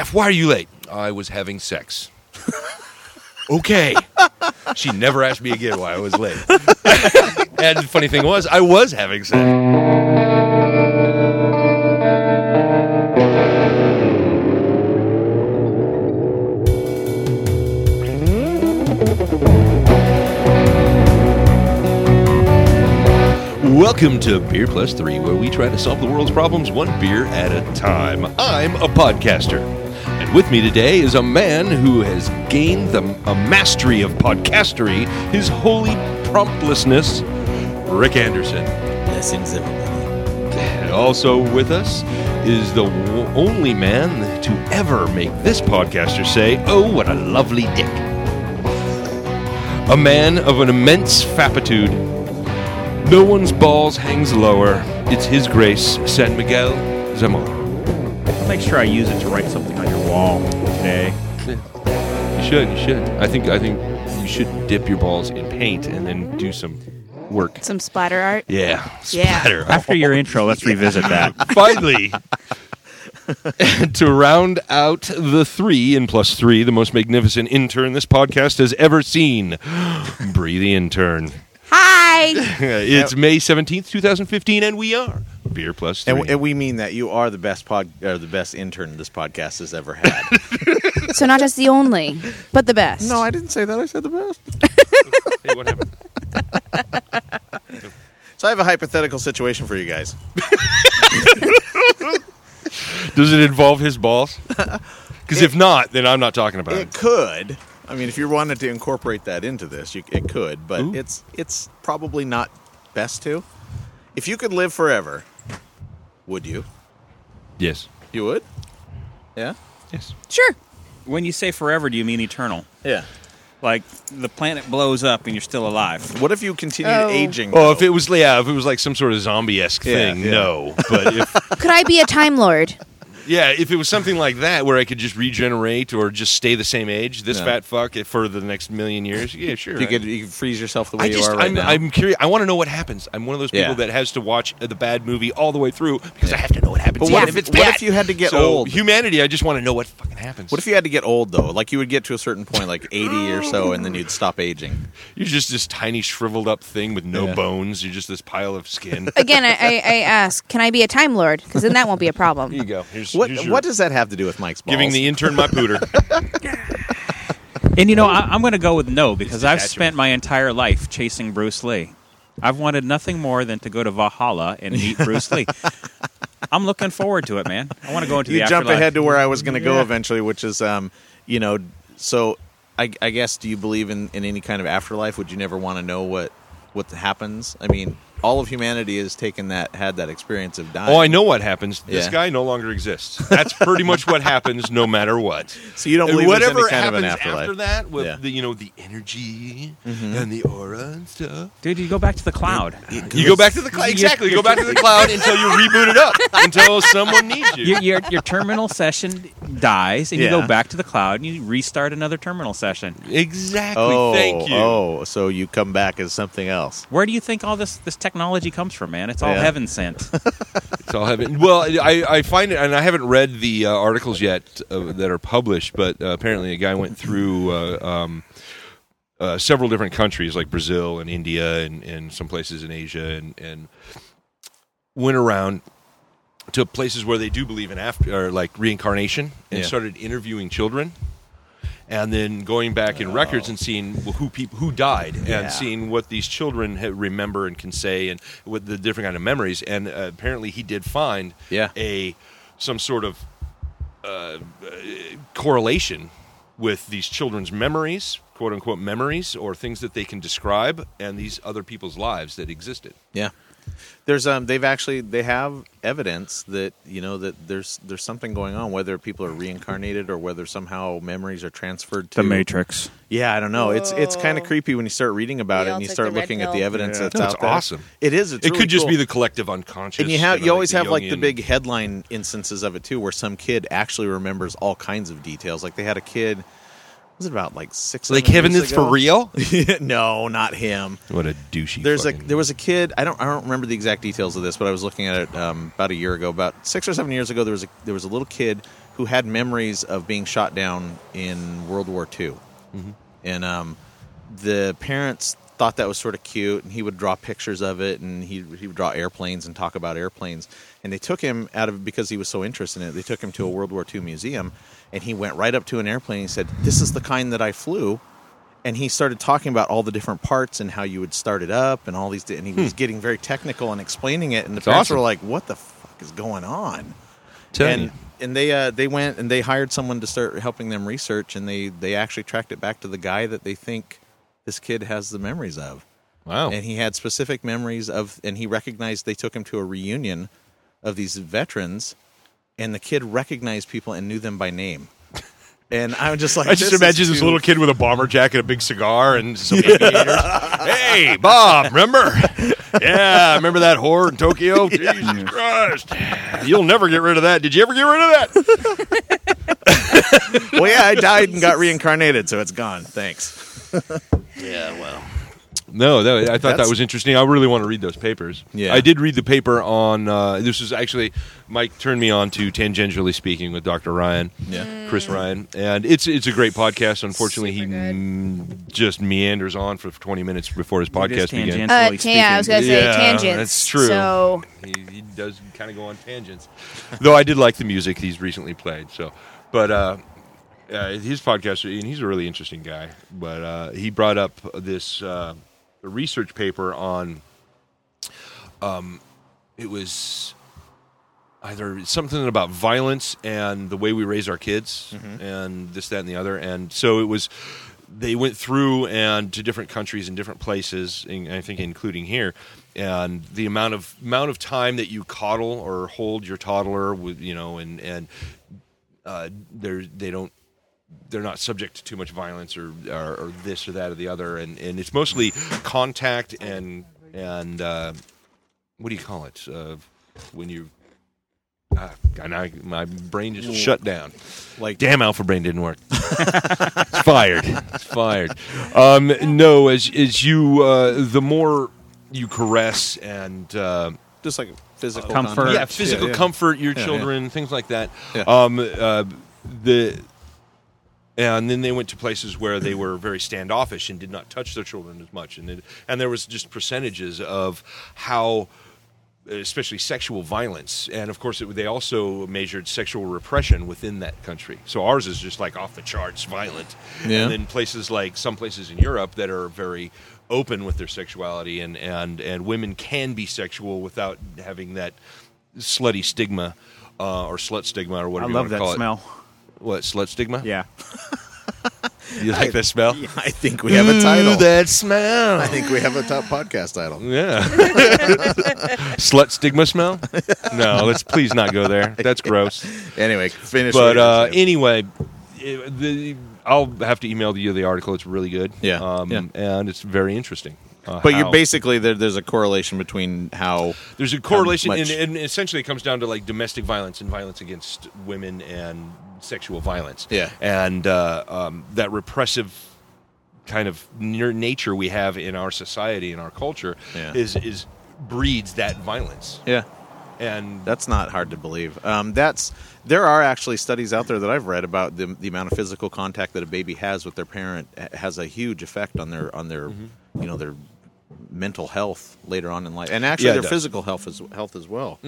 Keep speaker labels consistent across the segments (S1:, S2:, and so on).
S1: off. Why are you late? I was having sex. okay. she never asked me again why I was late. and the funny thing was, I was having sex. Welcome to Beer Plus Three, where we try to solve the world's problems one beer at a time. I'm a podcaster. And with me today is a man who has gained the, a mastery of podcastery, his holy promptlessness, Rick Anderson.
S2: Blessings, everybody.
S1: And also with us is the w- only man to ever make this podcaster say, Oh, what a lovely dick. A man of an immense fappitude. No one's balls hangs lower. It's His Grace, San Miguel Zamora.
S3: Make sure I use it to write something on your wall today.
S1: You should, you should. I think, I think you should dip your balls in paint and then do some work.
S4: Some splatter art.
S1: Yeah,
S4: Yeah.
S1: splatter.
S3: After your intro, let's revisit that.
S1: finally to round out the three in plus three the most magnificent intern this podcast has ever seen Bree the intern
S4: Hi.
S1: it's may 17th 2015 and we are beer plus three
S2: And, and we mean that you are the best pod, or the best intern this podcast has ever had.
S4: so not just the only, but the best.
S2: no, I didn't say that. I said the best.
S1: Hey, what happened?
S2: So I have a hypothetical situation for you guys.
S1: does it involve his balls because if not then i'm not talking about it
S2: It could. I mean, if you wanted to incorporate that into this, you, it could, but
S1: Ooh.
S2: it's it's probably not best to. If you could live forever, would you?
S1: yes
S2: You would? Yeah.
S1: yes
S4: Sure.
S3: When you say forever, do you mean eternal?
S2: Yeah.
S3: Like the planet blows up and you're still alive.
S2: What if you continued
S4: Oh.
S2: aging?
S1: Oh, if
S2: though?
S1: it was yeah, if it was like some sort of zombie-esque
S2: Yeah,
S1: thing,
S2: yeah.
S1: no. But if,
S4: Could I be a time lord?
S1: Yeah, if it was something like that where I could just regenerate or just stay the same age, this
S2: Yeah.
S1: fat fuck if- for the next million years, yeah, sure.
S2: you
S1: I-
S2: could you could freeze yourself the way
S1: I
S2: you
S1: just
S2: are right
S1: I'm,
S2: now.
S1: I'm curious. I want to know what happens. I'm one of those people
S2: Yeah.
S1: that has to watch the bad movie all the way through because I
S2: Yeah.
S1: have to know what happens.
S2: but
S4: Yeah.
S2: what,
S1: even
S2: if,
S1: if it's
S2: what
S1: bad.
S2: if you had to get
S1: so
S2: old?
S1: humanity, I just want to know what fucking happens.
S2: What if you had to get old though? Like you would get to a certain point, like eighty or so, and then you'd stop aging.
S1: you're just this tiny shriveled up thing with no
S2: Yeah.
S1: bones? You're just this pile of skin.
S4: Again, I, I, I ask, can I be a time lord? Because then that won't be a problem.
S1: Here you go. Here's,
S2: What
S1: here's your-
S2: What does that have to do with Mike's balls?
S1: giving the intern my pooter?
S3: And you know, I, I'm going to go with no because I've
S1: detachable.
S3: spent my entire life chasing Bruce Lee. I've wanted nothing more than to go to Valhalla and meet Bruce Lee. I'm looking forward to it, man. I want to go into
S2: you
S3: the
S2: jump
S3: afterlife.
S2: ahead to where I was going to go
S3: Yeah.
S2: eventually, which is, um, you know, so I, I guess do you believe in, in any kind of afterlife? Would you never want to know what what happens? I mean, all of humanity has taken that had that experience of dying.
S1: oh, I know what happens. This
S2: Yeah.
S1: guy no longer exists. That's pretty much what happens, no matter what.
S2: so you don't
S1: And
S2: believe
S1: whatever
S2: there's any kind of
S1: happens
S2: an afterlife?
S1: after that with
S2: Yeah.
S1: the you know the energy and the aura and stuff.
S3: Dude, you go back to the cloud.
S1: Mm-hmm. You go back to the cloud. Exactly, you go back to the cloud until you reboot it up until someone needs you.
S3: your, your, your terminal session dies and you
S2: Yeah.
S3: go back to the cloud and you restart another terminal session.
S1: Exactly.
S2: Oh,
S1: Thank you.
S2: oh, so you come back as something else.
S3: Where do you think all this this technology comes from, man? It's all
S2: Yeah.
S3: heaven sent.
S1: It's all heaven. Well, I, I find it, and I haven't read the uh, articles yet uh, that are published, but uh, apparently a guy went through uh, um, uh, several different countries like Brazil and India and, and some places in Asia and, and went around to places where they do believe in after or like reincarnation and
S2: Yeah.
S1: started interviewing children and then going back in records and seeing who people who died
S2: Yeah.
S1: and seeing what these children ha- remember and can say and with the different kind of memories and uh, apparently he did find
S2: Yeah.
S1: a some sort of uh, uh, correlation with these children's memories quote unquote memories or things that they can describe and these other people's lives that existed
S2: Yeah. There's um they've actually they have evidence that you know that there's there's something going on whether people are reincarnated or whether somehow memories are transferred to
S3: Matrix.
S2: Yeah, I don't know. It's it's kind of creepy when you start reading about
S4: We
S2: it
S4: all
S2: and you
S4: took
S2: start
S4: the red
S2: looking at
S4: pill.
S2: the evidence
S3: Yeah.
S2: that's
S1: No,
S2: out
S1: it's
S2: there.
S1: awesome.
S2: It is. It's
S1: it
S2: really
S1: could just
S2: cool.
S1: be the collective unconscious
S2: and you have
S1: kinda
S2: you always
S1: the
S2: have like the
S1: Jungian-
S2: big headline instances of it too, where some kid actually remembers all kinds of details. Like they had a kid. Was it about like six?
S1: like
S2: seven
S1: heaven
S2: years
S1: is for
S2: ago?
S1: real
S2: no, not him.
S1: what a douchey
S2: There's a
S1: fucking-
S2: there was a kid. I don't I don't remember the exact details of this, but I was looking at it um, about a year ago, about six or seven years ago. There was a there was a little kid who had memories of being shot down in World War II, and um, the parents thought that was sort of cute, and he would draw pictures of it, and he he would draw airplanes and talk about airplanes, and they took him out of because he was so interested in it. They took him to a World War II museum, and he went right up to an airplane and said, "This is the kind that I flew." And he started talking about all the different parts and how you would start it up and all these. di- And he was getting very technical and explaining it. And the parents were
S1: awesome.
S2: like, "What the fuck is going on?"
S1: Telling
S2: and
S1: you.
S2: and they uh, they went and they hired someone to start helping them research, and they they actually tracked it back to the guy that they think this kid has the memories of,
S1: Wow.
S2: and he had specific memories of, and he recognized they took him to a reunion of these veterans, and the kid recognized people and knew them by name. And I'm just like,
S1: I just
S2: is
S1: imagine this
S2: too-
S1: little kid with a bomber jacket, a big cigar, and some aviators. Hey, Bob, remember? Yeah, remember that whore in Tokyo? Jesus Christ. You'll never get rid of that. Did you ever get rid of that?
S2: Well, yeah, I died and got reincarnated, so it's gone. Thanks.
S1: No, that, I thought that
S2: That's-
S1: was interesting. I really want to read those papers.
S2: Yeah.
S1: I did read the paper on. Uh, this was actually Mike turned me on to tangentially speaking with Dr. Ryan.
S2: Yeah.
S1: Chris Ryan, and it's it's a great podcast. Unfortunately, he
S4: Super good.
S1: mm, just meanders on for 20 minutes before his
S3: It is
S1: podcast begins.
S3: tangentially
S4: Uh,
S3: speaking.
S4: yeah, I was gonna say
S1: Yeah,
S4: tangents.
S1: that's true.
S4: So
S1: he, he does kind of go on tangents. Though I did like the music he's recently played. So, but uh, uh, his podcast, and he's a really interesting guy. But uh, he brought up this uh, research paper on, um, it was either something about violence and the way we raise our kids, and this, that, and the other. And so it was. They went through and to different countries and different places, in, I think, including here, and the amount of amount of time that you coddle or hold your toddler with, you know, and and uh, they're they don't they're not subject to too much violence or, or, or this or that or the other and, and it's mostly contact and and uh, what do you call it uh, when you ah, God, now I- my brain just shut down
S2: Like,
S1: damn alpha brain didn't work it's fired it's fired um, no as as you uh, the more you caress and uh,
S2: just like physical
S3: Comfort.
S2: contact.
S1: yeah, physical
S2: yeah.
S1: comfort, your
S2: Yeah,
S1: children, things like that.
S2: Yeah.
S1: Um, uh, the and then they went to places where they were very standoffish and did not touch their children as much, and it, and there was just percentages of how especially sexual violence. And of course, it, they also measured sexual repression within that country. So ours is just like off the charts violent.
S2: Yeah.
S1: And then places like some places in Europe that are very open with their sexuality, and, and, and women can be sexual without having that slutty stigma. Uh, or slut stigma, or
S3: I
S1: whatever you
S3: love
S1: want to
S3: that
S1: call it.
S3: smell.
S1: What slut stigma?
S3: Yeah.
S1: you like that smell?
S2: Yeah, I think we have a title.
S1: Ooh, that smell.
S2: I think we have a top podcast title.
S1: Yeah. Slut stigma smell? No, let's please not go there. That's gross.
S2: Anyway, finish. what
S1: But
S2: you're
S1: uh,
S2: saying.
S1: anyway, it- the, I'll have to email you the article. It's really good.
S2: Yeah,
S1: Um,
S2: yeah.
S1: And it's very interesting. uh,
S2: But
S1: how-
S2: you're basically there, there's a correlation between how
S1: There's a correlation,
S2: How
S1: and,
S2: much-
S1: and essentially it comes down to like domestic violence and violence against women and sexual violence.
S2: Yeah.
S1: and uh, um, that repressive kind of near nature we have in our society and our culture
S2: Yeah.
S1: is is breeds that violence.
S2: yeah
S1: And
S2: that's not hard to believe. Um, that's there are actually studies out there that I've read about the, the amount of physical contact that a baby has with their parent ha- has a huge effect on their on their
S1: Mm-hmm.
S2: you know their mental health later on in life, and actually
S1: Yeah, it
S2: their
S1: does. Mm-hmm.
S2: physical health as health as well.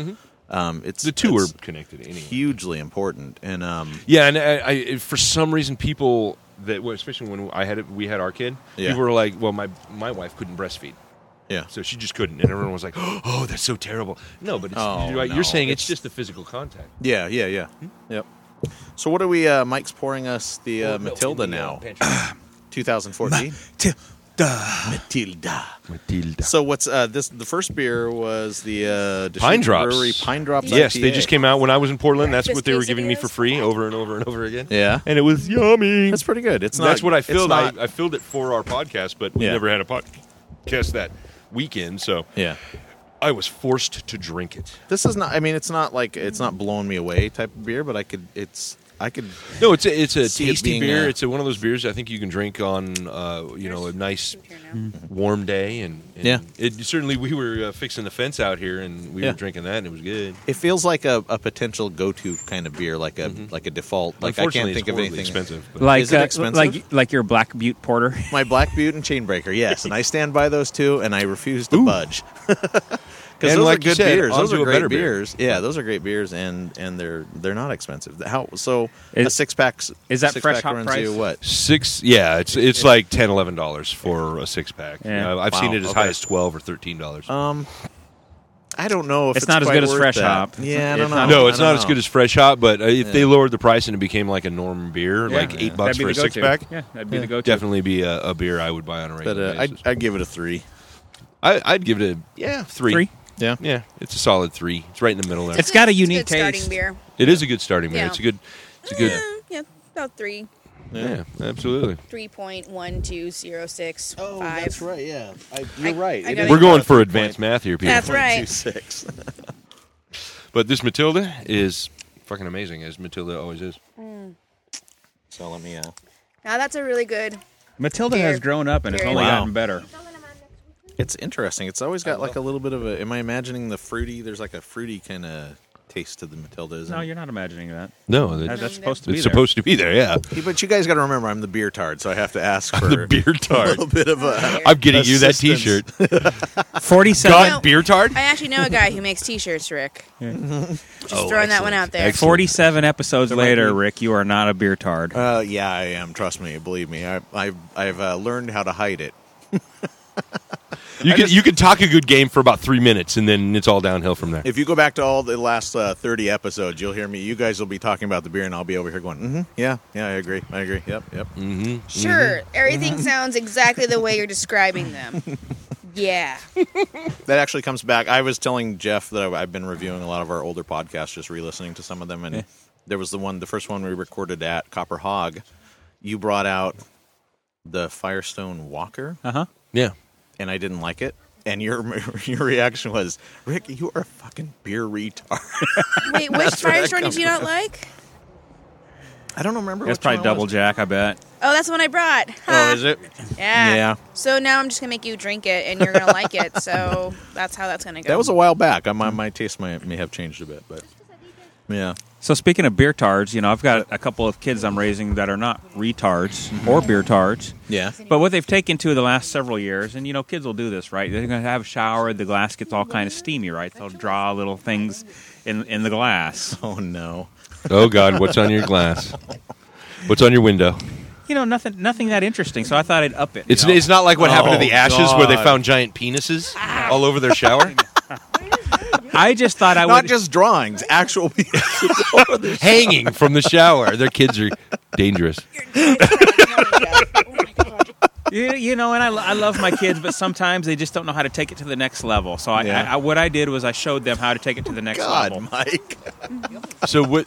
S2: Um, it's
S1: the two
S2: it's
S1: are connected anyway.
S2: hugely important, and um,
S1: Yeah, and I, I for some reason people that well, especially when I had it, we had our kid,
S2: Yeah.
S1: people were like, "Well, my my wife couldn't breastfeed."
S2: yeah,
S1: So she just couldn't, and everyone was like, "Oh, that's so terrible." No, but it's,
S2: Oh,
S1: you're, right,
S2: no.
S1: you're saying it's,
S2: It's-
S1: just the physical contact.
S2: yeah, yeah, yeah,
S1: Hmm?
S2: yep. So what are we? Uh, Mike's pouring us the uh, Matilda now, 2014. Matilda.
S1: Matilda.
S2: So what's uh, this? The first beer was the uh, Deschutes
S1: Pine Drops.
S2: Brewery Pine Drops.
S1: Yes, they
S2: IPA.
S1: just came out when I was in Portland. That's
S4: Breakfast
S1: what they were
S4: quesadillas?
S1: giving me for free over and over and over again.
S2: Yeah,
S1: And it was yummy.
S2: that's pretty good. It's not.
S1: That's what I
S2: it's
S1: filled.
S2: not-
S1: I, I filled it for our podcast, but we
S2: Yeah.
S1: never had a podcast that weekend, so
S2: yeah,
S1: I was forced to drink it.
S2: this is not. I mean, it's not like it's not blowing me away type of beer, but I could. It's I could.
S1: No, it's a, it's a
S2: See it
S1: tasty
S2: being
S1: beer.
S2: a-
S1: it's a, one of those beers I think you can drink on uh, you know a nice Mm-hmm. warm day and, and
S2: Yeah.
S1: It certainly we were uh, fixing the fence out here and we
S2: Yeah.
S1: were drinking that and it was good.
S2: It feels like a, a potential go-to kind of beer, like a like a default. Like
S1: Mm-hmm.
S2: I
S1: Unfortunately,
S2: can't
S1: it's
S2: think of
S1: horribly
S2: anything
S1: expensive. but-
S5: Like
S2: Is it
S5: uh,
S2: expensive?
S5: like like your Black Butte Porter.
S2: My Black Butte and Chainbreaker, yes, and I stand by those two, and I refuse to budge. Because
S1: And
S2: those
S1: like
S2: are
S1: you
S2: good
S1: said,
S2: beers. Those
S1: onto
S2: are
S1: a better
S2: great
S1: beer.
S2: beers. Yeah, those are great beers, and and they're they're not expensive. How so? a
S5: Is-
S2: six pack
S5: is that fresh hop
S2: runs
S5: price?
S2: you what?
S1: Six, yeah, it's it's like ten, eleven dollars for a six pack.
S5: Yeah.
S1: Uh, I've seen
S2: Wow,
S1: it as
S2: okay.
S1: high as twelve or thirteen dollars.
S2: Um, I don't know if
S5: It's
S2: it's,
S5: not as
S2: quite
S5: good as
S2: worth
S5: Fresh
S2: that.
S5: Hop.
S2: Yeah, I
S5: It's
S2: don't know.
S5: not-
S1: no, it's
S2: I don't
S1: not as
S2: know.
S1: good as Fresh Hop, but uh, if they
S2: Yeah.
S1: lowered the price and it became like a norm beer, like eight
S5: That'd
S1: bucks
S5: be
S1: for
S5: the
S1: a
S5: go-to.
S1: six pack,
S5: Yeah, that'd be the go-to.
S1: definitely be a, a beer I would buy on a
S2: But
S1: regular
S2: uh, I'd,
S1: basis.
S2: I'd give it a three.
S1: I, I'd give it a yeah three.
S5: Three?
S2: Yeah,
S1: Yeah, it's a solid three. It's right in the middle there.
S5: It's got a
S4: good
S5: unique taste.
S4: starting beer.
S1: It is a good starting beer.
S4: Yeah.
S1: It's a good. It's a good.
S4: Uh, yeah, about three.
S1: Yeah, absolutely.
S4: Three point one two zero six
S1: Oh,
S4: five.
S2: Oh, right. Yeah,
S4: I-
S2: I,
S4: I gotta-
S1: We're going for advanced math here, people.
S4: That's right.
S2: Six.
S1: But this Matilda is fucking amazing, as Matilda always is.
S2: so let me. Uh,
S4: Now that's a really good.
S5: Matilda
S4: Beer.
S5: has grown up and it's
S4: Beer.
S5: only
S2: Wow.
S5: gotten better.
S2: it's interesting. It's always got like a little bit of a. Am I imagining the fruity? There's like a fruity kind of taste to the Matilda. Isn't
S5: No,
S2: it?
S5: you're not imagining that.
S1: No, that-
S5: That-
S1: it's
S5: that's supposed to be there.
S1: supposed to be there. Yeah,
S2: But you guys got to remember, I'm the beer tard, so I have to ask for
S1: the beer
S2: a
S1: tart.
S2: little bit of a.
S1: I'm getting you that
S2: Assistance.
S1: T-shirt.
S4: God-
S5: 47,
S4: No.
S1: Beer tart.
S4: I actually know a guy who makes T-shirts, Rick. Just
S1: Oh,
S4: throwing that
S1: excellent.
S4: one out there.
S1: Excellent.
S5: 47 episodes
S2: might
S5: later,
S2: be-
S5: Rick, you are not a beer tard.
S2: Uh, yeah, I am. Trust me, believe me. I, I've I've uh, learned how to hide it.
S1: You can you can talk a good game for about three minutes, and then it's all downhill from there.
S2: If you go back to all the last uh, 30 episodes, you'll hear me. You guys will be talking about the beer, and I'll be over here going, mm-hmm, yeah, yeah, I agree, I agree, yep, yep.
S4: Sure,
S2: Mm-hmm.
S4: everything sounds exactly the way you're describing them. yeah.
S2: That actually comes back. I was telling Jeff that I- I've been reviewing a lot of our older podcasts, just re-listening to some of them, and
S5: Yeah.
S2: there was the one, the first one we recorded at Copper Hog. You brought out the Firestone Walker,
S5: Uh huh.
S1: yeah,
S2: and I didn't like it. And your your reaction was, Rick, you are a fucking beer retard.
S4: Wait, which
S2: where that
S4: Firestone did
S2: comes
S4: you not like?
S2: I don't remember.
S5: It's
S2: which
S5: probably
S2: one it
S5: double
S2: was.
S5: jack, I bet.
S4: Oh, that's the one I brought.
S2: Oh, is it?
S4: Yeah.
S2: Yeah.
S4: So now I'm just gonna make you drink it, and you're gonna like it. So that's how that's gonna go.
S2: That was a while back. I, my, my taste may, may have changed a bit, but yeah.
S5: So speaking of beer tards, you know, I've got a couple of kids I'm raising that are not retards or beer tards.
S2: Yeah.
S5: But what they've taken to the last several years, and you know, kids will do this, right? They're going to have a shower. The glass gets all kind of steamy, right? They'll draw little things in in the glass.
S2: Oh no.
S1: Oh God, what's on your glass? What's on your window?
S5: You know, nothing nothing that interesting. So I thought I'd up it.
S1: It's
S5: you know?
S1: it's not like what happened to
S2: Oh,
S1: the ashes where they
S2: God.
S1: found giant penises
S4: Ah.
S1: all over their shower.
S5: I just thought I
S2: Not
S5: would.
S2: just drawings, actual Oh, people.
S1: hanging from the shower. Their kids are dangerous.
S4: Oh
S5: you, you know, and I, I love my kids, but sometimes they just don't know how to take it to the next level. So I,
S2: Yeah.
S5: I, I what I did was I showed them how to take it to the next
S2: God,
S5: level.
S2: Mike.
S1: So what?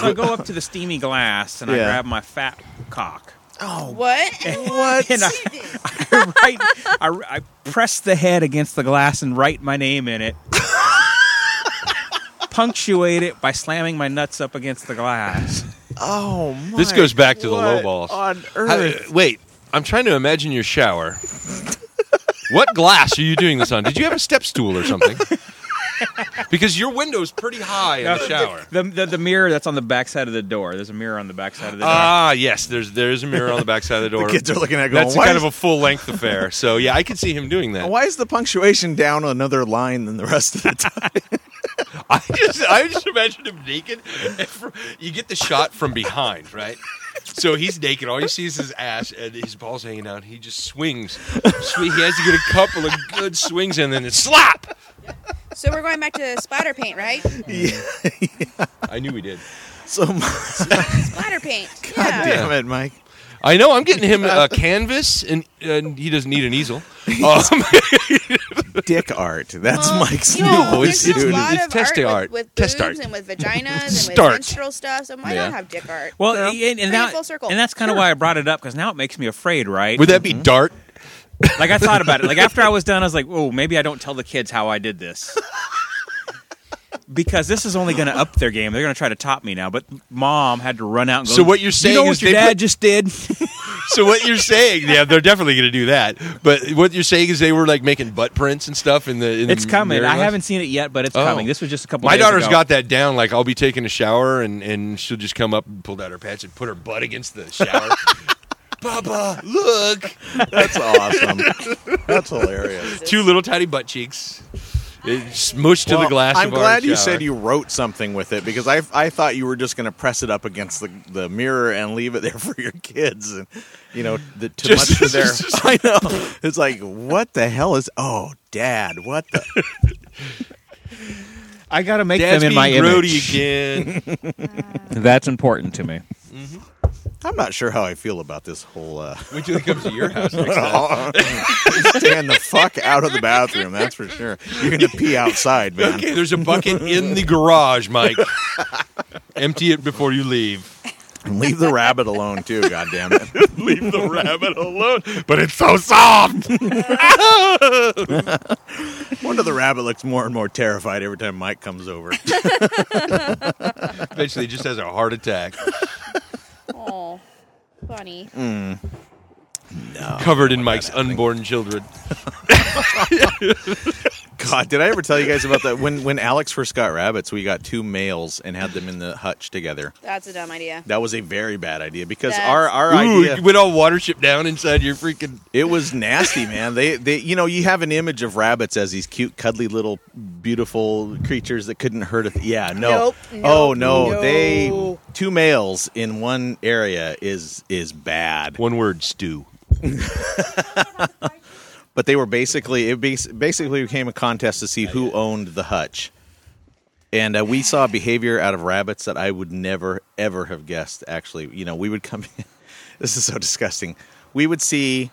S5: So I go up to the steamy glass and I
S2: Yeah.
S5: grab my fat cock.
S2: Oh,
S4: what?
S2: what?
S5: And I, I, write, I, I press the head against the glass and write my name in it. punctuate it by slamming my nuts up against the glass.
S2: oh, my.
S1: This goes back to the
S2: what
S1: low balls.
S2: On
S1: How-
S2: earth.
S1: wait, I'm trying to imagine your shower. what glass are you doing this on? Did you have a step stool or something? Because your window's pretty high in the shower.
S5: The, the, the mirror that's on the back side of the door. There's a mirror on the back side of the door.
S1: Ah, yes. There's there's a mirror on the backside of the door.
S2: Kids are looking at it going,
S1: That's
S2: why,
S1: kind
S2: is,
S1: of a full length affair. So yeah, I could see him doing that.
S2: why is the punctuation down another line than the rest of the time?
S1: I just I just imagined him naked. And fr- You get the shot from behind, right? So he's naked. All you see is his ass and his balls hanging out. He just swings. Swe- He has to get a couple of good swings and then it's slap.
S4: So we're going back to splatter paint, right?
S1: I knew he did.
S2: so, my,
S4: Splatter paint. yeah.
S2: damn it, Mike.
S1: I know. I'm getting him a canvas, and, and he doesn't need an easel. Um,
S2: Dick art. That's
S4: Well,
S2: Mike's
S4: you
S2: new
S4: know,
S2: voice,
S4: there's a
S2: dude.
S4: lot
S1: It's
S4: of
S1: test art.
S4: art, with, with
S1: Test
S4: boobs
S1: art.
S4: and with vaginas and with
S1: Start.
S4: menstrual stuff. So why
S2: Yeah.
S4: not have dick art?
S5: Well, and,
S4: Bring
S5: and,
S4: it
S5: that,
S4: full circle.
S5: and that's kind of
S4: Sure.
S5: why I brought it up because now it makes me afraid, right?
S1: would that be dart?
S5: like I thought about it. Like after I was done, I was like, "Oh, maybe I don't tell the kids how I did this."
S3: because this is only going to up their game. They're going to try to top me now. But mom had to run out. and go,
S1: So what you're saying
S3: you know
S1: is
S3: what your
S1: they
S3: dad
S1: put- Mm,
S3: just did?
S1: So what you're saying? Yeah, they're definitely going to do that. But what you're saying is they were like making butt prints and stuff in the. In
S3: it's
S1: the
S3: coming.
S1: mirror
S3: I
S1: glass?
S3: haven't seen it yet, but it's
S1: Oh.
S3: coming. This was just a couple.
S1: My
S3: days
S1: daughter's
S3: ago.
S1: got that down. Like I'll be taking a shower and and she'll just come up and pull down her pants and put her butt against the shower. Papa, look,
S2: That's awesome. That's hilarious.
S1: two little tiny butt cheeks, it's smushed to the
S2: Well,
S1: glass.
S2: I'm
S1: of our
S2: glad you
S1: shower.
S2: said you wrote something with it because I I thought you were just going to press it up against the, the mirror and leave it there for your kids and you know the, too
S1: Just-
S2: much for their.
S1: just-
S2: I know it's like what the hell is oh dad what the
S3: I got to make
S1: Dad's
S3: them in
S1: being
S3: my
S1: grody
S3: image.
S1: again.
S3: That's important to me.
S2: I'm not sure how I feel about this whole. Uh,
S1: Wait till he comes to your house. Next time.
S2: stand the fuck out of the bathroom. That's for sure. You're gonna pee outside, man.
S1: Okay, there's a bucket in the garage, Mike. Empty it before you leave.
S2: And leave the rabbit alone too. Goddamn it.
S1: Leave the rabbit alone. But it's so soft.
S2: Wonder the rabbit looks more and more terrified every time Mike comes over.
S1: Eventually, he just has a heart attack,
S4: Oh, funny.
S1: covered in Mike's unborn children.
S2: God, did I ever tell you guys about that? When when Alex first got rabbits, we got two males and had them in the hutch together.
S4: That's a dumb idea.
S2: That was a very bad idea because
S4: That's-
S2: our our
S1: Ooh,
S2: idea
S1: you went all watership down inside your freaking.
S2: It was nasty, man. They, they, you know, you have an image of rabbits as these cute, cuddly little, beautiful creatures that couldn't hurt. A yeah, no.
S4: Nope, nope,
S2: oh no,
S4: no.
S2: they two males in one area is is bad.
S1: One word, stew.
S2: But they were basically it bas- basically became a contest to see who owned the hutch, and uh, we saw behavior out of rabbits that I would never ever have guessed. Actually, you know, we would come in. this is so disgusting. We would see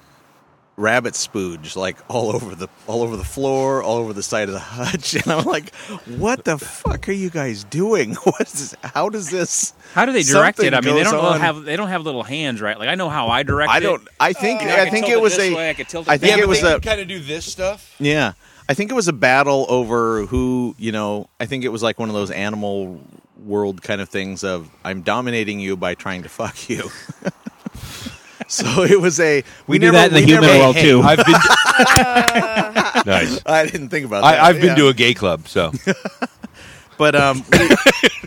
S2: rabbit spooge like all over the all over the floor, all over the side of the hutch, and I'm like, "What the fuck are you guys doing? What is this? How does this?
S3: How do they direct
S2: Something
S3: it? I mean, they
S2: goes
S3: don't
S2: on.
S3: have they don't have little hands, right? Like I know how I direct.
S2: I don't. I think
S3: It.
S2: I think it was a.
S3: I,
S2: I think it was a.
S1: kind of do this stuff.
S2: Yeah. I think it was a battle over who, you know, I think it was like one of those animal world kind of things of I'm dominating you by trying to fuck you. so it was a we,
S3: We do that
S2: never
S3: in the
S2: we
S3: human
S2: never-
S3: world, too.
S1: I've been nice.
S2: I didn't think about that.
S1: I, I've been
S2: yeah.
S1: to a gay club, so
S2: but um, we,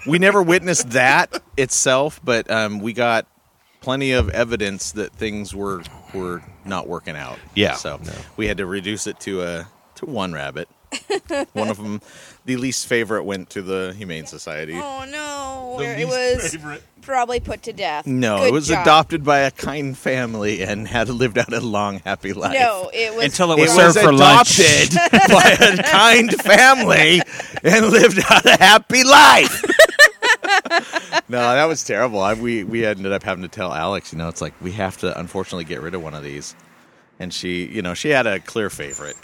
S2: we never witnessed that itself. But um, we got plenty of evidence that things were were not working out.
S1: Yeah,
S2: so
S1: no.
S2: we had to reduce it to a to one rabbit. one of them, the least favorite, went to the Humane Society.
S4: Oh no, where it was probably put to death.
S2: No,
S4: Good
S2: it was
S4: job.
S2: adopted by a kind family and had lived out a long, happy life.
S4: No, it was
S3: Until it
S2: It
S3: was
S2: was
S3: served for lunch.
S2: adopted by a kind family and lived out a happy life. no, that was terrible. I, we we ended up having to tell Alex, you know, it's like we have to unfortunately get rid of one of these, and she, you know, she had a clear favorite.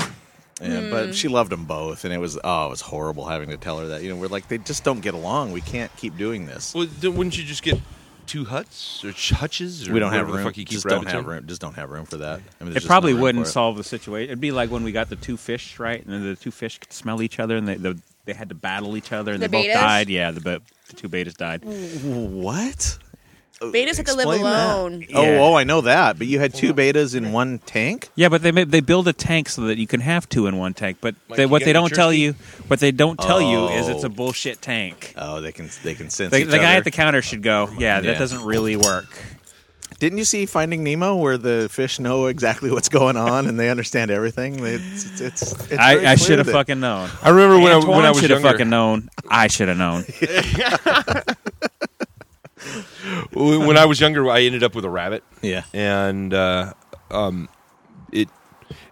S2: And, But she loved them both, and it was oh, it was horrible having to tell her that. You know, we're like they just don't get along. We can't keep doing this.
S1: well, then wouldn't you just get two huts or ch- hutches? Or
S2: We don't have
S1: whatever the
S2: room.
S1: fuck you keep
S2: just don't
S1: rabbits
S2: have
S1: in?
S2: room. Just don't have room for that. I mean, there's
S3: It
S2: just
S3: probably
S2: no room
S3: wouldn't
S2: for it.
S3: solve the situation. It'd be like when we got the two fish, right? And then the two fish could smell each other, and they the, they had to battle each other, and
S4: The
S3: they both
S4: betas?
S3: died. Yeah, the, be- the two betas died.
S2: What?
S4: betas have to live
S2: Explain that.
S4: alone.
S3: Yeah.
S2: Oh, oh, I know that. But you had two betas in one tank.
S3: Yeah, but they made, they build a tank so that you can have two in one tank. But
S1: Like
S3: they,
S1: you
S3: what
S1: get
S3: they
S1: the
S3: don't tell
S1: jerky?
S3: you, what they don't tell you, is it's
S2: Oh.
S3: a bullshit tank.
S2: Oh, they can they can sense.
S3: The,
S2: each
S3: the guy
S2: other.
S3: at the counter should go. Yeah,
S2: Yeah.
S3: that doesn't really work.
S2: Didn't you see Finding Nemo where the fish know exactly what's going on and they understand everything? It's it's. it's, it's very
S3: I, I
S2: clear
S3: should have
S2: that-
S3: fucking known.
S1: I remember when I,
S3: Antoine
S1: when I was
S3: should have
S1: younger.
S3: fucking known. I should have known.
S1: When when I was younger, I ended up with a rabbit.
S2: Yeah.
S1: and uh, um, it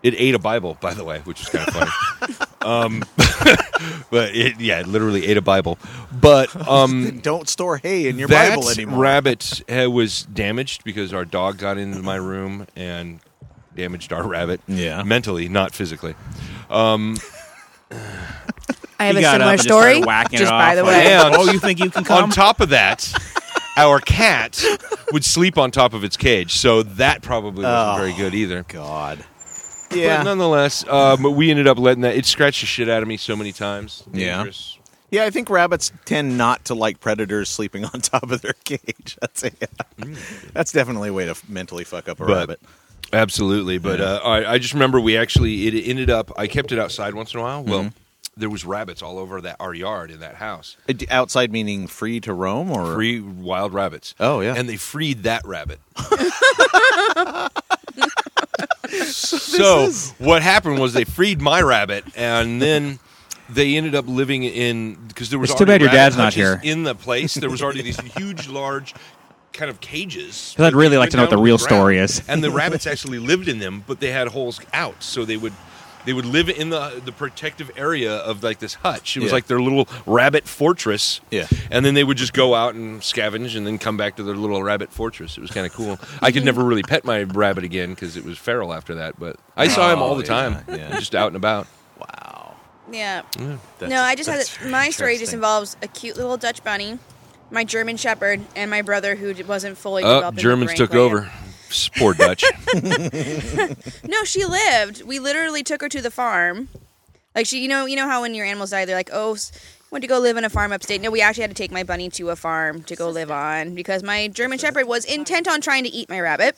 S1: it ate a Bible, by the way, which is kind of funny. um, but it, yeah, it literally ate a Bible. But um,
S2: Don't store hay in your
S1: that
S2: Bible anymore.
S1: rabbit uh, was damaged because our dog got into my room and damaged our rabbit.
S2: Yeah.
S1: mentally, not physically.
S4: I
S3: He got up and just started whacking it off, like,
S1: And-
S3: oh, you think you can come?
S1: On top of that, our cat would sleep on top of its cage, so that probably wasn't
S2: Oh.
S1: very good either.
S2: God.
S1: But nonetheless, um, we ended up letting that. It scratched the shit out of me so many times.
S2: Yeah.
S1: Dangerous.
S2: Yeah, I think rabbits tend not to like predators sleeping on top of their cage. That's a,
S3: Mm.
S2: that's definitely a way to f- mentally fuck up a
S1: But-
S2: rabbit.
S1: Absolutely, but uh, I, I just remember we actually it ended up. I kept it outside once in a while. Well, there was rabbits all over that our yard in that house.
S2: Uh, d- Outside meaning free to roam or
S1: Free wild rabbits.
S2: Oh, yeah.
S1: and they freed that rabbit. so
S2: is-
S1: what happened was they freed my rabbit, and then. They ended up living in because there was
S3: It's too bad
S1: already
S3: your
S1: rabbit
S3: dad's not here.
S1: hutches in the place. There was already these huge, large kind of cages.
S3: I'd really
S1: that
S3: like to know
S1: went
S3: what
S1: down
S3: the real
S1: ground.
S3: story is.
S1: and the rabbits actually lived in them, but they had holes out, so they would they would live in the the protective area of like this hutch. It was
S2: Yeah.
S1: like their little rabbit fortress.
S2: Yeah.
S1: and then they would just go out and scavenge, and then come back to their little rabbit fortress. It was kind of cool. I could never really pet my rabbit again because it was feral after that. But I saw him all the
S2: Oh, yeah,
S1: time,
S2: yeah.
S1: just out and about.
S2: Wow.
S4: Yeah.
S2: That's-
S4: no, I just had
S2: that's
S4: it.
S2: very
S4: My story just
S2: interesting.
S4: involves a cute little Dutch bunny, my German Shepherd, and my brother who d- wasn't fully
S1: Oh,
S4: developed. in the
S1: Germans
S4: brain
S1: took
S4: quite yet.
S1: over. Poor Dutch.
S4: No, she lived. We literally took her to the farm. Like she, you know, you know how when your animals die, they're like, oh, s- want to go live in a farm upstate. No, we actually had to take my bunny to a farm to go live on because my German Shepherd was intent on trying to eat my rabbit.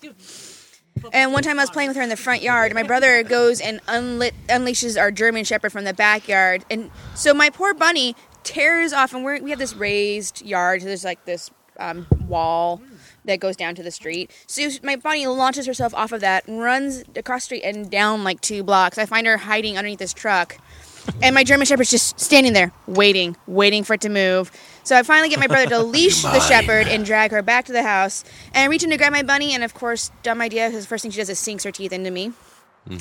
S4: And one time I was playing with her in the front yard, and my brother goes and unlit, unleashes our German Shepherd from the backyard, and so my poor bunny tears off, and we're, we have this raised yard, so there's like this um, wall that goes down to the street. So my bunny launches herself off of that, runs across the street and down like two blocks. I find her hiding underneath this truck, and my German Shepherd's just standing there, waiting, waiting for it to move. So I finally get my brother to leash the shepherd and drag her back to the house. And I reach in to grab my bunny, and of course, dumb idea, because the first thing she does is sinks her teeth into me.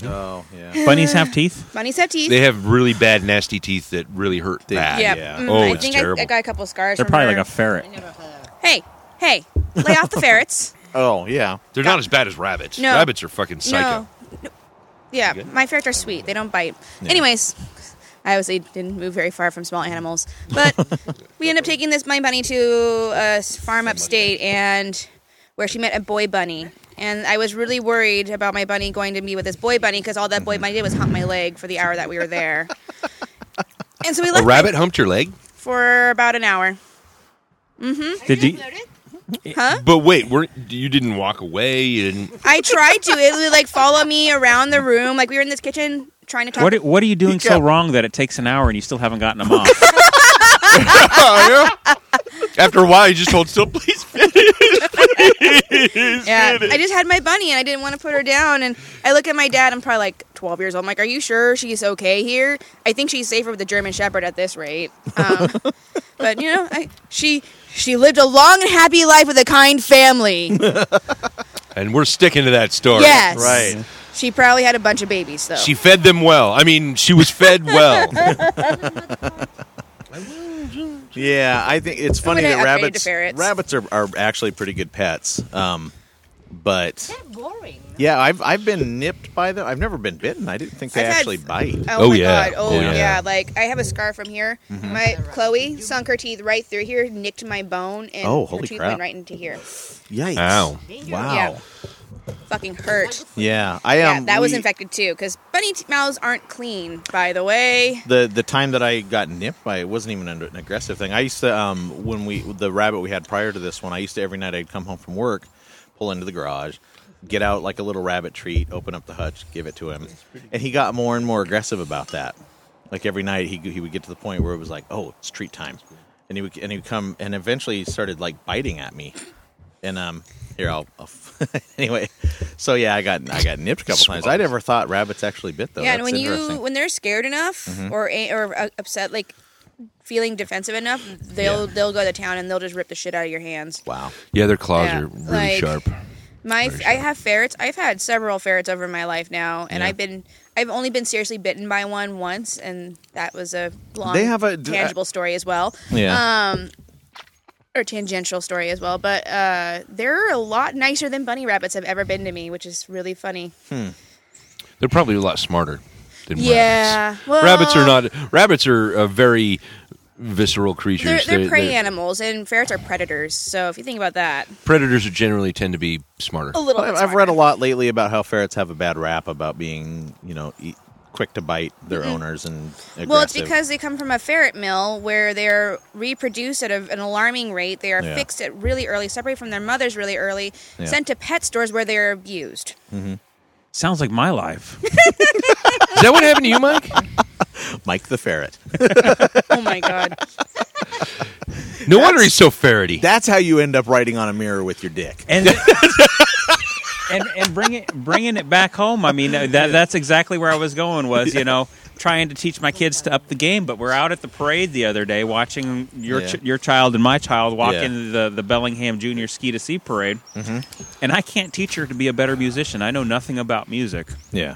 S2: Oh yeah.
S3: Bunnies have teeth.
S4: Bunnies have teeth.
S1: they have really bad, nasty teeth that really hurt.
S2: They-
S1: bad.
S4: yeah.
S2: yeah.
S4: Mm,
S1: Oh,
S4: I
S1: it's
S4: think
S1: terrible.
S4: I, I got a couple scars.
S3: They're
S4: from
S3: probably
S4: her.
S3: like a ferret.
S4: Hey, hey, lay off the ferrets.
S2: Oh yeah.
S1: They're not as bad as rabbits.
S4: No.
S1: Rabbits are fucking psycho.
S4: No. No. Yeah,
S1: Good.
S4: my ferrets are sweet. They don't bite. Anyways, I obviously didn't move very far from small animals, but we end up taking this my bunny to a s- farm upstate and where she met a boy bunny. And I was really worried about my bunny going to be with this boy bunny because all that boy
S1: Mm-hmm.
S4: bunny did was hump my leg for the hour that we were there. and so we
S1: A
S4: left
S1: rabbit humped your leg?
S4: for about an hour.
S3: Did you?
S1: But wait, were you didn't walk away? You didn't.
S4: I tried to. It would like follow me around the room. Like we were in this kitchen trying to talk.
S3: What are, what are you doing so
S2: Yeah.
S3: wrong that it takes an hour and you still haven't gotten them off?
S1: Oh, yeah. After a while, you just hold still. Please,
S4: Yeah, I just had my bunny and I didn't want to put her down. And I look at my dad. I'm probably like 12 years old. I'm like, "Are you sure she's okay here? I think she's safer with the German Shepherd at this rate." Um, but you know, I, she she lived a long and happy life with a kind family.
S1: and we're sticking to that story.
S4: yes,
S2: Right.
S4: She probably had a bunch of babies though.
S1: She fed them well. I mean, she was fed well.
S2: Yeah, I think it's funny
S4: Somebody
S2: that
S4: upgraded
S2: rabbits
S4: to ferrets.
S2: rabbits are, are actually pretty good pets. Um, but
S6: boring.
S2: yeah, I've I've been nipped by them. I've never been bitten. I didn't think they
S4: I've had-
S2: actually bite.
S4: Oh,
S1: Oh,
S4: my
S1: yeah.
S4: god! Oh
S1: Yeah.
S4: yeah. Like I have a scar from here. My Chloe sunk her teeth right through here, nicked my bone, and
S2: Oh,
S4: her
S2: holy
S4: tooth
S2: crap.
S4: went right into here.
S2: Yikes!
S1: Ow.
S2: Wow.
S4: Yeah. Fucking hurt.
S2: Yeah, I
S4: Yeah,
S2: am.
S4: that was
S2: we-
S4: infected too, because bunny t- mouths aren't clean, by the way.
S2: the the time that I got nipped by it wasn't even an an aggressive thing. I used to um when we the rabbit we had prior to this one, I used to every night I'd come home from work, pull into the garage, get out like a little rabbit treat, open up the hutch, give it to him, and he got more and more aggressive about that. Like every night he he would get to the point where it was like, oh, it's treat time, and he would and he would come and eventually he started like biting at me, and um. Here I'll, I'll anyway. So yeah, I got I got nipped a couple times. I never thought rabbits actually bit though.
S4: yeah, and
S2: That's
S4: when
S2: interesting. Mm-hmm.
S4: you when they're scared enough or a- or uh, upset, like feeling defensive enough, they'll
S2: Yeah.
S4: they'll go to town and they'll just rip the shit out of your hands.
S2: wow.
S1: Yeah, their claws
S4: Yeah,
S1: are really
S4: like-
S1: sharp.
S4: My I have ferrets. I've had several ferrets over my life now, and I've been I've only been seriously bitten by one once, and that was a long
S2: They have a- uh,
S4: tangible story as well.
S2: Yeah.
S4: Um, or tangential story as well, but uh, they're a lot nicer than bunny rabbits have ever been to me, which is really funny.
S1: They're probably a lot smarter than
S4: Yeah,
S1: rabbits.
S4: well-
S1: rabbits are not. Rabbits are uh, very visceral creatures.
S4: They're, they're prey
S1: they're-
S4: animals, and ferrets are predators. So if you think about that,
S1: predators are generally tend to be smarter.
S4: a little.
S2: Well,
S4: bit
S2: I've I've read
S4: smarter.
S2: a lot lately about how ferrets have a bad rap about being, you know, eat, quick to bite their owners and aggressive.
S4: Well, it's because they come from a ferret mill where they're reproduced at a, an alarming rate. They are
S2: Yeah.
S4: fixed at really early, separated from their mothers really early,
S2: Yeah.
S4: sent to pet stores where they are abused.
S5: Sounds like my life.
S1: Is that what happened to you, Mike?
S2: Mike the ferret.
S4: oh my god!
S1: No wonder he's so ferrety.
S2: That's how you end up writing on a mirror with your dick.
S5: and and and bring it, bringing it back home. I mean, that that's exactly where I was going. Was you know trying to teach my kids to up the game, but we're out at the parade the other day watching your
S2: Yeah.
S5: ch- your child and my child walk
S2: Yeah.
S5: into the the Bellingham Junior Ski to Sea parade,
S2: Mm-hmm.
S5: and I can't teach her to be a better musician. I know nothing about music.
S2: Yeah.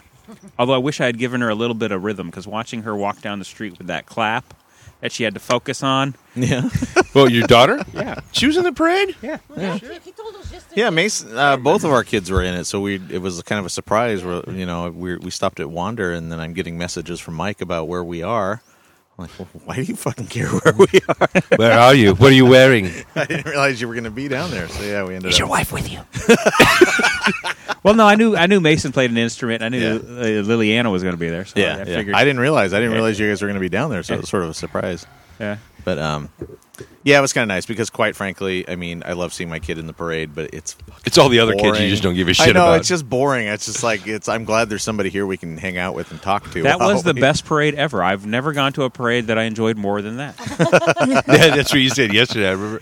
S5: Although I wish I had given her a little bit of rhythm because watching her walk down the street with that clap that she had to focus on.
S2: Yeah.
S1: Well, your daughter?
S5: Yeah.
S1: She was in the parade?
S5: Yeah.
S6: He told us yesterday.
S2: Yeah, Mason. Uh, both of our kids were in it, so we it was kind of a surprise. Where you know we we stopped at Wander, and then I'm getting messages from Mike about where we are. I'm like, well, why do you fucking care where we are?
S1: Where are you? What are you wearing?
S2: I didn't realize you were going to be down there. So yeah, we ended up.
S6: wife with you?
S5: Well, no, I knew I knew Mason played an instrument. and I knew
S2: Yeah.
S5: uh, Liliana was going to be there. So
S2: Yeah,
S5: I,
S2: I,
S5: figured.
S2: I didn't realize. I didn't realize you guys were going to be down there, so it was sort of a surprise.
S5: Yeah.
S2: But um, yeah, it was kind of nice because, quite frankly, I mean, I love seeing my kid in the parade, but it's
S1: It's all the other kids
S2: boring.
S1: you just don't give a
S2: I
S1: shit
S2: know,
S1: about.
S2: It's just boring. It's just like it's. I'm glad there's somebody here we can hang out with and talk to.
S5: That was the
S2: while we-
S5: best parade ever. I've never gone to a parade that I enjoyed more than that.
S1: yeah, that's what you said yesterday. I remember.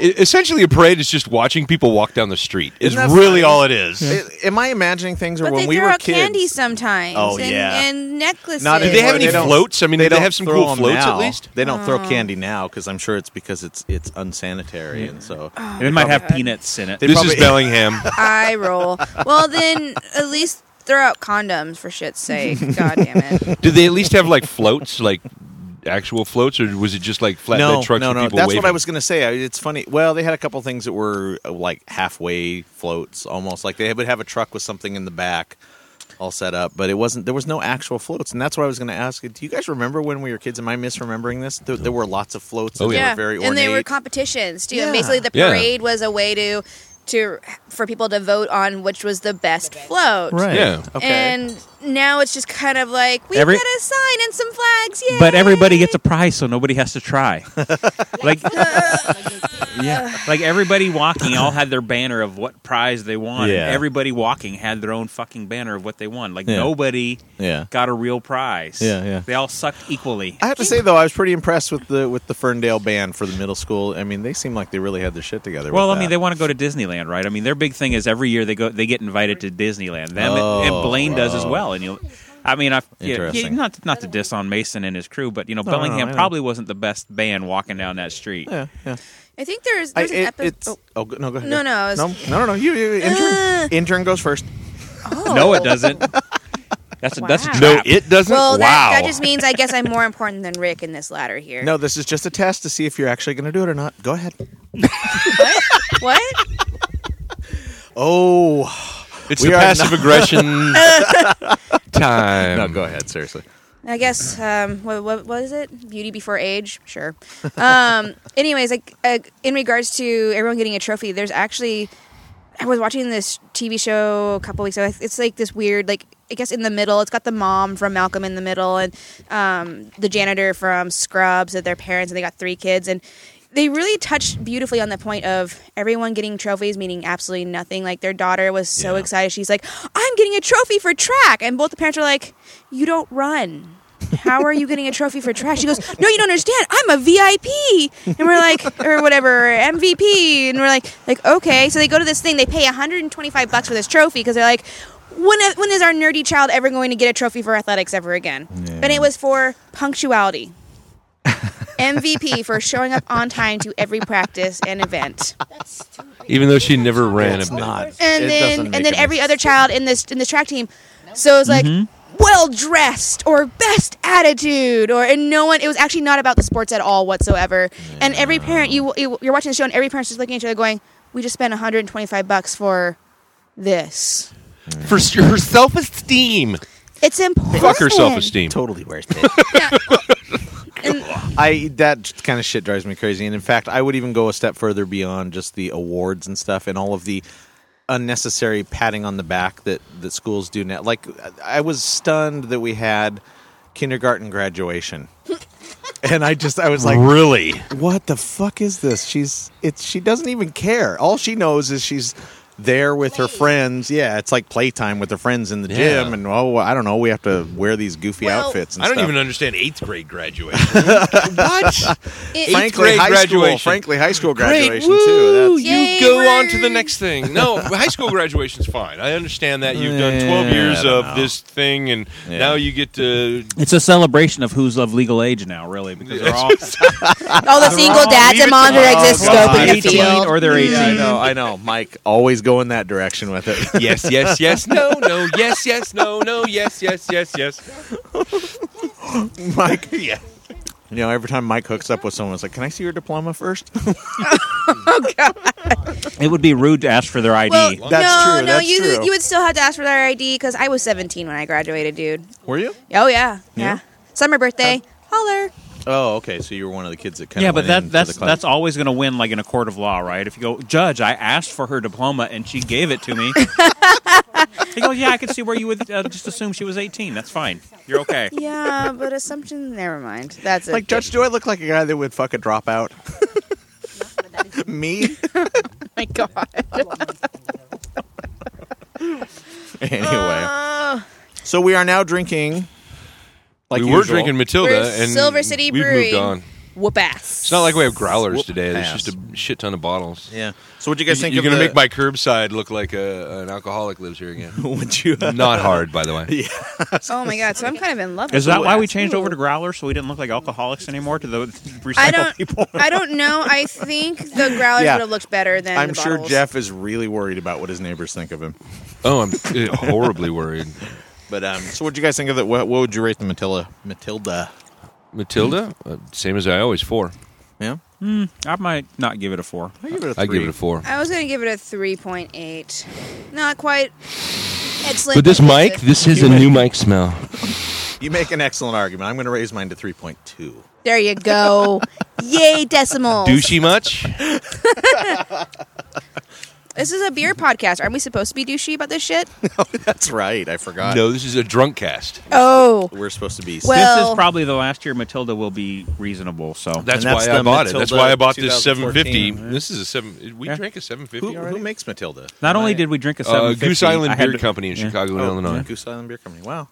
S1: E- Essentially, a parade is just watching people walk down the street. Is
S2: Isn't that
S1: really
S2: funny?
S1: all it is.
S2: I- am I imagining things or
S4: But
S2: when
S4: they
S2: we
S4: throw
S2: were
S4: out
S2: kids?
S4: candy sometimes.
S2: Oh,
S4: and,
S2: yeah.
S4: and necklaces.
S2: Not
S1: Do
S2: anymore.
S1: they have any
S2: don't-
S1: floats? I mean, do they
S2: don't
S1: have some
S2: throw
S1: cool
S2: them
S1: floats at
S2: now.
S1: least?
S2: They don't
S4: Oh.
S2: throw candy now because I'm sure it's because it's it's unsanitary and so.
S4: Oh.
S5: It might have peanuts in it.
S2: They
S1: this
S2: probably-
S1: is Bellingham.
S4: I roll. Well, then at least throw out condoms for shit's sake. God damn it!
S1: Did they at least have like floats, like actual floats, or was it just like flatbed
S2: No,
S1: trucks
S2: no,
S1: with
S2: no.
S1: people
S2: That's
S1: waving?
S2: what I was going to say. I- It's funny. Well, they had a couple things that were uh, like halfway floats, almost like they would have a truck with something in the back, all set up. But it wasn't. There was no actual floats, and that's what I was going to ask. you. Do you guys remember when we were kids? Am I misremembering this? There, there were lots of floats.
S1: Oh,
S2: and
S1: yeah.
S2: They were very ornate.
S4: and they were competitions too.
S2: Yeah.
S4: And basically, the
S1: Yeah.
S4: parade was a way to to for people to vote on which was the best float.
S2: right.
S1: Yeah.
S2: Okay.
S4: And now it's just kind of like we
S5: Every-
S4: got a sign and some flags, yeah.
S5: But everybody gets a prize, so nobody has to try. like, yeah, like everybody walking all had their banner of what prize they won. and
S2: Yeah.
S5: Everybody walking had their own fucking banner of what they won. Like
S2: Yeah.
S5: nobody
S2: yeah.
S5: got a real prize.
S2: Yeah, yeah.
S5: They all sucked equally.
S2: I have to say though, I was pretty impressed with the with the Ferndale band for the middle school. I mean, they seem like they really had their shit together.
S5: Well,
S2: with
S5: I mean,
S2: that.
S5: they want to go to Disneyland, right? I mean, their big thing is every year they go, they get invited to Disneyland. Them
S2: Oh,
S5: and Blaine does as well. And you, I mean, I yeah, yeah,
S2: Interesting.
S5: not not to diss on Mason and his crew, but you know,
S2: no,
S5: Bellingham
S2: I know.
S5: probably wasn't the best band walking down that street.
S2: Yeah, yeah.
S4: I think there's
S2: I,
S4: there's an
S2: it,
S4: episode.
S2: it's oh. go- no, go ahead.
S4: No,
S2: yeah.
S4: no, I was-
S2: no, no, no, no. You, you intern,
S4: Uh.
S2: intern goes first.
S4: oh.
S5: No, it doesn't. That's a, that's a
S4: Wow.
S1: no,
S5: trap.
S1: it doesn't.
S4: Well,
S1: wow.
S4: that, that just means I guess I'm more important than Rick in this ladder here.
S2: No, this is just a test to see if you're actually going to do it or not. Go ahead.
S4: What?
S2: Oh,
S1: it's
S2: we
S1: the
S2: are
S1: passive aggression time.
S2: no, go ahead. Seriously.
S4: I guess um, what, what what is it? Beauty before age, sure. Um, anyways, like uh, in regards to everyone getting a trophy, there's actually I was watching this TV show a couple weeks ago. It's like this weird, like I guess in the middle. It's got the mom from Malcolm in the middle and um, the janitor from Scrubs and their parents, and they got three kids and. They really touched beautifully on the point of everyone getting trophies, meaning absolutely nothing. Like their daughter was so
S2: Yeah.
S4: excited, she's like, "I'm getting a trophy for track," and both the parents are like, "You don't run." how are you getting a trophy for trash? She goes, no, you don't understand. I'm a VIP, and we're like, or whatever, MVP, and we're like, like okay. So they go to this thing. They pay 125 bucks for this trophy because they're like, when when is our nerdy child ever going to get a trophy for athletics ever again? And it was for punctuality. MVP for showing up on time to every practice and event.
S6: That's stupid.
S1: Even though she never ran a bit.
S4: and
S2: It doesn't
S4: then
S2: make
S4: and then
S2: any Mm-hmm.
S4: every other child in this in this track team. So it was like well dressed or best attitude or and no one. It was actually not about the sports at all whatsoever. And every parent you, you you're watching the show and every parent's just looking at each other going, "We just spent 125 bucks for this.
S1: For s- her self esteem.
S4: It's important."
S1: Fuck her self esteem.
S2: Totally worth it.
S4: And-
S2: I that kind of shit drives me crazy. And in fact, I would even go a step further beyond just the awards and stuff and all of the unnecessary patting on the back that that schools do now. Like I was stunned that we had kindergarten graduation. And I just I was like
S5: really?
S2: what the fuck is this? She's it's she doesn't even care. All she knows is she's there with her friends. Yeah, it's like playtime with her friends in the
S1: Yeah.
S2: gym and oh I don't know, we have to wear these goofy
S4: Well-
S2: outfits and
S1: I don't
S2: stuff.
S1: even understand eighth grade graduation.
S2: what
S4: It,
S1: grade
S2: high
S1: graduation.
S2: school, frankly high school
S1: Great,
S2: graduation
S1: woo,
S2: too. That's,
S4: Yay,
S1: you go on to the
S4: we're-
S1: next thing. No, high school graduation's fine. I understand that you've done
S2: Yeah,
S1: twelve years
S2: I don't
S1: of
S2: know.
S1: this thing, and
S2: Yeah.
S1: now you get to
S3: It's a celebration of who's of legal age now, really, because they're all
S4: all Oh, the single dads and moms are like just
S2: Oh, God.
S4: scoping the
S3: 18
S4: field.
S3: or they're 18.
S2: Yeah, I know, I know. Mike always go in that direction with it.
S1: yes, yes, yes, no, no, yes, yes, no, no, yes, yes, yes, yes.
S2: Mike,
S1: Yeah.
S2: you know, every time Mike hooks up with someone, it's like, "Can I see your diploma first?
S3: It would be rude to ask for their ID.
S4: Well,
S2: That's
S4: no,
S2: true,
S4: no,
S2: that's
S4: you
S2: true.
S4: you would still have to ask for their ID because I was 17 when I graduated, dude.
S2: Were you?
S4: Oh yeah, yeah.
S2: Yeah?
S4: Summer birthday, holler.
S2: Oh, okay. So you were one of the kids that kind
S3: yeah,
S2: of
S3: but that that's that's always going to win, like in a court of law, right? If you go, judge, I asked for her diploma and she gave it to me. He goes, yeah, I could see where you would uh, just assume she was eighteen. That's fine. You're okay.
S4: Yeah, but assumption. Never mind. That's it.
S2: like Judge. Do I look like a guy that would fuck a dropout? Me?
S4: Oh my God.
S2: anyway,
S4: Uh.
S2: so we are now drinking. Like
S1: we were
S2: usual.
S1: drinking Matilda
S4: We're
S1: and
S4: Silver City
S1: we've
S4: Brewing.
S1: moved on.
S4: Whoop ass.
S1: It's not like we have growlers
S2: Whoop
S1: today.
S2: ass.
S1: There's just a shit ton of bottles.
S2: Yeah. So what do you guys think?
S1: You're
S2: of
S1: gonna
S2: the-
S1: make my curbside look like a, an alcoholic lives here again.
S2: Would you?
S1: Not hard, by the way.
S4: Oh my God. So I'm kind of in love. with
S3: Is that
S4: Whoop
S3: why we
S4: ass.
S3: changed
S4: Ooh.
S3: over to growlers so we didn't look like alcoholics anymore to the
S4: I
S3: recycle
S4: don't.
S3: people?
S4: I don't know. I think the growlers
S2: Yeah.
S4: would have looked better than.
S2: I'm
S4: the
S2: sure
S4: bottles.
S2: Jeff is really worried about what his neighbors think of him.
S1: Oh, I'm uh, horribly worried.
S2: But um, so what do you guys think of that? What, what would you rate the Matilda? Matilda.
S1: Matilda, uh, same as I always, four.
S2: Yeah.
S3: I might not give it a four.
S2: I give it a
S1: I give it a four.
S4: I was gonna give it a 3.8. Not quite. Excellent.
S1: But this mic,
S4: excellent.
S1: this is a new mic smell.
S2: You make an excellent argument. I'm going to raise mine to 3.2.
S4: There you go. Yay, decimals.
S1: Douchey much?
S4: This is a beer podcast. Aren't we supposed to be douchey about this shit?
S2: Oh, That's right. I forgot.
S1: No, this is a drunk cast.
S4: Oh.
S2: We're supposed to be.
S3: this
S4: Well-
S3: is probably the last year Matilda will be reasonable. So
S1: That's,
S2: And that's
S1: why I
S2: the
S1: bought it. That's
S2: Matilda
S1: why I bought this 750.
S2: 2014.
S1: This is a seven. We
S3: Yeah.
S1: drank a 750
S2: who,
S1: already.
S2: who makes Matilda?
S3: not only did we drink a seven,
S1: Uh, Goose Island Beer Company in
S3: yeah.
S1: Chicago,
S2: Oh,
S1: Illinois.
S2: Goose Island Beer Company. Wow.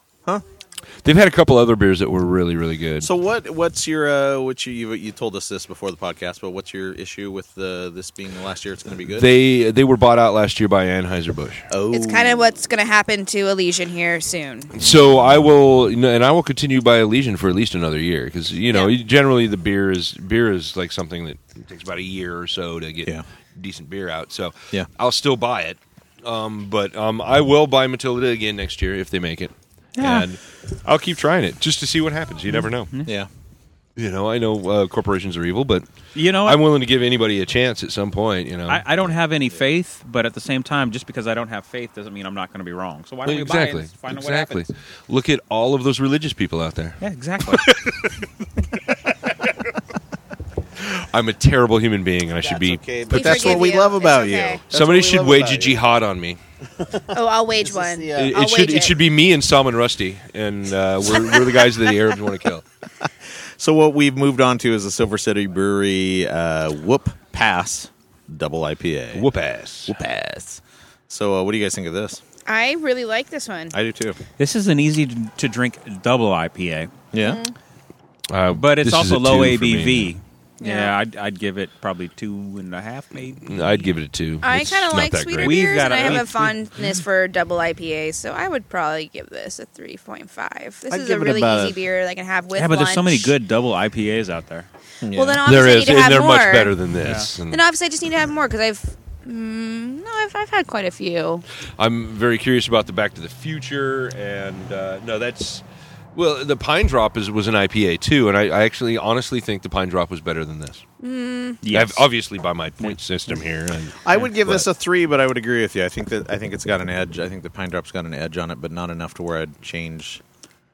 S1: They've had a couple other beers that were really, really good.
S2: So what? What's your? Uh, what you, you you told us this before the podcast, but what's your issue with the this being the last year? It's going to be good.
S1: they they were bought out last year by Anheuser Busch.
S2: oh,
S4: It's kind of what's going to happen to Elysian here soon.
S1: So I will, you know, and I will continue by Elysian for at least another year because you know generally the beer is beer is like something that takes about a year or so to get
S2: Yeah.
S1: decent beer out. So
S2: Yeah.
S1: I'll still buy it, um, but um, I will buy Matilda again next year if they make it,
S3: Yeah. Mm-hmm.
S1: and I'll keep trying it just to see what happens. You never know.
S2: Yeah.
S1: You know, I know uh, corporations are evil, but
S3: You know, what?
S1: I'm willing to give anybody a chance at some point. You know,
S3: Oh, I, I don't have any faith, but at the same time, just because I don't have faith doesn't mean I'm not going to be wrong. So why don't we buy
S1: exactly.
S3: it and find
S1: exactly.
S3: out what happens?
S1: Look at all of those religious people out there.
S3: Yeah, exactly.
S1: I'm a terrible human being, and I should be.
S2: okay,
S4: We
S2: but that's
S4: forgive
S2: what we
S4: you.
S2: love
S4: It's
S2: about you.
S4: okay.
S2: That's
S1: Somebody
S2: what we
S1: should
S2: love
S1: wage
S2: about
S1: a
S2: you.
S1: jihad on me.
S4: Oh, I'll wage one.
S2: the, uh,
S1: It,
S4: I'll
S1: it should
S4: wage
S1: it. should be me and Salman Rusty, and uh, we're, we're the guys that the Arabs want to kill.
S2: So what we've moved on to is the Silver City Brewery uh, Whoop Pass Double IPA.
S1: Whoop
S3: Uh,
S1: ass.
S2: Pass. So uh, what do you guys think of this?
S4: I really like this one.
S2: I do too.
S3: this is an easy to, to drink double IPA,
S2: Yeah.
S4: Mm-hmm.
S1: Uh,
S3: but it's
S1: this is
S3: also
S1: a
S3: low
S1: two for
S3: ABV.
S1: me.
S4: Yeah.
S3: Yeah, I'd, I'd give it probably two and a half, maybe.
S1: I'd give it a two.
S4: I
S1: It's
S4: kind of
S1: not
S4: like
S1: that
S4: sweeter
S1: great.
S3: We've
S4: beers,
S3: got
S4: and
S3: a-
S4: I have
S3: we-
S4: a fondness for double IPAs, so I would probably give this a 3.5. This
S2: I'd
S4: is a
S2: give it
S4: really
S2: about
S4: easy
S2: a-
S4: beer that I can have with
S3: yeah, but there's so many
S4: lunch.
S3: good double IPAs out there.
S4: Well, then obviously
S1: There
S4: I
S1: is,
S4: need to
S1: and
S4: have
S1: they're
S4: more.
S1: much better than this. And
S4: Then obviously I just need to have more because I've. Mm, no, I've, I've had quite a few.
S1: I'm very curious about the Back to the Future, and uh, no, that's well, the Pine Drop is was an IPA too, and I, I actually honestly think the Pine Drop was better than this.
S3: Yes.
S1: I've- obviously, by my point system here, and
S2: I would give
S1: But-
S2: this a three, but I would agree with you. I think that I think it's got an edge. I think the pine drop's got an edge on it, but not enough to where I'd change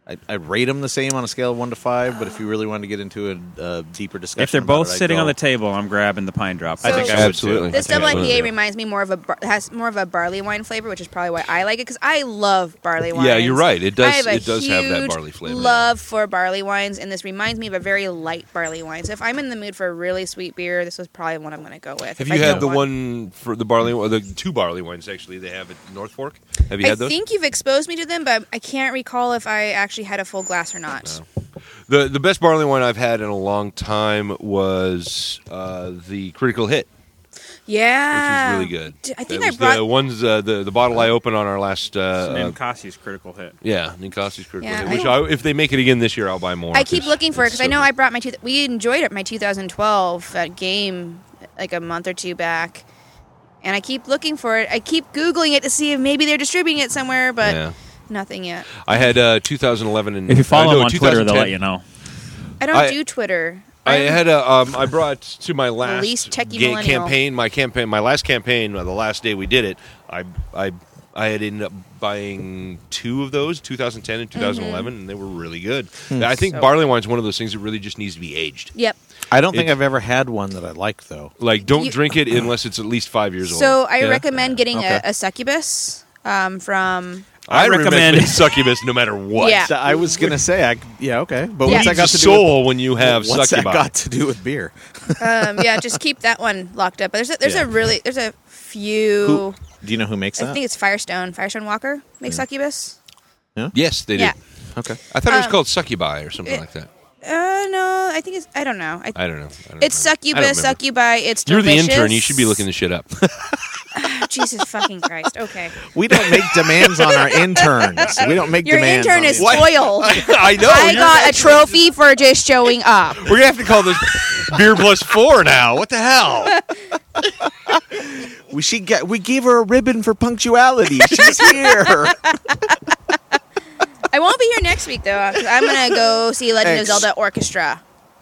S2: I, I rate them the same on a scale of one to five, but if you really wanted to get into a, a deeper discussion,
S3: If they're
S2: about
S3: both
S2: it, I'd
S3: sitting on
S2: go-
S3: the table, I'm grabbing the pine drop.
S4: I think I
S1: would, Absolutely.
S4: This
S1: I think
S4: double
S1: I would.
S4: IPA reminds me more of a bar- has more of a barley wine flavor, which is probably why I like it because I love barley wines.
S1: Yeah, you're right. It does-
S4: I have a
S1: it does have that
S4: huge
S1: barley flavor.
S4: Love for barley wines, and this reminds me of a very light barley wine. So if I'm in the mood for a really sweet beer, this was probably one I'm going to go with.
S1: Have
S4: If
S1: you
S4: I
S1: had
S4: don't
S1: the
S4: want-
S1: one for the barley, or the two barley wines actually they have at North Fork? Have you
S4: I
S1: had those?
S4: think you've exposed me to them, but I can't recall if I actually had a full glass or not.
S1: the the best barley wine I've had in a long time was uh, the Critical Hit, which was
S4: Yeah,
S1: really good.
S4: Ah, D- I
S1: That
S4: think I
S1: was
S4: brought.
S1: the ones uh, the the bottle I opened on our last. Uh, uh,
S3: Ninkasi's critical hit.
S1: yeah, Ninkasi's Critical
S4: Yeah,
S1: Hit.
S4: I
S1: Which I,
S4: don't-
S1: if they make it again this year, I'll buy more.
S4: I keep
S1: 'cause
S4: looking for it
S1: it's
S4: because I
S1: so
S4: know
S1: good.
S4: I brought my. Two, we enjoyed it my 2012 at game like a month or two back, and I keep looking for it. I keep googling it to see if maybe they're distributing it somewhere, but
S1: Yeah.
S4: nothing yet.
S1: I had uh, 2011 and
S3: If you follow
S1: uh, no,
S3: them on Twitter, they'll
S1: 2010.
S3: let you know.
S4: I don't
S1: I-
S4: do Twitter.
S1: I
S4: I'm-
S1: had a um, I brought to my last
S4: least techie
S1: ga-
S4: millennial.
S1: campaign, my campaign, my last campaign, uh, the last day we did it. I I I had ended up buying two of those, 2010 and 2011, and they were really good.
S3: Hmm.
S1: I think
S4: Mm-hmm. So-
S1: barley wine is one of those things that really just needs to be aged.
S4: Yep.
S2: I don't think
S1: It's-
S2: I've ever had one that I like though.
S1: Like, don't
S4: You-
S1: drink it unless it's at least five years
S4: So
S1: old.
S4: I
S1: Yeah.
S4: recommend getting
S2: Okay.
S4: a, a succubus um, from.
S1: I
S3: I recommend-
S1: succubus no matter what.
S4: Yeah.
S2: So I was gonna say, I, yeah, okay, but
S4: Yeah.
S2: what's
S4: Needs
S2: that got
S1: a
S2: to do? With,
S1: soul when you have
S2: what's that
S1: succubus.
S2: got to do with beer?
S4: Um, yeah, just keep that one locked up. But there's a, there's
S1: Yeah.
S4: a really there's a few.
S2: Do you know who makes that?
S4: I think it's Firestone. Firestone Walker
S1: Hmm.
S4: makes succubus.
S1: Yes, they do.
S4: Yeah.
S2: okay,
S1: I thought it was
S4: Um,
S1: called succubi or something
S4: it-
S1: like that.
S4: Uh, no, I think it's. I don't know. I,
S1: I don't know. I don't remember.
S4: It's
S1: I don't
S4: succubus,
S1: remember.
S4: succubi. It's
S1: You're the
S4: delicious.
S1: intern. You should be looking this shit up.
S4: Jesus fucking Christ. Okay,
S2: we don't make demands on our interns. We don't make
S4: your
S2: demands.
S4: intern
S2: on
S4: is
S2: the-
S4: spoiled.
S1: I know.
S4: I
S1: Oh, you're
S4: got a trophy for just showing up.
S1: We're gonna have to call this beer plus four now. What the hell?
S2: We she get we gave her a ribbon for punctuality. She's here.
S4: I won't be here next week though. 'cause I'm gonna go see Legend of
S2: Ex-
S4: Zelda Orchestra.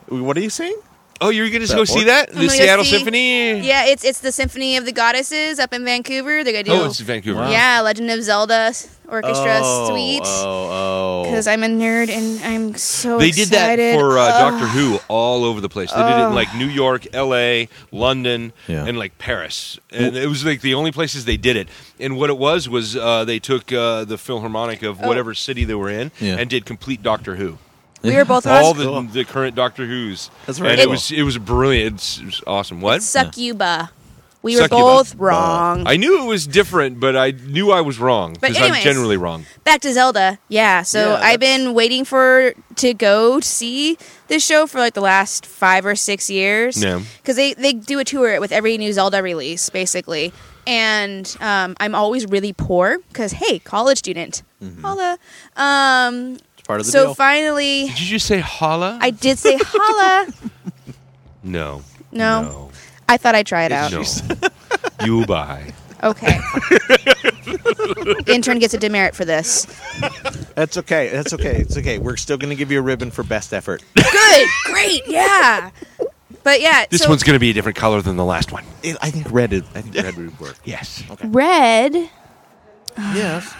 S2: what are you saying?
S1: Oh, you're gonna
S2: That
S1: go see
S2: work?
S1: that
S4: I'm
S1: the
S4: gonna go
S1: Seattle
S4: see-
S1: Symphony?
S4: Yeah, it's it's the Symphony of the Goddesses up in Vancouver. They're gonna do.
S1: Oh, it's in Vancouver.
S3: Wow.
S4: yeah, Legend of Zelda Orchestra
S2: oh,
S4: Suite.
S2: Oh, oh.
S4: Because I'm a nerd and I'm so
S1: They did
S4: excited.
S1: that
S4: Oh,
S1: for uh,
S4: Ugh.
S1: Doctor Who all over the place. They did it in like New York, L.A., London,
S2: Yeah.
S1: and like Paris, and it was like the only places they did it. And what it was was uh, they took uh, the Philharmonic of
S4: Oh.
S1: whatever city they were in
S2: Yeah.
S1: and did complete Doctor Who.
S4: We were both
S1: all
S4: on
S1: the,
S2: cool.
S1: the current Doctor Who's.
S2: That's very
S1: and it
S2: cool.
S1: was it was brilliant. It's, it was awesome. What?
S4: succuba. We were
S1: Succuba.
S4: both wrong.
S1: I knew it was different, but I knew I was wrong
S4: But
S1: because I'm
S4: anyways.
S1: generally wrong.
S4: Back to Zelda. Yeah, so
S2: Yeah,
S4: I've been waiting for to go see this show for like the last 5 or 6 years.
S1: Yeah.
S4: Cuz they they do a tour with every new Zelda release basically. And um, I'm always really poor cuz hey, college student. Holla. Um
S2: Mm-hmm. It's part of the
S4: so
S2: deal.
S4: finally
S1: Did you just say holla?
S4: I did say holla.
S1: no.
S4: No. I thought I'd try it out.
S1: No. you buy.
S4: Okay. Intern gets a demerit for this.
S2: That's okay. That's okay. It's okay. We're still going to give you a ribbon for best effort.
S4: Good, great, yeah. But yeah,
S1: This
S4: so
S1: one's going to be a different color than the last one.
S2: It- I think red. Is, I think red would work.
S1: Yes.
S4: red.
S2: Yes.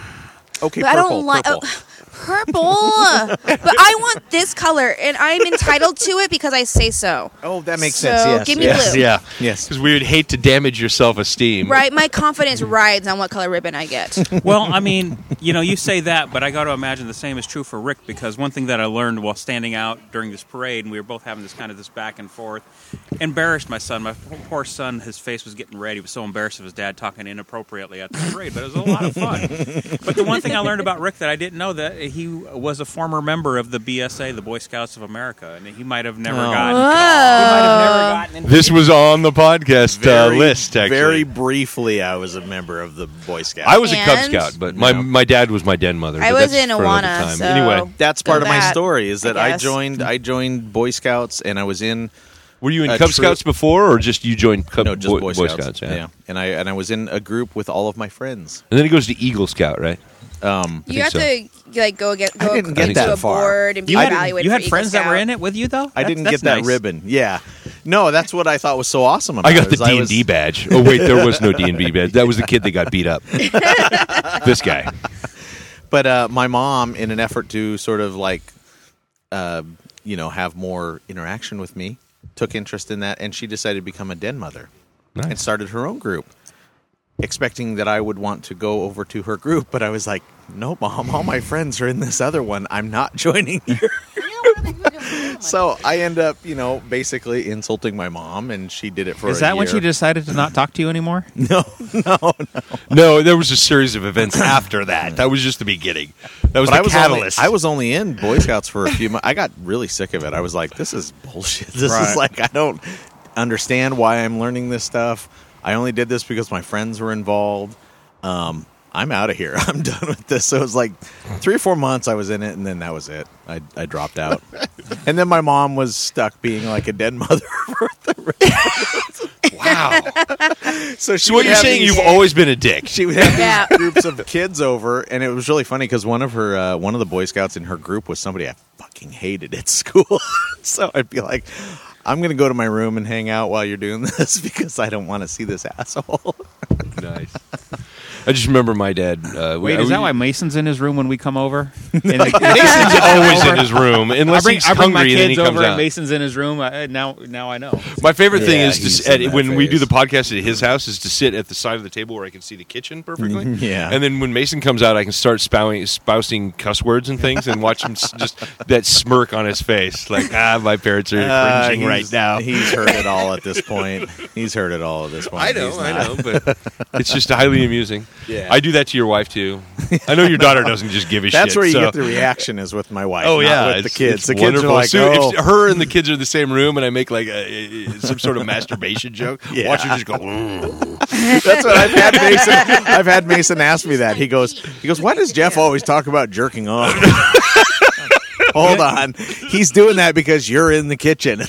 S2: Okay.
S4: But I
S2: purple.
S4: don't like uh,
S2: purple.
S4: purple. but I want this color, and I'm entitled to it because I say so.
S2: Oh, that makes
S4: So,
S2: sense. Yes.
S4: give me
S2: yes.
S4: blue.
S1: Yeah.
S2: Yes.
S1: Because we would hate to damage your self-esteem.
S4: Right, my confidence rides on what color ribbon I get.
S3: well, I mean, you know, you say that, but I got to imagine the same is true for Rick because one thing that I learned while standing out during this parade, and we were both having this kind of this back and forth, embarrassed my son. My poor- poor son, his face was getting red. He was so embarrassed of his dad talking inappropriately at the parade, but it was a lot of fun. but the one thing I learned about Rick that I didn't know that he was a former member of the BSA, the Boy Scouts of America, and he might have never
S2: Oh.
S3: gotten. He might have never gotten into
S1: This was on the podcast
S2: Very-
S1: uh, list. Actually,
S2: Very briefly, I was a member of the Boy Scouts.
S1: I was a Cub
S4: And-
S1: Scout, but my, my dad was my den mother.
S4: I
S1: but
S4: was
S1: that's
S4: in
S1: for another
S4: Awana,
S1: time.
S4: so-
S1: anyway,
S2: That's
S4: So
S2: part of my
S4: that,
S2: story. Is
S4: I
S2: that I,
S4: guess.
S2: joined. I joined Boy Scouts, and I was in.
S1: were you in
S2: A
S1: Cub
S2: Uh, true-
S1: Scouts before, or just you joined Cub
S2: no, just
S1: Boy,
S2: Boy, Scouts.
S1: yeah.
S2: and I and I was in a group with all of my friends.
S1: And then he goes to Eagle Scout, right?
S2: Um,
S4: You have
S1: so.
S4: to like go get
S2: I
S4: go
S2: didn't get
S4: to
S1: that
S4: a
S2: far.
S4: board and be
S3: You had,
S4: evaluated.
S3: you
S4: for
S3: had
S4: Eagle
S3: friends that were
S4: Scout.
S3: in it with you, though.
S2: I
S3: That's-
S2: didn't
S3: that's
S2: get that
S3: nice.
S2: ribbon. Yeah, no, that's what I thought was so awesome. About
S1: I got
S2: it,
S1: the
S2: is
S1: D and
S2: was-
S1: D badge. Oh wait, there was no D and D badge. That was the kid that got beat up. this guy.
S2: But uh, my mom, in an effort to sort of like, uh, you know, have more interaction with me, took interest in that, and she decided to become a den mother and started her own group, expecting that I would want to go over to her group. But I was like, no, mom, all my friends are in this other one. I'm not joining you. so I end up, you know, basically insulting my mom, and she did it for.
S5: Is
S2: a
S5: that when she
S2: year.
S5: decided to not talk to you anymore?
S1: No, there was a series of events after that. That was just the beginning. That was
S2: But
S1: the
S2: I was
S1: catalyst.
S2: Only, I was only in Boy Scouts for a few months. I got really sick of it. I was like, this is bullshit. This
S5: Right.
S2: is like I don't understand why I'm learning this stuff. I only did this because my friends were involved. Um, I'm out of here. I'm done with this. So it was like three or four months I was in it, and then that was it. I, I dropped out, and then my mom was stuck being like a dead mother. for the
S1: wow.
S2: rest. so she
S1: So what
S2: would
S1: you're
S2: have
S1: saying?
S2: these-
S1: You've always been a dick.
S2: she would have
S4: Yeah.
S2: these groups of kids over, and it was really funny because one of her uh, one of the Boy Scouts in her group was somebody I fucking hated at school. so I'd be like, I'm gonna go to my room and hang out while you're doing this because I don't want to see this asshole.
S1: nice. I just remember my dad. Uh,
S5: Wait, is that why Mason's in his room when we come over? And like,
S1: Mason's always in his room
S5: I
S1: unless
S5: bring,
S1: he's
S5: I bring
S1: hungry
S5: my
S1: and then he
S5: kids
S1: comes
S5: over, and
S1: out.
S5: Mason's in his room. I, now, now I know.
S1: My favorite thing
S2: Yeah,
S1: is to
S2: he's
S1: s- at,
S2: in that
S1: when we do
S2: phase.
S1: the podcast at his house is to sit at the side of the table where I can see the kitchen perfectly.
S2: Yeah.
S1: and then when Mason comes out, I can start spouting, spousing cuss words and things, and watch him s- just that smirk on his face, like ah, my parents are
S2: Uh,
S1: cringing
S2: he's-
S1: right now.
S2: he's heard it all at this point. He's heard it all at this point.
S1: I know,
S2: He's
S1: I
S2: not-
S1: know, but it's just highly amusing.
S2: Yeah.
S1: I do that to your wife too. I know your daughter doesn't just give a shit.
S2: That's where you
S1: so-
S2: get the reaction is with my wife.
S1: Oh
S2: not
S1: yeah,
S2: with the
S1: it's-
S2: kids.
S1: it's
S2: the kids
S1: wonderful.
S2: are like,
S1: So
S2: oh.
S1: if her and the kids are in the same room, and I make like a, a- some sort of masturbation joke.
S2: Yeah.
S1: Watch her just go. "Mm."
S2: That's what I've had Mason. I've had Mason ask me that. He goes, he goes, why does Jeff always talk about jerking off? Hold on, he's doing that because you're in the kitchen.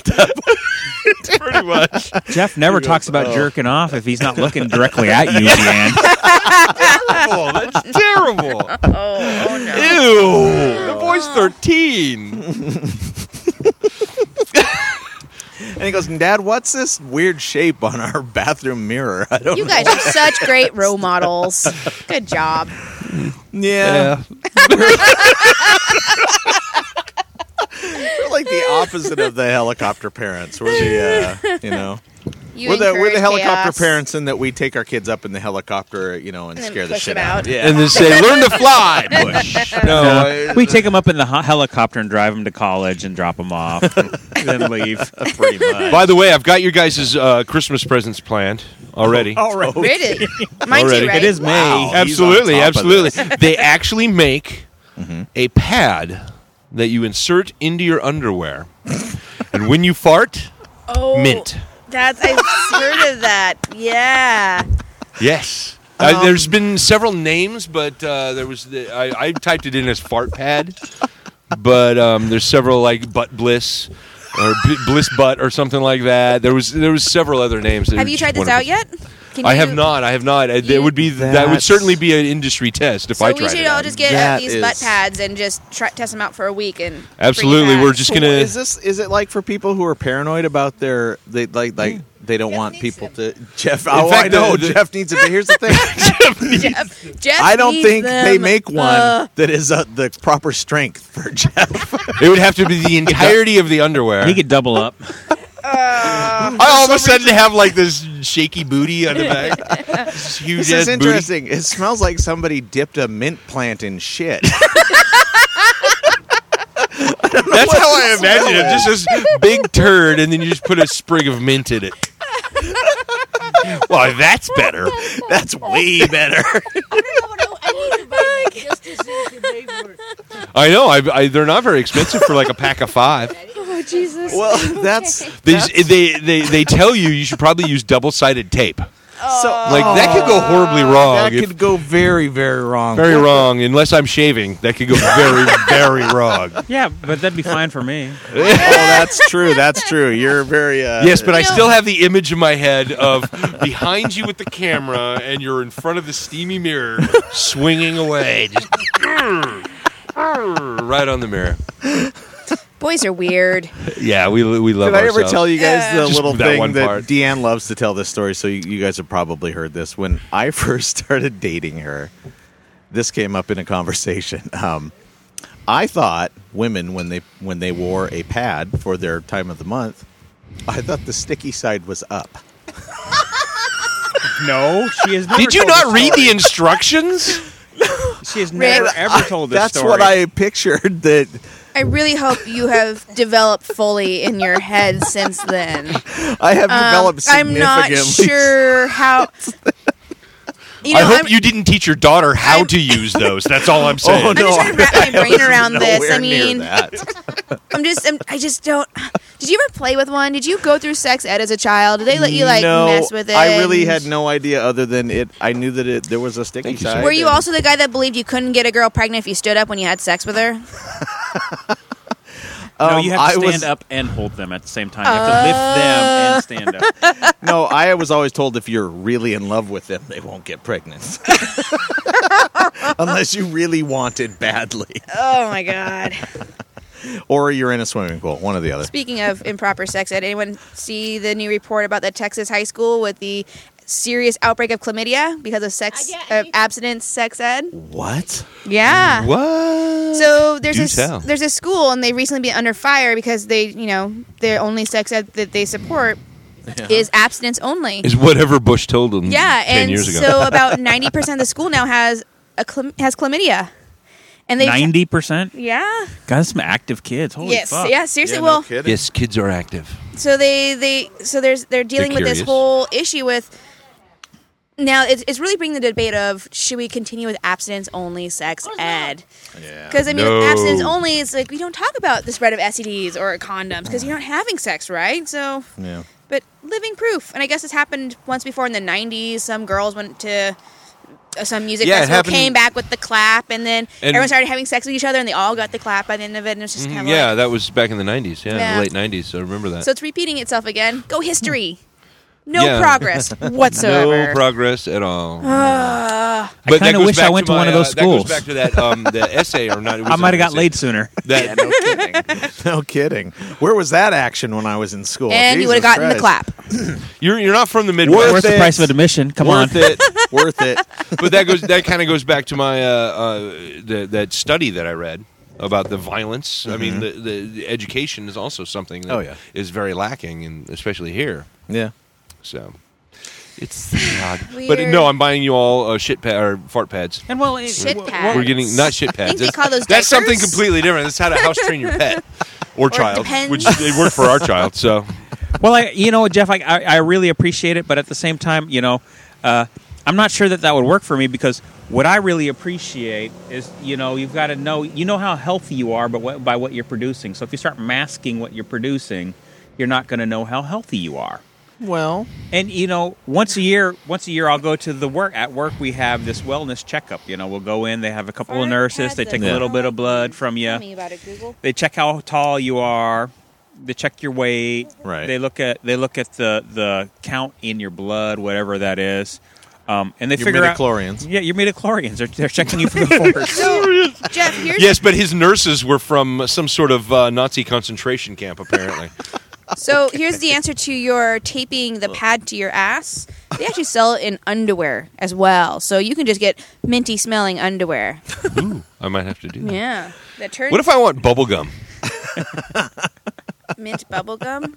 S1: pretty much.
S5: Jeff never talks about jerking off if he's not looking directly at you, man.
S2: Oh,
S1: terrible. That's terrible.
S4: Oh, oh no.
S1: Ew. The boy's 13.
S2: and he goes, Dad, what's this weird shape on our bathroom mirror? I don't.
S4: You guys are such great role models. Good job.
S2: Yeah, we're like the opposite of the helicopter parents. We're the, uh, you know,
S4: You
S2: we're the we're the
S4: encourage
S2: helicopter
S4: chaos.
S2: parents in that we take our kids up in the helicopter, you know, and,
S4: And then
S2: scare the
S4: push
S2: shit
S4: them
S2: out.
S4: out.
S2: Yeah.
S1: And then say, learn to fly, Bush. No.
S2: Oh,
S1: I-
S5: we take him up in the ho- helicopter and drive him to college and drop him off, and then leave.
S2: pretty much.
S1: by the way, I've got your guys' uh, Christmas presents planned already.
S2: right.
S4: Really? Mine
S1: Already.
S4: too, right?
S5: It is May.
S2: Wow.
S1: absolutely,
S2: Oh, He's on top of Mm-hmm.
S1: absolutely. They actually make a pad that you insert into your underwear, and when you fart,
S4: Oh,
S1: mint.
S4: That's I've heard of that. Yeah.
S1: Yes. Uh,
S4: Um,
S1: there's been several names, but uh, there was the, I, I typed it in as fart pad, but um, there's several like butt bliss or b- bliss butt or something like that. There was there was several other names. that
S4: Have
S1: were
S4: you
S1: just
S4: tried this
S1: wonderful.
S4: out yet? Can
S1: I
S4: you-
S1: have not. I have not. I, that
S4: You-
S1: would be that would
S2: That's-
S1: certainly be an industry test if
S4: So
S1: I
S4: we
S1: tried
S4: should
S1: it.
S4: all
S1: out.
S4: just get
S2: That
S4: these butt
S2: is-
S4: pads and just try, test them out for a week and bring it
S1: Absolutely,
S4: back.
S1: we're just gonna.
S2: is this is it like for people who are paranoid about their they like like they don't
S6: Jeff
S2: want
S6: needs
S2: people
S6: them.
S2: to Jeff. oh,
S1: fact,
S2: I know
S1: the-
S2: Jeff needs it. But here's the thing:
S4: Jeff, Jeff
S2: I don't
S4: needs
S2: think they
S4: them.
S2: make one
S4: Uh,
S2: that is uh, the proper strength for Jeff.
S1: it would have to be the entirety of the underwear.
S5: He could double up.
S1: I all of a sudden have like this shaky booty on the back. This huge
S2: This
S1: ass
S2: is
S1: booty.
S2: interesting. It smells like somebody dipped a mint plant in shit.
S1: That's how I imagine it. Just this big turd, and then you just put a sprig of mint in it. Well, that's better.
S2: That's way better.
S1: I know. I, I, they're not very expensive for like a pack of five.
S6: Oh Jesus!
S2: well, that's
S1: They, they, they, they tell you you should probably use double sided tape.
S2: so
S1: Like, that could go horribly wrong.
S2: That
S1: if-
S2: could go very very wrong.
S1: very wrong. Unless I'm shaving, that could go very, very wrong.
S5: Yeah, but that'd be fine for me.
S2: oh, that's true. That's true. You're very uh,
S1: Yes, but I still have the image in my head of behind you with the camera, and you're in front of the steamy mirror, swinging away, just right on the mirror.
S4: boys are weird.
S1: Yeah, we we love.
S2: Did I ever tell you guys the
S1: Just
S2: little
S1: that
S2: thing
S1: one
S2: that
S1: part.
S2: Deanne loves to tell this story? So you, you guys have probably heard this. When I first started dating her, this came up in a conversation. Um, I thought women when they when they wore a pad for their time of the month, I thought the sticky side was up.
S7: No, she has never.
S1: Did you
S7: told
S1: not
S7: this
S1: read
S7: story.
S1: the instructions?
S7: She has never ever told this
S2: That's
S7: story.
S2: what I pictured. That
S4: I really hope you have developed fully in your head since then.
S2: I have
S4: Um,
S2: developed
S4: I'm
S2: significantly.
S4: not sure how. You know,
S1: I hope
S4: I'm,
S1: you didn't teach your daughter how
S4: I'm-
S1: to use those. That's all I'm saying.
S2: Oh
S4: I'm
S2: no!
S4: just trying to wrap my brain around this. I
S2: nowhere near
S4: mean,
S2: that.
S4: I'm just, I'm, I just don't. Did you ever play with one? Did you go through sex ed as a child? Did they let you like
S2: no,
S4: mess with it?
S2: I really had
S4: and-
S2: no idea other than it. I knew that it there was a sticky
S1: Thank you, sir.
S2: side.
S4: Were you
S2: and-
S4: also the guy that believed you couldn't get a girl pregnant if you stood up when you had sex with her?
S5: No,
S2: Um,
S5: you have to
S2: I
S5: stand
S2: was-
S5: up and hold them at the same time. You have to lift them and stand up.
S2: No, I was always told if you're really in love with them, they won't get pregnant. Unless you really want it badly,
S4: Oh my god.
S2: or you're in a swimming pool, one or the other.
S4: Speaking of improper sex ed, anyone see the new report about the Texas high school with the serious outbreak of chlamydia because of sex
S6: Uh, yeah,
S4: of
S6: I-
S4: abstinence sex ed?
S2: What?
S4: Yeah.
S1: What?
S4: So there's
S1: Do
S4: a s-
S1: tell.
S4: there's a school and they've recently been under fire because they you know their only sex ed that they support is abstinence only.
S1: is whatever Bush told them.
S4: yeah,
S1: ten
S4: and
S1: years ago.
S4: so about ninety percent of the school now has a chlam- has chlamydia, and they
S5: Ninety percent.
S4: yeah
S5: Got some active kids. Holy
S4: yes
S5: fuck!
S4: yeah seriously well
S1: yes, kids are active.
S4: so they they so there's they're dealing with this
S1: curious.
S4: whole issue with now it's, it's really bringing the debate of should we continue with abstinence only sex
S6: Of course not.
S4: ed because i mean
S1: No.
S4: with abstinence only it's like we don't talk about the spread of stds or condoms because you're not having sex right so
S2: Yeah.
S4: but living proof and i guess it's happened once before in the 90s some girls went to uh, some music
S1: Yeah, it
S4: festival
S1: happened-
S4: came back with the clap and then
S1: And- Mm-hmm.
S4: everyone started having sex with each other and they all got the clap by the end of it and it's just kind of
S1: yeah, that was back in the '90s. Yeah,
S4: Yeah.
S1: the late '90s. So I remember that.
S4: so it's repeating itself again. Go history.
S5: Hmm.
S4: No
S1: Yeah.
S4: progress whatsoever.
S1: no progress at all.
S4: Uh, Ugh.
S1: but that
S5: kinda
S1: goes
S5: wish I
S1: back
S5: went to
S1: my,
S5: one of those
S1: uh, That
S5: schools.
S1: goes back to that um, the essay or not. It was
S5: I might have
S1: an
S5: got
S1: essay.
S5: laid sooner.
S1: That,
S2: Yeah, no kidding. no kidding. Where was that action when I was in school?
S4: and you
S2: Jesus
S4: would have gotten the
S2: Christ.
S4: clap.
S1: You're you're not from the Midwest.
S2: Worth
S5: Worth the
S2: it.
S5: price of admission. Come on.
S2: Worth it. Worth it.
S1: but that goes that kind of goes back to my uh, uh, the, that study that I read about the violence. I mean, the, the, the education is also something that is
S2: Mm-hmm. Oh, yeah.
S1: very lacking, and especially here.
S2: Yeah.
S1: So it's odd. But
S4: Weird.
S1: no, I'm buying you all uh, shit pa- or fart pads.
S5: And well, it-
S4: Shit
S5: well,
S4: pads.
S1: We're getting not shit pads.
S4: they
S1: That's-
S4: call those
S1: that's something
S4: diapers.
S1: completely different. That's how to house train your pet or child,
S4: depends.
S1: which they work for our child. So
S5: Well, I, you know, Jeff, I, I, I really appreciate it, but at the same time, you know, uh, I'm not sure that that would work for me because what I really appreciate is, you know, you've got to know, you know how healthy you are, but what, by what you're producing. So if you start masking what you're producing, you're not going to know how healthy you are.
S2: Well,
S5: And you know, once a year, once a year, I'll go to the work. At work, we have this wellness checkup. You know, we'll go in. They have a couple of
S4: Fart
S5: nurses. They
S4: pads
S5: take
S4: and
S5: a little bit of
S4: all.
S5: blood from you.
S4: Tell me about it, Google.
S5: They check how tall you are. They check your weight.
S2: Right.
S5: They look at they look at the the count in your blood, whatever that is, um, and they
S2: Your
S5: figure
S2: midichlorians.
S5: out. Yeah, your midichlorians. They're, they're checking you for the force.
S4: So, Jeff, here's
S1: yes, but his nurses were from some sort of uh, Nazi concentration camp, apparently.
S4: so here's the answer to your taping the pad to your ass. They actually sell it in underwear as well, so you can just get minty smelling underwear.
S1: I might have to do that.
S4: Yeah, that turns
S1: What if I want bubble gum?
S4: mint bubble gum.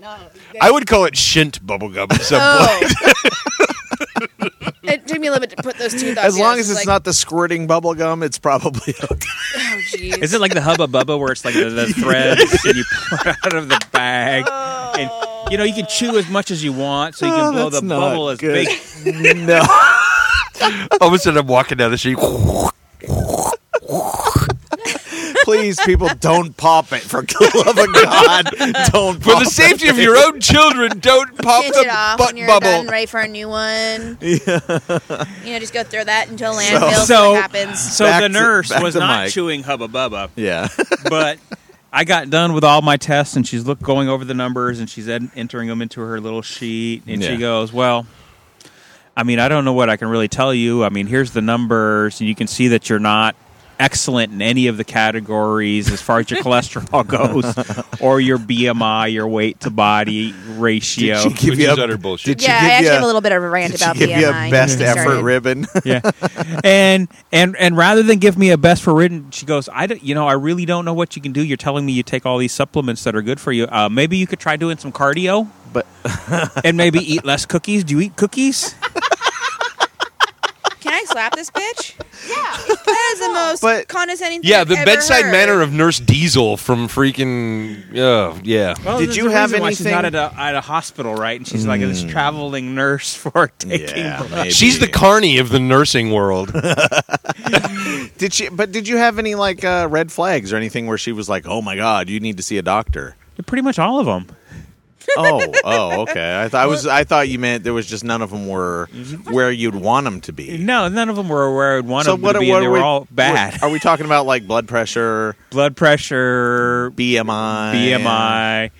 S6: No.
S1: I would call it shint bubble gum. at some point.
S4: Oh. It took me a little bit to put those two thoughts
S2: as long
S4: together.
S2: as it's
S4: like,
S2: not the squirting bubble gum, it's probably okay.
S4: Oh, jeez.
S5: Is it like the Hubba Bubba where it's like the, the threads and you pull it out of the bag? And, you know, you can chew as much as you want, so you can
S2: Oh,
S5: blow
S2: that's
S5: the
S2: not
S5: bubble as
S2: good.
S5: big.
S2: no.
S1: All of a sudden, I'm walking down the street.
S2: Please, people, don't pop it. For the love of God, don't
S1: For
S2: pop
S1: the safety of your own children, don't pop
S4: Pinch
S1: the
S4: it off
S1: butt
S4: when you're done,
S1: bubble.
S4: ready for a new one. You know, just go throw that into a landfill.
S2: So-
S4: So,
S5: So-
S4: what happens.
S5: So
S2: Back
S5: the
S2: to-
S5: nurse
S2: back
S5: was
S2: to
S5: not
S2: Mike.
S5: chewing Hubba Bubba.
S2: Yeah.
S5: but I got done with all my tests, and she's look going over the numbers, and she's en- entering them into her little sheet, and
S2: Yeah.
S5: she goes, "Well, I mean, I don't know what I can really tell you. I mean, here's the numbers, and you can see that you're not excellent in any of the categories as far as your cholesterol goes, or your BMI, your weight to body ratio.
S2: Did she give
S1: Which
S2: you
S1: is
S2: a-
S1: utter bullshit.
S2: did she
S4: yeah, I
S2: give
S4: actually
S2: you
S4: have a little bit of a rant
S2: did she
S4: about uh,
S2: give
S4: BMI.
S2: you a
S4: Don't
S2: best
S4: get me
S2: effort
S4: started.
S2: ribbon?
S5: yeah, and and and rather than give me a best for written, she goes, I don't, you know, I really don't know what you can do. You're telling me you take all these supplements that are good for you. Uh, maybe you could try doing some cardio,
S2: But-
S5: and maybe eat less cookies. Do you eat cookies?
S4: Can I slap this bitch? That is the most
S2: But-
S4: condescending. Thing
S1: Yeah,
S4: I've
S1: the
S4: ever
S1: bedside
S4: heard.
S1: manner of Nurse Diesel from freaking. Oh, yeah.
S5: Well,
S2: Did
S5: there's
S2: you
S5: a
S2: have
S5: reason why She's not at
S2: anything-
S5: a,
S2: Mm.
S5: at a hospital, right? And she's like this traveling nurse for taking.
S2: yeah,
S5: blood.
S2: maybe.
S1: She's the carny of the nursing world.
S2: Did she? But did you have any like uh, red flags or anything where she was like, "Oh my god, you need to see a doctor"?
S5: Pretty much all of them.
S2: oh, oh, okay. I, th- I was, I thought you meant there was just none of them were where you'd want them to be.
S5: Mm-hmm. No, none of them were aware I'd want
S2: so
S5: them
S2: what?
S5: to be. and
S2: what
S5: they
S2: are
S5: were
S2: we-
S5: all bad.
S2: what- Are we talking about like blood pressure,
S5: Blood pressure,
S2: BMI,
S5: BMI,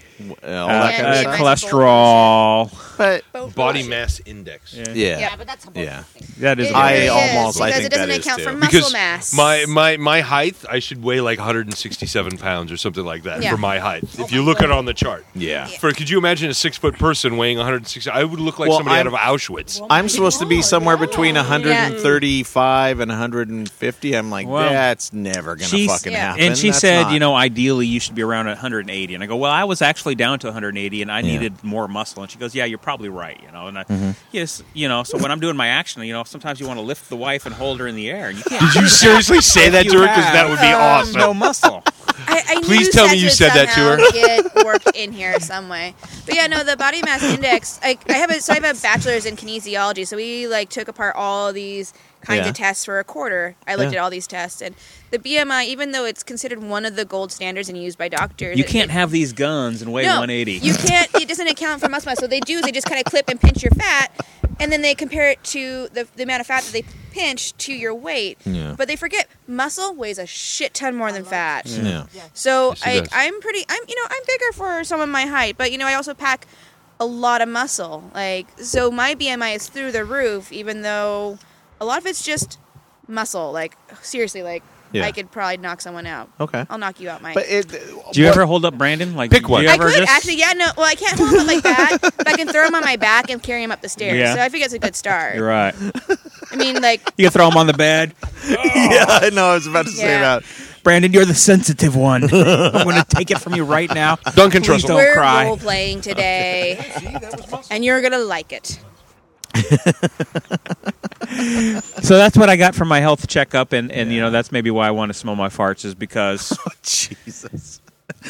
S2: uh, all
S5: uh,
S2: that kind of
S5: uh,
S2: stuff?
S5: cholesterol.
S2: But
S1: Body mass index.
S2: yeah,
S6: Yeah, but that's a bullshit
S2: Yeah.
S6: thing.
S5: That is
S4: It
S5: what
S2: I
S5: it
S4: really
S5: is.
S2: almost-
S4: is,
S2: I
S4: because
S2: think
S4: it doesn't
S2: that is
S4: account
S2: too.
S4: for muscle
S1: Because
S4: mass.
S1: my, my my height, I should weigh like 167 pounds or something like that
S4: Yeah.
S1: for my height. If you look at it on the chart,
S2: yeah.
S1: for could you imagine a six foot person weighing 160? I would look like
S2: Well,
S1: somebody
S2: I'm-
S1: out of Auschwitz.
S2: I'm supposed to be somewhere between 135 and 150. I'm like,
S5: Well,
S2: that's never gonna
S5: she's-
S2: fucking
S4: Yeah.
S2: happen.
S5: And she
S2: That's
S5: said,
S2: not-
S5: you know, ideally you should be around 180. And I go, well, I was actually down to 180, and I
S2: Yeah.
S5: needed more muscle. And she goes, yeah, you're probably right, you know. And I, yes, you know. So when I'm doing my action, you know, sometimes you want to lift the wife and hold her in the air, and you can't.
S1: Did you seriously say that
S5: You
S1: to her? Because that
S5: have,
S1: would be
S5: um,
S1: awesome.
S5: No muscle.
S4: I, I
S1: Please
S4: knew
S1: tell me
S4: sex
S1: you
S4: would
S1: said that to
S4: somehow
S1: her.
S4: Get worked in here some way. But yeah, no, the body mass index. I, I have a so I have a bachelor's in kinesiology, so we like took apart all these kinds
S2: Yeah.
S4: of tests for a quarter. I looked
S2: Yeah.
S4: at all these tests, and the BMI, even though it's considered one of the gold standards and used by doctors,
S5: You
S4: it-
S5: can't have these guns and weigh
S4: no,
S5: 180.
S4: You can't. It doesn't account for muscle mass. So they do. is They just kind of clip and pinch your fat, and then they compare it to the, the amount of fat that they pinch to your weight.
S2: Yeah.
S4: But they forget muscle weighs a shit ton more than fat.
S2: Yeah.
S4: So
S1: Yes, she
S4: I,
S1: does.
S4: I'm pretty. I'm you know I'm bigger for someone my height, but you know I also pack a lot of muscle. Like so, my BMI is through the roof, even though a lot of it's just muscle. Like seriously, like
S2: Yeah.
S4: I could probably knock someone out.
S2: Okay.
S4: I'll knock you out, Mike.
S2: But it.
S5: Do you
S2: what-
S5: ever hold up Brandon? Like,
S1: Pick
S5: do
S1: one.
S5: you
S4: I
S5: ever
S4: could
S5: just-
S4: actually, yeah, no. Well, I can't hold him up like that, but I can throw him on my back and carry him up the stairs.
S5: Yeah.
S4: So I think it's a good start.
S5: You're right.
S4: I mean, like,
S5: You can throw him on the bed.
S2: Yeah, I know. I was about to say
S4: Yeah.
S2: about.
S5: Brandon, you're the sensitive one. I'm going to take it from you right now.
S1: Duncan
S5: Please
S1: Trussell.
S5: don't
S4: we're
S5: cry.
S4: role playing today, and you're gonna like it.
S5: So that's what I got from my health checkup, and, and you know that's maybe why I want to smell my farts is because
S2: Jesus.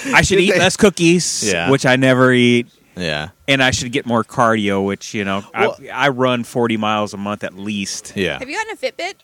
S5: I should eat
S2: they-
S5: less cookies,
S2: Yeah.
S5: which I never eat,
S2: Yeah.
S5: and I should get more cardio, which you know
S2: Well-
S5: I, I run 40 miles a month at least.
S2: Yeah.
S4: Have you gotten a Fitbit?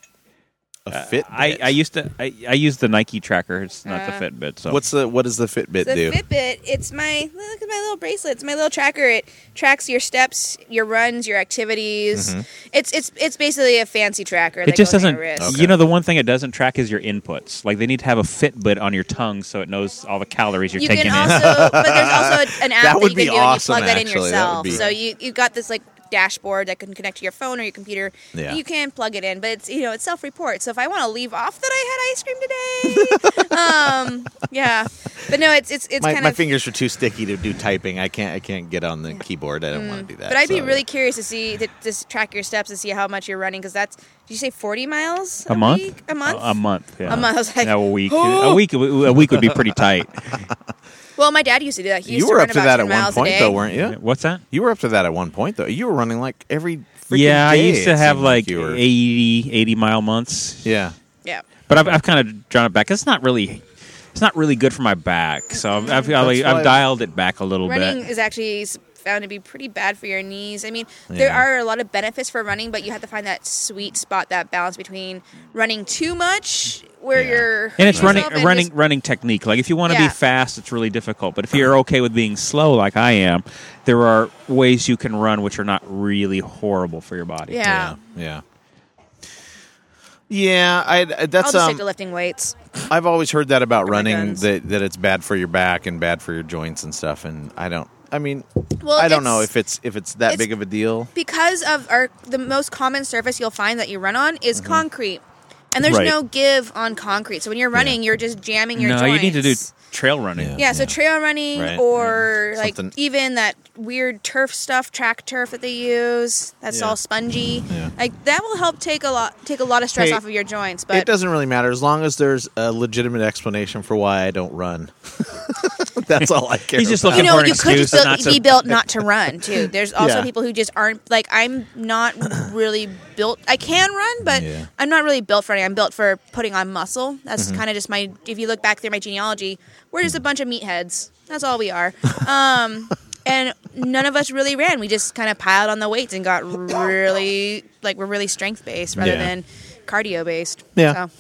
S2: a Fitbit.
S5: I, I used to I, I use the Nike tracker. It's not
S4: Uh.
S5: the Fitbit. So
S2: What's the what does the Fitbit
S4: The
S2: do?
S4: Fitbit, it's my look at my little bracelet. It's my little tracker. It tracks your steps, your runs, your activities.
S2: Mm-hmm.
S4: It's it's it's basically a fancy tracker.
S5: it
S4: that
S5: just
S4: goes on
S5: doesn't.
S4: your wrist.
S2: Okay.
S5: You know the one thing it doesn't track is your inputs. Like they need to have a Fitbit on your tongue so it knows all the calories you're
S4: You
S5: taking
S4: can
S5: in.
S4: also, but there's also an app
S2: That
S4: that,
S2: would
S4: you
S2: be
S4: can do
S2: awesome,
S4: and you plug that in
S2: actually. That
S4: yourself.
S2: would be-
S4: So you you got this like dashboard that can connect to your phone or your computer.
S2: Yeah.
S4: You can plug it in, but it's you know it's self report. So if I want to leave off that I had ice cream today, um, yeah, but no, it's it's it's
S2: my,
S4: kind
S2: my
S4: of. Mm.
S2: fingers are too sticky to do typing. I can't I can't get on the keyboard. I don't want to do that.
S4: but I'd be
S2: so-
S4: really curious to see to, to track your steps and see how much you're running because that's did you say 40 miles a,
S5: a month?
S4: week? a month
S5: A, month. Yeah.
S4: A month, I was like,
S5: no, a week. a week. A week would be pretty tight.
S4: Well, my dad used to do that. He used
S2: You were
S4: to
S2: up
S4: run
S2: to
S4: about
S2: that
S4: 10
S2: at one
S4: miles a
S2: point
S4: day.
S2: though, weren't you?
S5: What's that?
S2: You were up to that at one point though. You were running like every freaking
S5: yeah, I
S2: day,
S5: used to
S2: it
S5: have
S2: seemed
S5: like
S2: you were-
S5: 80, 80 mile months.
S2: Yeah.
S4: Yeah.
S5: But I've, I've kind of drawn it back. It's not really, it's not really good for my back. So I've, I've, I've,
S2: why-
S5: I've dialed it back a little
S4: running
S5: bit.
S4: is actually s- found to be pretty bad for your knees. I mean, there
S2: Yeah.
S4: are a lot of benefits for running, but you have to find that sweet spot, that balance between running too much where
S2: Yeah.
S4: you're
S5: And it's
S4: hurting
S5: running,
S4: yourself and
S5: running,
S4: just-
S5: running technique. Like if you want to
S4: Yeah.
S5: be fast, it's really difficult. But if you're okay with being slow, like I am, there are ways you can run which are not really horrible for your body.
S4: yeah.
S2: Yeah. Yeah, I
S4: I'll just
S2: that's
S4: stick to
S2: um
S4: lifting weights.
S2: I've always heard that about running
S4: guns.
S2: that that it's bad for your back and bad for your joints and stuff and I don't I mean
S4: Well,
S2: I
S4: it's-
S2: don't know if it's if it's that
S4: it's-
S2: big of a deal.
S4: Because of our the most common surface you'll find that you run on is concrete. And there's
S5: Right.
S4: no give on concrete. So when you're running, you're just jamming your
S5: no,
S4: joints.
S5: you need to do trail running.
S4: Yeah, so trail running
S2: Right,
S4: or like
S2: Something-
S4: even that weird turf stuff, track turf that they use. That's
S2: Yeah.
S4: all spongy.
S2: Yeah.
S4: Like that will help take a lot take a lot of stress
S2: Hey,
S4: off of your joints.
S2: it
S4: But
S2: doesn't really matter as long as there's a legitimate explanation for why I don't run. That's all I care.
S5: He's just
S2: about.
S4: you
S5: looking
S4: know,
S5: for an
S4: you could
S5: excuse
S4: just built,
S5: not to-
S4: be built not to run too. There's also
S2: Yeah.
S4: people who just aren't like I'm not really built. I can run, but
S2: Yeah. Mm-hmm.
S4: I'm not really built for running. I'm built for putting on muscle. That's kind of just my. If you look back through my genealogy, we're
S2: Mm.
S4: just a bunch of meatheads. That's all we are. Um, and none of us really ran. We just kind of piled on the weights and got really like we're really strength based rather
S2: Yeah.
S4: than cardio based.
S2: Yeah.
S4: So,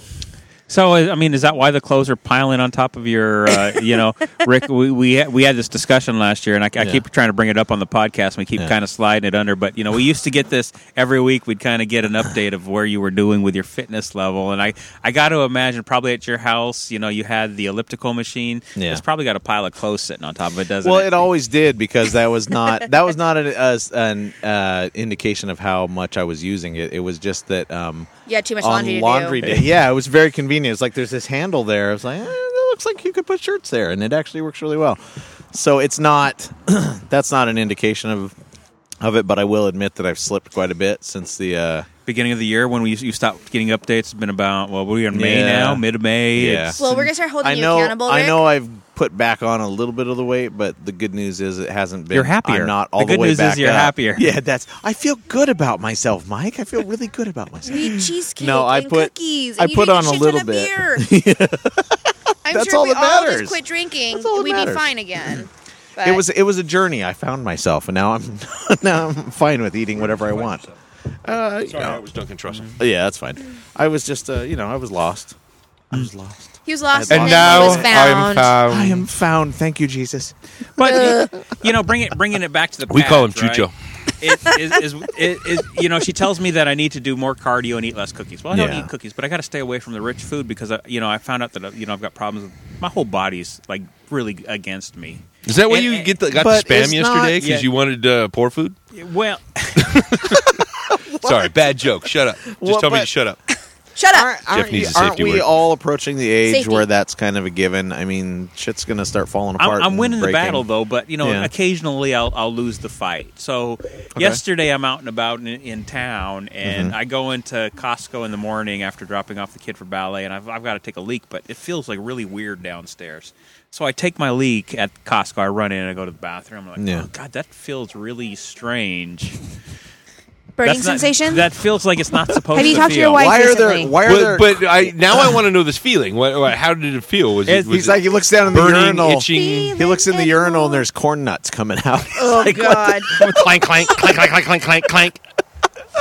S5: So I I mean, is that why the clothes are piling on top of your? Uh, you know, Rick, we, we we had this discussion last year, and I, I
S2: Yeah.
S5: keep trying to bring it up on the podcast. and We keep
S2: Yeah.
S5: kind of sliding it under, but you know, we used to get this every week. We'd kind of get an update of where you were doing with your fitness level, and I I got to imagine probably at your house, you know, you had the elliptical machine.
S2: Yeah.
S5: It's probably got a pile of clothes sitting on top of it, doesn't
S2: Well,
S5: it?
S2: it always did because that was not that was not an, uh, an uh, indication of how much I was using it. It was just that um,
S4: yeah, too much
S2: on
S4: laundry,
S2: laundry
S4: to do.
S2: day, yeah, it was very convenient. It's like there's this handle there. I was like, eh, it looks like you could put shirts there, and it actually works really well. So it's not that's not an indication of of it, but I will admit that I've slipped quite a bit since the uh,
S5: Beginning of the year when we you stopped getting updates, it's been about well, we're in May
S2: Yeah.
S5: now, mid May.
S2: Yeah.
S4: Well, we're gonna start holding
S2: I
S4: you
S2: know
S4: accountable.
S2: I
S4: Rick.
S2: know I've put back on a little bit of the weight, but the good news is it hasn't been.
S5: You're happier.
S2: I'm not
S5: The
S2: all the,
S5: good
S2: way
S5: news is
S2: back.
S5: you're
S2: up.
S5: happier.
S2: Yeah, that's. I feel good about myself, Mike. I feel really good about myself.
S4: We eat cheesecake.
S2: No, I
S4: and
S2: put-
S4: cookies,
S2: I
S4: and you
S2: put
S4: drink
S2: on a
S4: shit ton
S2: little
S4: of
S2: bit.
S4: Beer. I'm
S2: That's
S4: sure
S2: all
S4: if we
S2: that
S4: all
S2: matters.
S4: just quit drinking,
S2: That's all that
S4: we'd
S2: matters.
S4: be fine again. But
S2: It was it was a journey. I found myself, and now I'm now I'm fine with eating whatever I want. Uh, you
S1: Sorry,
S2: know.
S1: it was Duncan Trussell.
S2: yeah, that's fine. I was just, uh, you know, I was lost. I was lost.
S4: he was lost,
S2: And
S4: and,
S2: now
S4: then he was found.
S5: Um,
S2: I am found. Thank you, Jesus.
S5: But you know, bring it, bringing it back to the
S1: We call him
S5: pads, right?
S1: Chucho.
S5: It is, is, it is, you know, she tells me that I need to do more cardio and eat less cookies. Well, I don't
S2: Yeah.
S5: eat cookies, but I got to stay away from the rich food because I, you know I found out that uh, you know I've got problems. With, my whole body's like really against me.
S1: Is that where
S5: And-
S1: you
S5: and-
S1: get the, got the
S2: but
S1: spam
S2: it's not-
S1: yesterday because
S5: Yeah.
S1: you wanted uh, poor food?
S5: Well,
S1: Sorry, bad joke. Shut up. Just
S2: Well,
S1: tell me
S2: but-
S1: to shut up.
S4: Shut up.
S2: Aren't, aren't,
S1: needs a
S2: aren't
S1: safety
S2: we
S1: word.
S2: all approaching the age
S4: Safety.
S2: where that's kind of a given? I mean, shit's gonna start falling apart.
S5: I'm, I'm
S2: and
S5: winning the
S2: breaking.
S5: battle though, but you know,
S2: Yeah.
S5: occasionally I'll, I'll lose the fight. So yesterday I'm out and about in, in town, and
S2: Mm-hmm.
S5: I go into Costco in the morning after dropping off the kid for ballet, and I've, I've got to take a leak, but it feels like really weird downstairs. So I take my leak at Costco. I run in and I go to the bathroom. I'm like,
S2: Yeah.
S5: oh god, that feels really strange.
S4: Burning
S5: That's not-
S4: sensation.
S5: That feels like it's not supposed.
S4: Have you
S5: to
S4: talked to
S5: feel.
S4: your wife?
S2: Why are there?
S4: Recently.
S2: Why are there?
S1: But, but I now I want to know this feeling. What, what- how did it feel? Was it
S5: It's-
S1: was
S2: he's
S1: it
S2: like he looks down in the
S1: burning,
S2: urinal.
S1: itching?
S2: He looks in the urinal and there's corn nuts coming out.
S4: Oh God!
S1: clank, clank, clank, clank, clank, clank, clank, clank.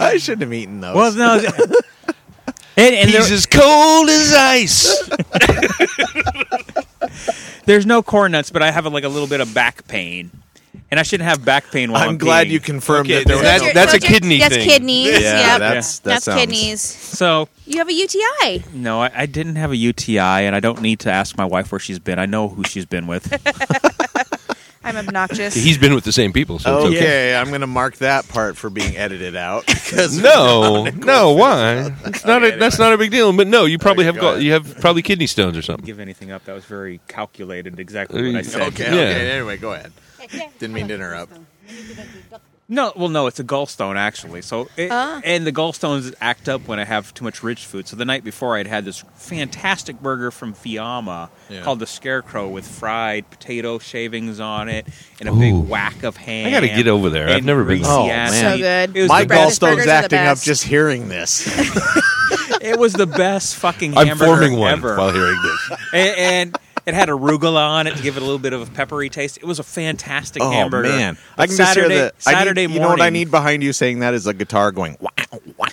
S2: I shouldn't have eaten those.
S5: Well, no. it- And, and there-
S1: He's as cold as ice.
S5: There's no corn nuts, but I have like a little bit of back pain, and I shouldn't have back pain while I'm,
S2: I'm glad
S5: peeing.
S2: you confirmed
S1: Okay,
S2: that there
S1: so
S2: was
S1: that's-
S2: no-
S1: that's a kidney
S4: That's
S1: thing.
S4: kidneys.
S2: Yeah,
S4: yep.
S2: that's that
S4: that's
S2: sounds-
S4: kidneys.
S5: So
S4: You have a UTI.
S5: no, I, I didn't have a UTI, and I don't need to ask my wife where she's been. I know who she's been with.
S4: I'm obnoxious.
S1: He's been with the same people, so
S5: Oh,
S1: it's okay.
S2: Okay, I'm going to mark that part for being edited out because
S1: No, no, why? It's not
S2: Okay,
S1: a, that's not a big deal. But no, you probably have
S2: go
S1: got
S2: ahead.
S1: you have probably kidney stones or something.
S5: Give anything up? That was very calculated. Exactly what I said.
S2: Okay,
S1: Yeah.
S2: okay. Anyway, go ahead. Didn't mean to interrupt.
S5: No, well, no, it's a gallstone actually. So, it,
S4: Ah.
S5: and the gallstones act up when I have too much rich food. So the night before, I'd had this fantastic burger from Fiamma
S2: Yeah.
S5: called the Scarecrow with fried potato shavings on it and a big
S1: Ooh.
S5: whack of ham.
S1: I gotta get over there. I've
S5: and
S1: never been
S5: greasy
S1: there.
S2: Oh,
S5: ass
S2: man.
S4: So
S5: meat.
S4: good.
S5: It was,
S2: My
S5: the best,
S4: breakfast burgers
S2: gallstone's
S4: are the
S2: acting up
S4: best.
S2: just hearing this.
S5: it was the best fucking
S1: I'm
S5: hamburger
S1: forming one
S5: ever.
S1: while hearing this.
S5: and, and it had arugula on it to give it a little bit of a peppery taste. It was a fantastic hamburger.
S2: Oh, I
S5: But
S2: can just hear
S5: Saturday,
S2: the I need-
S5: Saturday
S2: You know what I
S5: morning-
S2: need behind you saying that is a guitar going wow wow.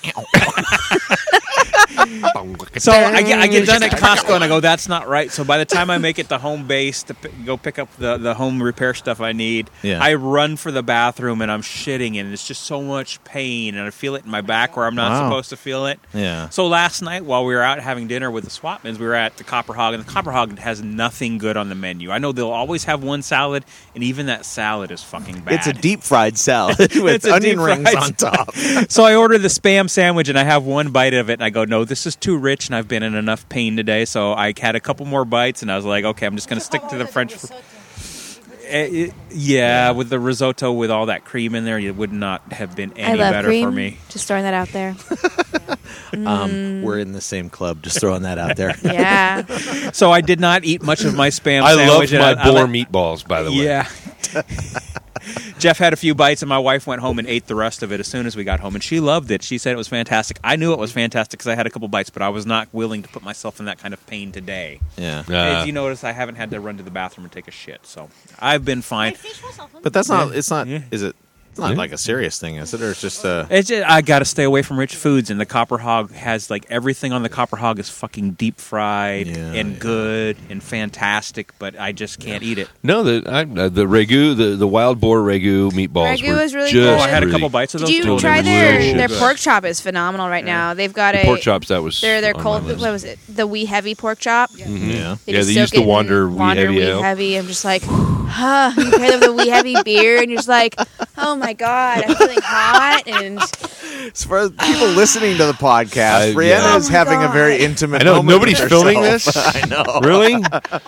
S5: So I get, I get done at Costco and I go, that's not right. So by the time I make it to home base to p- go pick up the, the home repair stuff I need,
S2: Yeah.
S5: I run for the bathroom and I'm shitting and it's just so much pain and I feel it in my back where I'm not
S2: Wow.
S5: supposed to feel it.
S2: Yeah.
S5: So last night while we were out having dinner with the Swatmans, we were at the Copper Hog and the Copper Hog has nothing good on the menu. I know they'll always have one salad and even that salad is fucking bad.
S2: It's a deep fried salad with
S5: It's a
S2: onion
S5: deep
S2: rings
S5: fried
S2: on top.
S5: So I order the spam sandwich and I have one bite of it and I go, no, this is was too rich, and I've been in enough pain today, so I had a couple more bites, and I was like, okay, I'm just going to stick to
S8: Oh,
S5: the French. fr- Eh, eh, yeah, with the risotto with all that cream in there, it would not have been
S8: I
S5: any
S8: love
S5: better
S8: cream.
S5: for me.
S8: Just throwing that out there.
S2: Um, we're in the same club. Just throwing that out there.
S8: Yeah.
S5: So I did not eat much of my spam.
S1: I
S5: sandwich
S1: love
S5: and
S1: my
S5: I- I
S1: boar
S5: let-
S1: meatballs, by the way.
S5: Yeah. Jeff had a few bites, and my wife went home and ate the rest of it as soon as we got home, and she loved it. She said it was fantastic. I knew it was fantastic because I had a couple bites, but I was not willing to put myself in that kind of pain today.
S2: Yeah.
S1: Uh,
S5: As you notice, I haven't had to run to the bathroom and take a shit, so I've been fine.
S2: But that's not. It's not.
S5: Yeah.
S2: Is it? It's not
S1: Yeah.
S2: like a serious thing, is it? Or it's just uh, a.
S5: It's just, I got to stay away from rich foods, and the Copper Hog has like everything on the Copper Hog is fucking deep fried
S2: Yeah,
S5: and
S2: yeah.
S5: good and fantastic, but I just can't eat it.
S1: No, the I, uh, the ragu, the, the wild boar ragu meatballs.
S4: Ragu
S1: were
S4: is really
S1: just
S4: good.
S5: Oh, I had a couple
S1: really-
S5: bites of
S4: Did
S5: those.
S4: you
S1: those
S4: try
S1: are
S4: their
S1: really
S4: their
S1: good.
S4: pork chop? Is phenomenal right now. They've got
S1: The
S4: a
S1: pork chops. That was
S4: Their their
S1: on my
S4: cold.
S1: list.
S4: What was it? The wee heavy pork chop.
S5: Mm-hmm.
S1: Yeah,
S4: They
S1: yeah.
S4: just
S1: They
S4: soak
S1: used
S4: it
S1: to
S4: in
S1: water wee
S4: water
S1: heavy
S4: wee
S1: ale.
S4: heavy. I'm just like, huh. You pair that with a wee heavy beer, and you're just like, oh my god, I'm feeling hot. And
S2: As far as people listening to the
S1: I-
S2: podcast, Brianna
S1: yeah.
S2: is
S4: Oh my
S2: having a very
S4: God.
S2: intimate.
S1: I know
S2: moment
S1: nobody's
S2: with
S1: filming
S2: herself.
S1: this.
S2: I know.
S1: Really?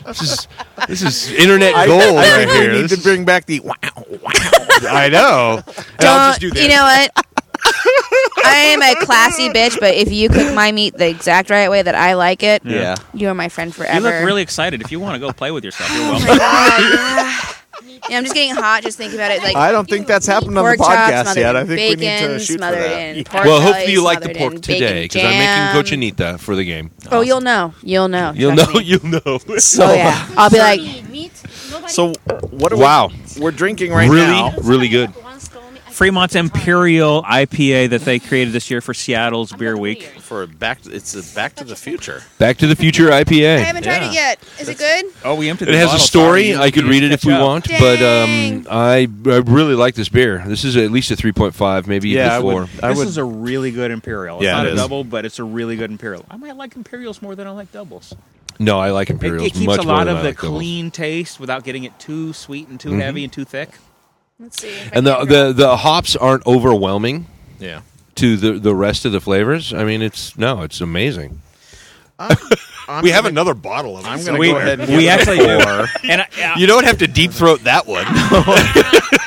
S1: this is this is internet
S2: I,
S1: gold
S2: I
S1: right
S2: think we
S1: here.
S2: need to
S1: This-
S2: bring back the wow, wow.
S1: I know. And I'll
S4: don't
S1: just do
S4: you
S1: that.
S4: know what? I am a classy bitch, but if you cook my meat the exact right way that I like it,
S2: Yeah.
S4: you are my friend forever.
S5: You look really excited. If you want to go play with yourself, you're
S4: Oh
S5: welcome.
S4: my God, yeah. Yeah, I'm just getting hot just thinking about it. Like
S2: I don't think that's happened on the
S4: pork chops
S2: podcast
S4: smothered in
S2: yet. I
S4: bacon,
S2: think we need to shoot for
S4: smothered
S2: that.
S4: in pork
S1: Uh, well,
S4: belly,
S1: hopefully you like the
S4: smothered
S1: pork
S4: in
S1: today
S4: bacon
S1: because I'm
S4: jam.
S1: making cochinita for the game.
S4: Oh, you'll know. You'll know.
S1: You'll
S4: Trust
S1: know.
S4: me.
S1: You'll know.
S4: Oh yeah. I'll be like,
S2: So what? Are
S1: Wow.
S2: we, we're drinking right
S1: Really?
S2: now.
S1: really good.
S5: Fremont's Imperial IPA that they created this year for Seattle's Beer Week.
S2: For back, it's a Back to the Future.
S1: Back to the Future
S4: I
S1: IPA.
S4: haven't tried it yet. Is it good?
S5: Oh, we emptied.
S1: It
S5: the
S1: has a
S5: bottle.
S1: story.
S5: Sorry,
S1: I could
S5: you
S1: read it if
S5: catch
S1: we
S5: up.
S1: want,
S4: Dang.
S1: but um, I I really like this beer. This is at least a 3.5, maybe even
S2: I
S1: four.
S2: would. I
S5: this
S2: would.
S5: is a really good imperial. It's
S2: Yeah,
S5: not
S2: it
S5: a
S2: is.
S5: double, but it's a really good imperial. I might like imperials more than I like doubles.
S1: No, I like
S5: It,
S1: Imperials
S5: it keeps
S1: much
S5: a lot
S1: more
S5: of
S1: than I
S5: the
S1: like doubles. Mm-hmm.
S5: clean taste without getting it too sweet and too heavy and too thick.
S4: Let's see.
S1: And the, the the hops aren't overwhelming
S2: yeah.
S1: to the the rest of the flavors. I mean, it's no, it's amazing.
S2: We have
S9: another bottle of it.
S2: I'm
S9: so-
S2: gonna
S5: we
S2: go ahead and
S5: we
S2: give it a
S5: actually
S2: four.
S5: do. And I, I-
S1: don't have to deep throat that one.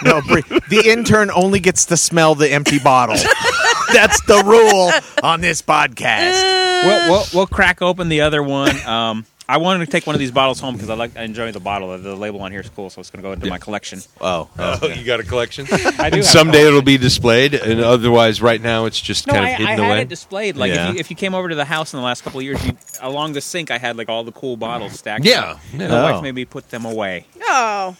S2: No, Bri- the intern only gets to smell the empty bottle. That's the rule on this podcast.
S5: we'll, we'll, we'll crack open the other one. Um, I wanted to take one of these bottles home because I like I enjoy the bottle. The label on here is cool, so it's going to go into my collection.
S2: Oh,
S1: you got a collection.
S5: I do
S1: and
S5: have
S1: someday it'll be displayed, and otherwise, right now it's just
S5: No,
S1: kind of
S5: I, I
S1: hidden
S5: had
S1: away.
S5: it displayed. Like
S2: Yeah.
S5: if, you, if you came over to the house in the last couple of years, you, along the sink, I had like all the cool bottles stacked.
S1: Yeah,
S5: up.
S1: yeah.
S5: my
S2: Oh.
S5: wife made me put them away.
S4: Oh,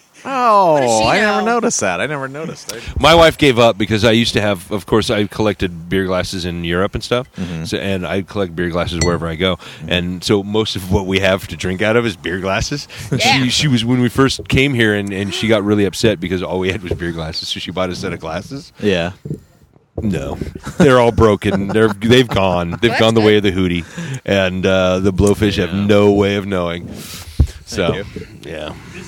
S4: What does
S2: oh,
S4: she
S2: I never
S4: know?
S2: noticed that. I never noticed. I-
S1: My wife gave up because I used to have, of course, I collected beer glasses in Europe and stuff,
S2: Mm-hmm.
S1: so, and I collect beer glasses wherever I go, and so most of what we have to drink out of is beer glasses. And
S4: Yeah.
S1: She, she was when we first came here, and, and she got really upset because all we had was beer glasses, so she bought a set of glasses.
S2: Yeah.
S1: No, they're all broken. They're they've gone. They've gone the way of the hootie, and uh, the blowfish have no way of knowing. So, yeah,
S5: This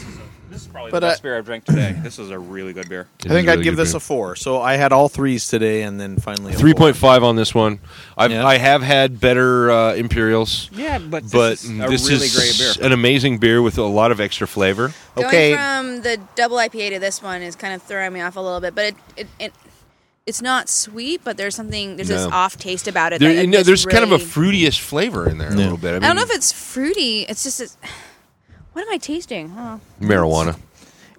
S5: is probably
S2: But,
S5: the best
S2: uh,
S5: beer I've drank today. This is a really good beer.
S2: I think I'd give this a four. So I had all threes today, and then finally a
S1: three
S2: four.
S1: point five on this one. I've,
S2: Yeah.
S1: I have had better uh, Imperials,
S5: Yeah, but this
S1: but
S5: is a
S1: this
S5: really
S1: is
S5: great beer.
S1: an amazing beer with a lot of extra flavor.
S2: Okay.
S4: going from the double IPA to this one is kind of throwing me off a little bit, but it it. it it's not sweet, but there's something there's this
S1: No.
S4: off taste about it.
S1: There,
S4: that
S1: you know,
S4: just
S1: there's kind of a
S4: really-
S1: fruitiest flavor in there a little bit. I, mean,
S4: I don't know if it's fruity. It's just it's, what am I tasting? Oh,
S1: marijuana.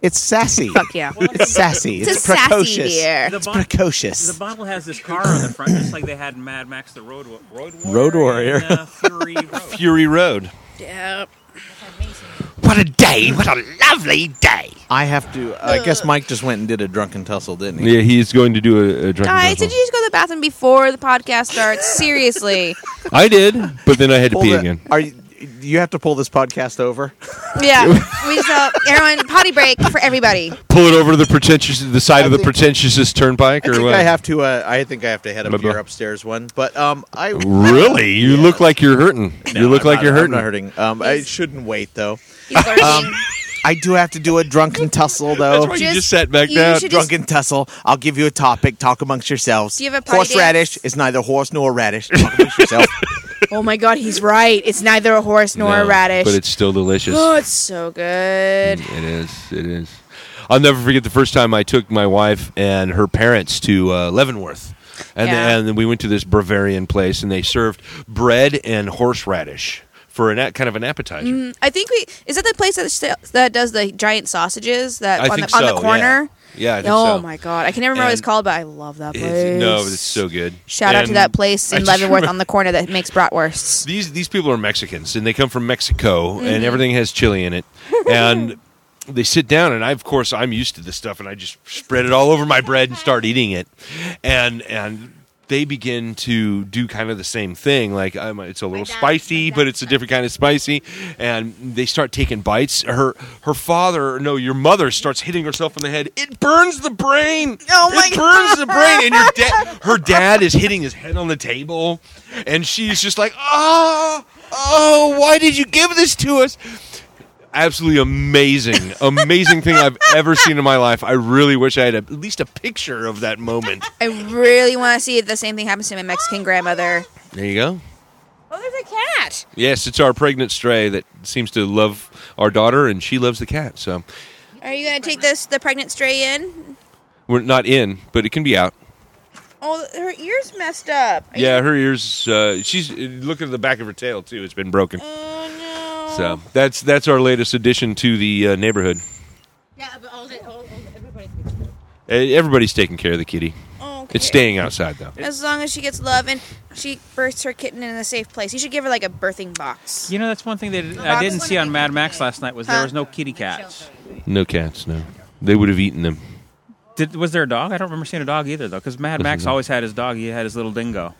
S2: It's sassy.
S4: fuck yeah!
S2: It's sassy. It's,
S4: It's, a
S2: precocious.
S4: sassy beer.
S5: The
S2: It's
S5: bottle-
S2: precocious.
S5: The bottle has this car on the front, just like they had in Mad Max: The Road Wa- Road Warrior.
S2: Road Warrior.
S5: and, uh, Fury Road.
S1: Fury Road.
S4: Yeah.
S9: What a day! What a lovely day!
S2: I have to. I guess Mike just went and did a drunken tussle, didn't he?
S1: Yeah, he's going to do a, a drink.
S4: Guys, did you just go to the bathroom before the podcast starts? Seriously.
S1: I did, but then I had to
S2: Pull
S1: pee
S2: the-
S1: again.
S2: Are you? You have to pull this podcast over.
S4: Yeah. We just uh, everyone potty break for everybody.
S1: pull it over to the pretentious the side of the
S2: think-
S1: pretentiousest turnpike
S2: I
S1: or
S2: think
S1: what?
S2: I have to. Uh, I think I have to head up
S1: Blah, blah.
S2: here upstairs one. But um, I
S1: really? You look like you're hurting. you
S2: No,
S1: look
S2: I'm
S1: like
S2: not-
S1: you're
S2: I'm
S1: hurting.
S2: not hurting. Um, I
S4: He's-
S2: shouldn't wait though.
S4: He's learning.
S1: Um,
S2: I do have to do a drunken tussle though.
S1: right. You just sat back
S4: you
S1: down,
S4: should just-
S2: Drunken tussle. I'll give you a topic. Talk amongst yourselves.
S4: Do you have a potty
S2: horseradish?
S4: dance?
S2: It's neither horse nor radish. Talk amongst yourself.
S4: oh my god, he's right. It's neither a horse nor a
S1: No,
S4: radish.
S1: But it's still delicious.
S4: oh, it's so good.
S1: It is. It is. I'll never forget the first time I took my wife and her parents to uh, Leavenworth. And,
S4: Yeah.
S1: and then we went to this Bavarian place, and they served bread and horseradish for an a- kind of an appetizer.
S4: I think we is that the place that st- that does the giant sausages that
S1: I
S4: on,
S1: think
S4: the, on
S1: so,
S4: the corner.
S1: Yeah, I think
S4: oh
S1: so.
S4: my god, I can never remember what it's
S1: And
S4: called, but I love that place.
S1: It's- no, it's so good.
S4: Shout out to
S1: And
S4: that place
S1: I
S4: in
S1: just
S4: Leavenworth
S1: remember-
S4: on the corner that makes bratwursts.
S1: these these people are Mexicans and they come from Mexico
S6: Mm-hmm.
S1: and everything has chili in it and they sit down and I of course I'm used to this stuff and I just spread it all over my bread and start eating it and and they begin to do kind of the same thing like um, it's a little
S6: dad-
S1: spicy
S6: Oh my
S1: but
S6: dad-
S1: it's a different kind of spicy and they start taking bites her her father no your mother starts hitting herself on the head it burns the brain
S4: Oh my
S1: it burns the brain and your dad her dad is hitting his head on the table and she's just like oh oh why did you give this to us absolutely amazing amazing thing i've ever seen in my life i really wish i had a, at least a picture of that moment
S4: I really want to see if the same thing happens to my Mexican grandmother.
S1: there you go
S4: Oh, there's a cat.
S1: yes it's our pregnant stray that seems to love our daughter and she loves the cat so
S4: Are you gonna take this the pregnant stray in?
S1: we're not in but it can be out
S4: Oh, her ears messed up. Are you-
S1: yeah her ears uh, she's look at the back of her tail too it's been broken
S4: Oh no.
S1: so that's that's our latest addition to the uh, neighborhood
S6: Yeah, but all the, all, all, everybody's
S1: Eh, Everybody's taking care of the kitty.
S4: Okay.
S1: It's staying outside though.
S4: As long as she gets love and she births her kitten in a safe place, you should give her like a birthing box.
S5: You know, that's one thing that I
S4: Bob's
S5: didn't
S4: one
S5: see
S4: of
S5: on
S4: the
S5: Mad
S6: things
S5: Max
S6: that-
S5: last night was there
S4: Huh?
S5: was no kitty cats.
S1: No cats, no. They would have eaten them.
S5: Did, was there a dog? I don't remember seeing a dog either, though, because Mad Max always had his dog. He had his little dingo.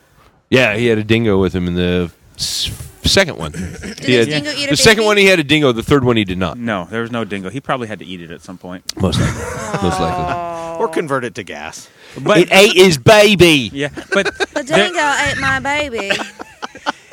S1: Yeah, he had a dingo with him in the s- second one. He
S4: his
S1: had-
S4: dingo eat a
S1: the second
S4: baby?
S1: one he had a dingo. The third one he did not.
S5: No, there was no dingo. He probably had to eat it at some point.
S1: Most likely. Most likely.
S2: or convert it to gas.
S5: But
S9: ate his baby.
S5: yeah, but
S4: The
S5: there-
S4: dingo ate my baby.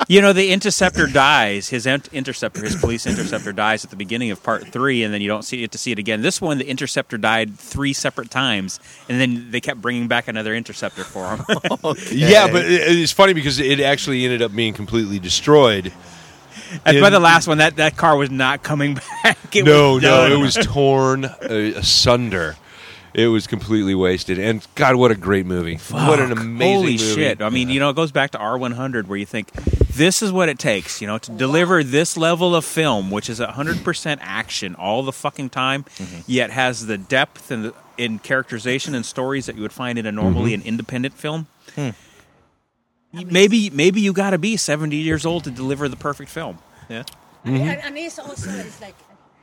S5: you know the interceptor dies. His int- interceptor, his police interceptor, dies at the beginning of part three, and then you don't see get to see it again. This one, the interceptor died three separate times, and then they kept bringing back another interceptor for him.
S1: Yeah, but it, it's funny because it actually ended up being completely destroyed.
S5: and by
S1: In-
S5: the last one, that, that car was not coming back. It
S1: no,
S5: was
S1: no,
S5: done.
S1: it was torn uh, asunder. It was completely wasted. And God, what a great movie! What an amazing
S5: Holy
S1: movie.
S5: shit! I mean, you know, it goes back to R100, where you think this is what it takes, you know, to deliver this level of film, which is 100% action all the fucking time,
S1: Mm-hmm.
S5: yet has the depth and the, in characterization and stories that you would find in a normally
S1: Mm-hmm.
S5: an independent film.
S1: Hmm.
S5: You- Maybe, maybe you got to be 70 years old to deliver the perfect film. Yeah.
S2: Mm-hmm.
S6: And, and it's also it's like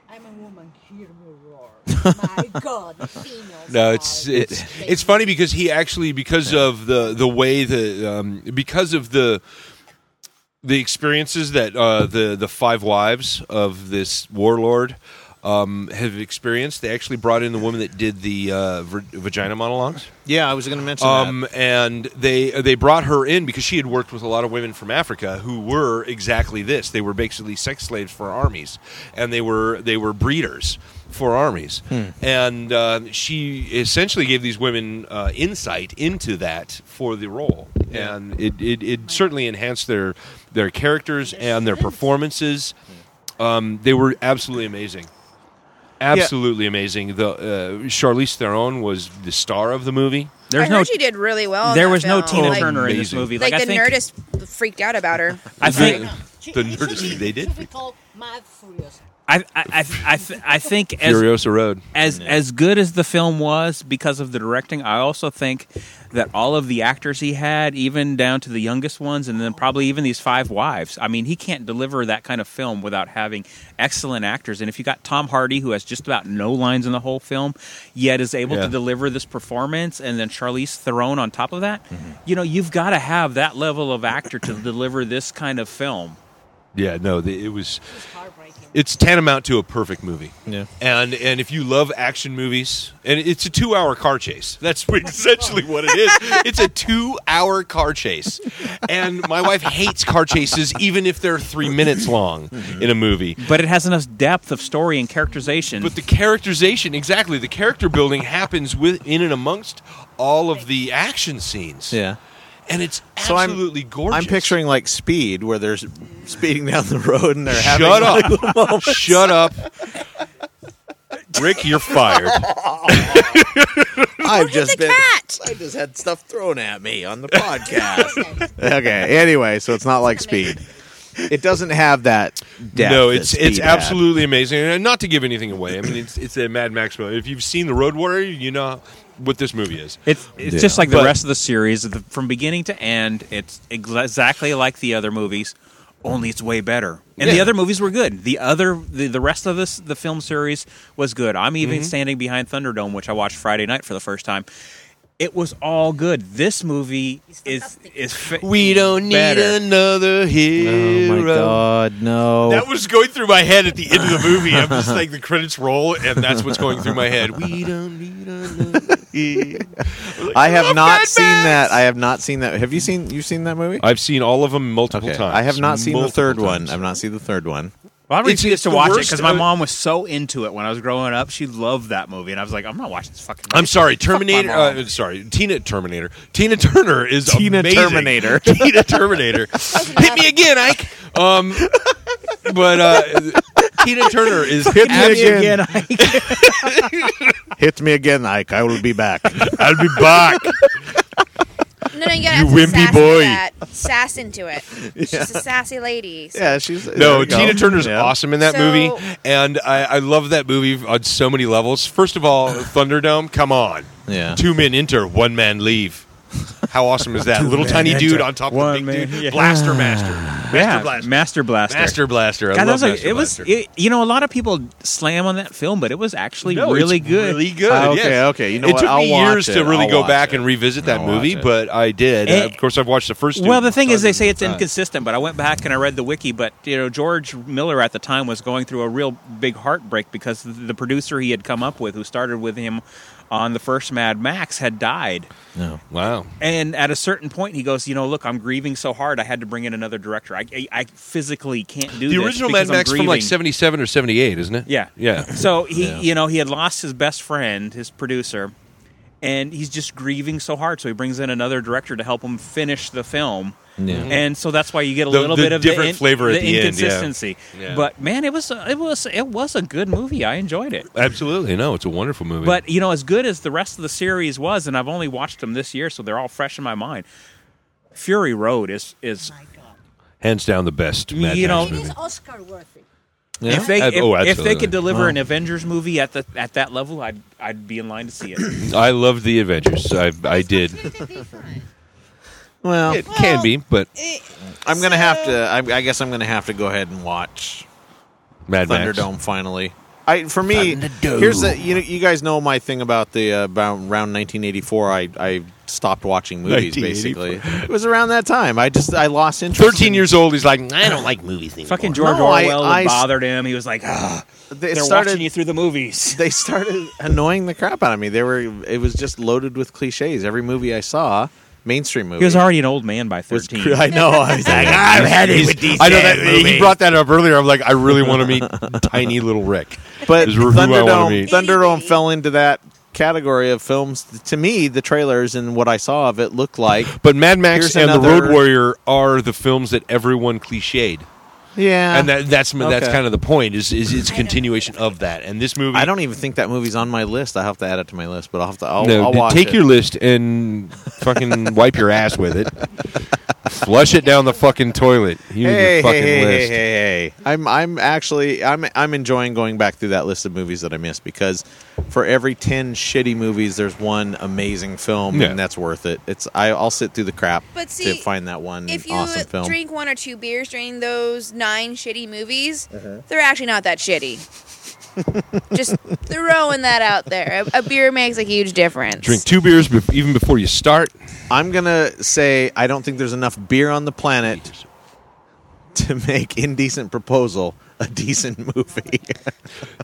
S6: I'm a woman, hear me roar. My God, females.
S1: No,
S6: are
S1: it's it's
S6: just
S1: it's funny because he actually because of the the way the um, because of the the experiences that uh, the the five wives of this warlord um, have experienced. They actually brought in the woman that did the uh, vir- vagina monologues.
S2: Yeah, I was going to mention
S1: Um,
S2: that.
S1: and they uh, they brought her in because she had worked with a lot of women from Africa who were exactly this. They were basically sex slaves for armies, and they were they were breeders for armies.
S2: Hmm.
S1: And uh, she essentially gave these women uh, insight into that for the role, and it, it, it certainly enhanced their their characters and their performances. Um, they were absolutely amazing. Absolutely amazing. The uh, Charlize Theron was the star of the movie.
S4: I
S5: There's
S4: heard
S5: no,
S4: she did really well. in
S5: there
S4: that
S5: was no
S4: film.
S5: Tina
S4: like,
S5: Turner in this
S1: Amazing.
S5: movie.
S4: Like,
S5: I
S4: the
S5: think,
S4: Nerdist freaked out about her.
S5: I think,
S6: Should-
S1: The
S6: should
S1: Nerdist,
S6: we-
S1: they did.
S6: Should we call Mad Furious?
S5: I, I, I, I, th- I think as
S1: Furiosa Road.
S5: as as good as the film was because of the directing, I also think that all of the actors he had, even down to the youngest ones, and then probably even these five wives. I mean, he can't deliver that kind of film without having excellent actors. And if you got Tom Hardy, who has just about no lines in the whole film, yet is able
S1: Yeah.
S5: to deliver this performance, and then Charlize Theron on top of that,
S1: Mm-hmm.
S5: you know, you've got to have that level of actor to deliver this kind of film.
S1: Yeah, no, the, it was.
S6: It's heartbreaking.
S1: It's tantamount to a perfect movie.
S2: Yeah.
S1: And and if you love action movies, and it's a two-hour car chase. That's what- essentially what it is. It's a two-hour car chase, and my wife hates car chases, even if they're three minutes long
S2: Mm-hmm.
S1: in a movie.
S5: But it has enough depth of story and characterization.
S1: But the characterization, exactly, the character building happens within and amongst all of the action scenes.
S2: yeah.
S1: and it's
S2: So I'm-
S1: absolutely gorgeous.
S2: I'm picturing like speed where they're s- speeding down the road and they're having
S1: Shut
S2: like,
S1: up! Shut up! Rick, you're fired.
S2: I've
S4: Look
S2: just
S4: at the
S2: been
S4: cat.
S2: I just had stuff thrown at me on the podcast. okay. Anyway, so it's not like speed. It doesn't have that depth.
S1: no,
S2: that
S1: it's it's
S2: Speed had.
S1: absolutely amazing, and not to give anything away. I mean, it's it's a Mad Max movie. If you've seen The Road Warrior, you know what this movie is.
S5: It's it's
S2: Yeah.
S5: just like the
S1: But-
S5: rest of the series, the, from beginning to end. It's exa- exactly like the other movies, only it's way better. And the
S1: Yeah.
S5: other movies were good. The other the, the rest of this the film series was good. I'm even
S1: Mm-hmm.
S5: standing behind Thunderdome, which I watched Friday night for the first time. It was all good. This movie is is fa- better.
S1: another
S2: Oh
S1: hero.
S2: my god, no.
S1: That was going through my head at the end of the movie. I'm just like the credits roll, and that's what's going through my head. We don't need another. hero.
S2: I have
S1: love
S2: not
S1: Mad
S2: seen
S1: Max!
S2: that. I have not seen that. Have you seen you've seen that movie?
S1: I've seen all of them multiple
S2: okay.
S1: times.
S2: I have not seen the
S1: Multiple
S2: third one.
S1: times.
S2: I've not seen the thd one.
S5: Well, I
S1: It's-
S5: refused
S1: it's
S5: to
S1: the
S5: watch it
S1: worst
S5: because my
S1: of-
S5: mom was so into it when I was growing up. She loved that movie, and I was like, I'm not watching this fucking.
S1: I'm
S5: movie.
S1: sorry, Terminator. Uh, sorry, Tina Terminator. Tina Turner is
S2: Tina
S1: amazing.
S2: Terminator.
S1: Tina Terminator. Hit me again, Ike. Um, but uh, Tina Turner is
S2: Hit me
S1: absolutely-
S2: again. Hit me again, Ike. I will be back.
S1: I'll be back.
S4: No, no, you gotta
S1: You
S4: add some
S1: wimpy
S4: sass
S1: boy.
S4: To that. Sass into it. She's a sassy lady. So
S2: yeah, she's there
S1: No,
S2: you go.
S1: Tina Turner's
S2: Yeah.
S1: awesome in that
S4: So-
S1: movie, and I, I love that movie on so many levels. First of all, Thunderdome. Come on,
S2: Yeah.
S1: two men enter, one man leave. How awesome is that? Little tiny dude on top
S5: One
S1: of the big
S5: man-
S1: dude,
S5: yeah.
S1: Blaster Master, Master
S5: Yeah,
S1: Blaster,
S5: Master Blaster.
S1: Master Blaster. I
S5: God, that
S1: love
S5: was like,
S1: Master
S5: it was.
S1: Blaster.
S5: It, you know, a lot of people slam on that film, but it was actually
S1: No, it's
S5: really good.
S1: Really good.
S2: Ah, okay,
S1: yes.
S2: okay. You know
S1: it
S2: what?
S1: took
S2: I'll
S1: me
S2: watch
S1: years to
S2: it.
S1: really
S2: I'll
S1: go
S2: watch
S1: back
S2: it.
S1: and revisit that
S2: I'll
S1: movie,
S2: watch it.
S1: but I did.
S5: Eh.
S1: of course, I've watched the first. two
S5: well, the thing is, they say it's
S1: times.
S5: inconsistent, but I went back and I read the wiki. But you know, George Miller at the time was going through a real big heartbreak because the- the producer he had come up with, who started with him on the first Mad Max, had died.
S2: No.
S1: Wow.
S5: And at a certain point, he goes, "You know, look, I'm grieving so hard, I had to bring in another director. I, I, I physically can't do
S1: The
S5: this
S1: original Mad
S5: because I'm
S1: Max from like
S5: grieving."
S1: '77 or '78, isn't it?
S5: Yeah.
S1: Yeah.
S5: So he,
S2: Yeah.
S5: you know, he had lost his best friend, his producer, and he's just grieving so hard. So he brings in another director to help him finish the film.
S2: Yeah.
S5: And so that's why you get a
S1: The-
S5: little
S1: the
S5: bit of
S1: different
S5: the in-
S1: flavor at the end, yeah.
S5: inconsistency.
S1: Yeah.
S5: But man, it was a, it was it was a good movie. I enjoyed it.
S1: Absolutely. No, it's a wonderful movie.
S5: But you know, as good as the rest of the series was, and I've only watched them this year, so they're all fresh in my mind. Fury Road is is
S1: hands down the best Mad
S5: You
S1: Max
S5: know-
S6: It
S1: movie.
S6: is Oscar worthy.
S5: if they
S1: Ab-
S5: if,
S1: oh,
S5: if they
S1: absolutely.
S5: could deliver an Avengers movie at the at that level, I'd I'd be in line to see it.
S1: I loved the Avengers. I I did.
S2: Well,
S1: It can be, but
S2: I'm gonna have to. I, I guess I'm gonna have to go ahead and watch
S1: Mad Max.
S2: Thunderdome finally. I for me, here's the you know you guys know my thing about the uh, about around 1984. I I stopped watching movies basically. It was around that time. I just I lost interest.
S1: Thirteen years old. He's like,
S9: I don't like movies anymore.
S5: Fucking George
S2: No, I-
S5: Orwell
S2: I
S5: had
S2: s-
S5: bothered him. He was like, ah,
S2: in, they
S5: they're
S2: started
S5: watching you through the movies.
S2: they started annoying the crap out of me. They were it was just loaded with cliches. Every movie I saw, mainstream movie.
S5: He was already an old man by
S2: was
S5: 13.
S2: cr- I know. I was like,
S9: I'm headed with these
S1: I know that
S9: movies.
S1: he brought that up earlier. I'm like, I really want to meet tiny little Rick.
S2: But
S1: Is who I wanna
S2: Thunderdome,
S1: meet.
S2: Thunderdome fell into that category of films. To me, the trailers and what I saw of it looked like,
S1: But Mad Max
S2: Here's
S1: and the Road
S2: another-
S1: Warrior are the films that everyone cliched.
S2: yeah.
S1: and that, that's that's
S2: Okay.
S1: kind of the point is is it's a continuation of that. And this movie,
S2: I don't even think that movie's on my list. I will have to add it to my list, but I'll have to. I'll,
S1: No,
S2: I'll
S1: d-
S2: watch
S1: take
S2: it.
S1: your list and fucking wipe your ass with it. Flush it down the fucking toilet. You and your
S2: Hey, hey,
S1: fucking
S2: hey, hey,
S1: list.
S2: hey, hey! I'm, I'm actually, I'm, I'm enjoying going back through that list of movies that I missed because for every ten shitty movies, there's one amazing film,
S1: Yeah.
S2: and that's worth it. It's, I, I'll sit through the crap
S4: But see,
S2: to find that one
S4: if you
S2: awesome film.
S4: drink one or two beers during those nine shitty movies,
S2: Uh-huh.
S4: they're actually not that shitty. Just throwing that out there. A, a beer makes a huge difference.
S1: Drink two beers bef- even before you start.
S2: I'm gonna say I don't think there's enough beer on the planet to make indecent proposal a decent movie.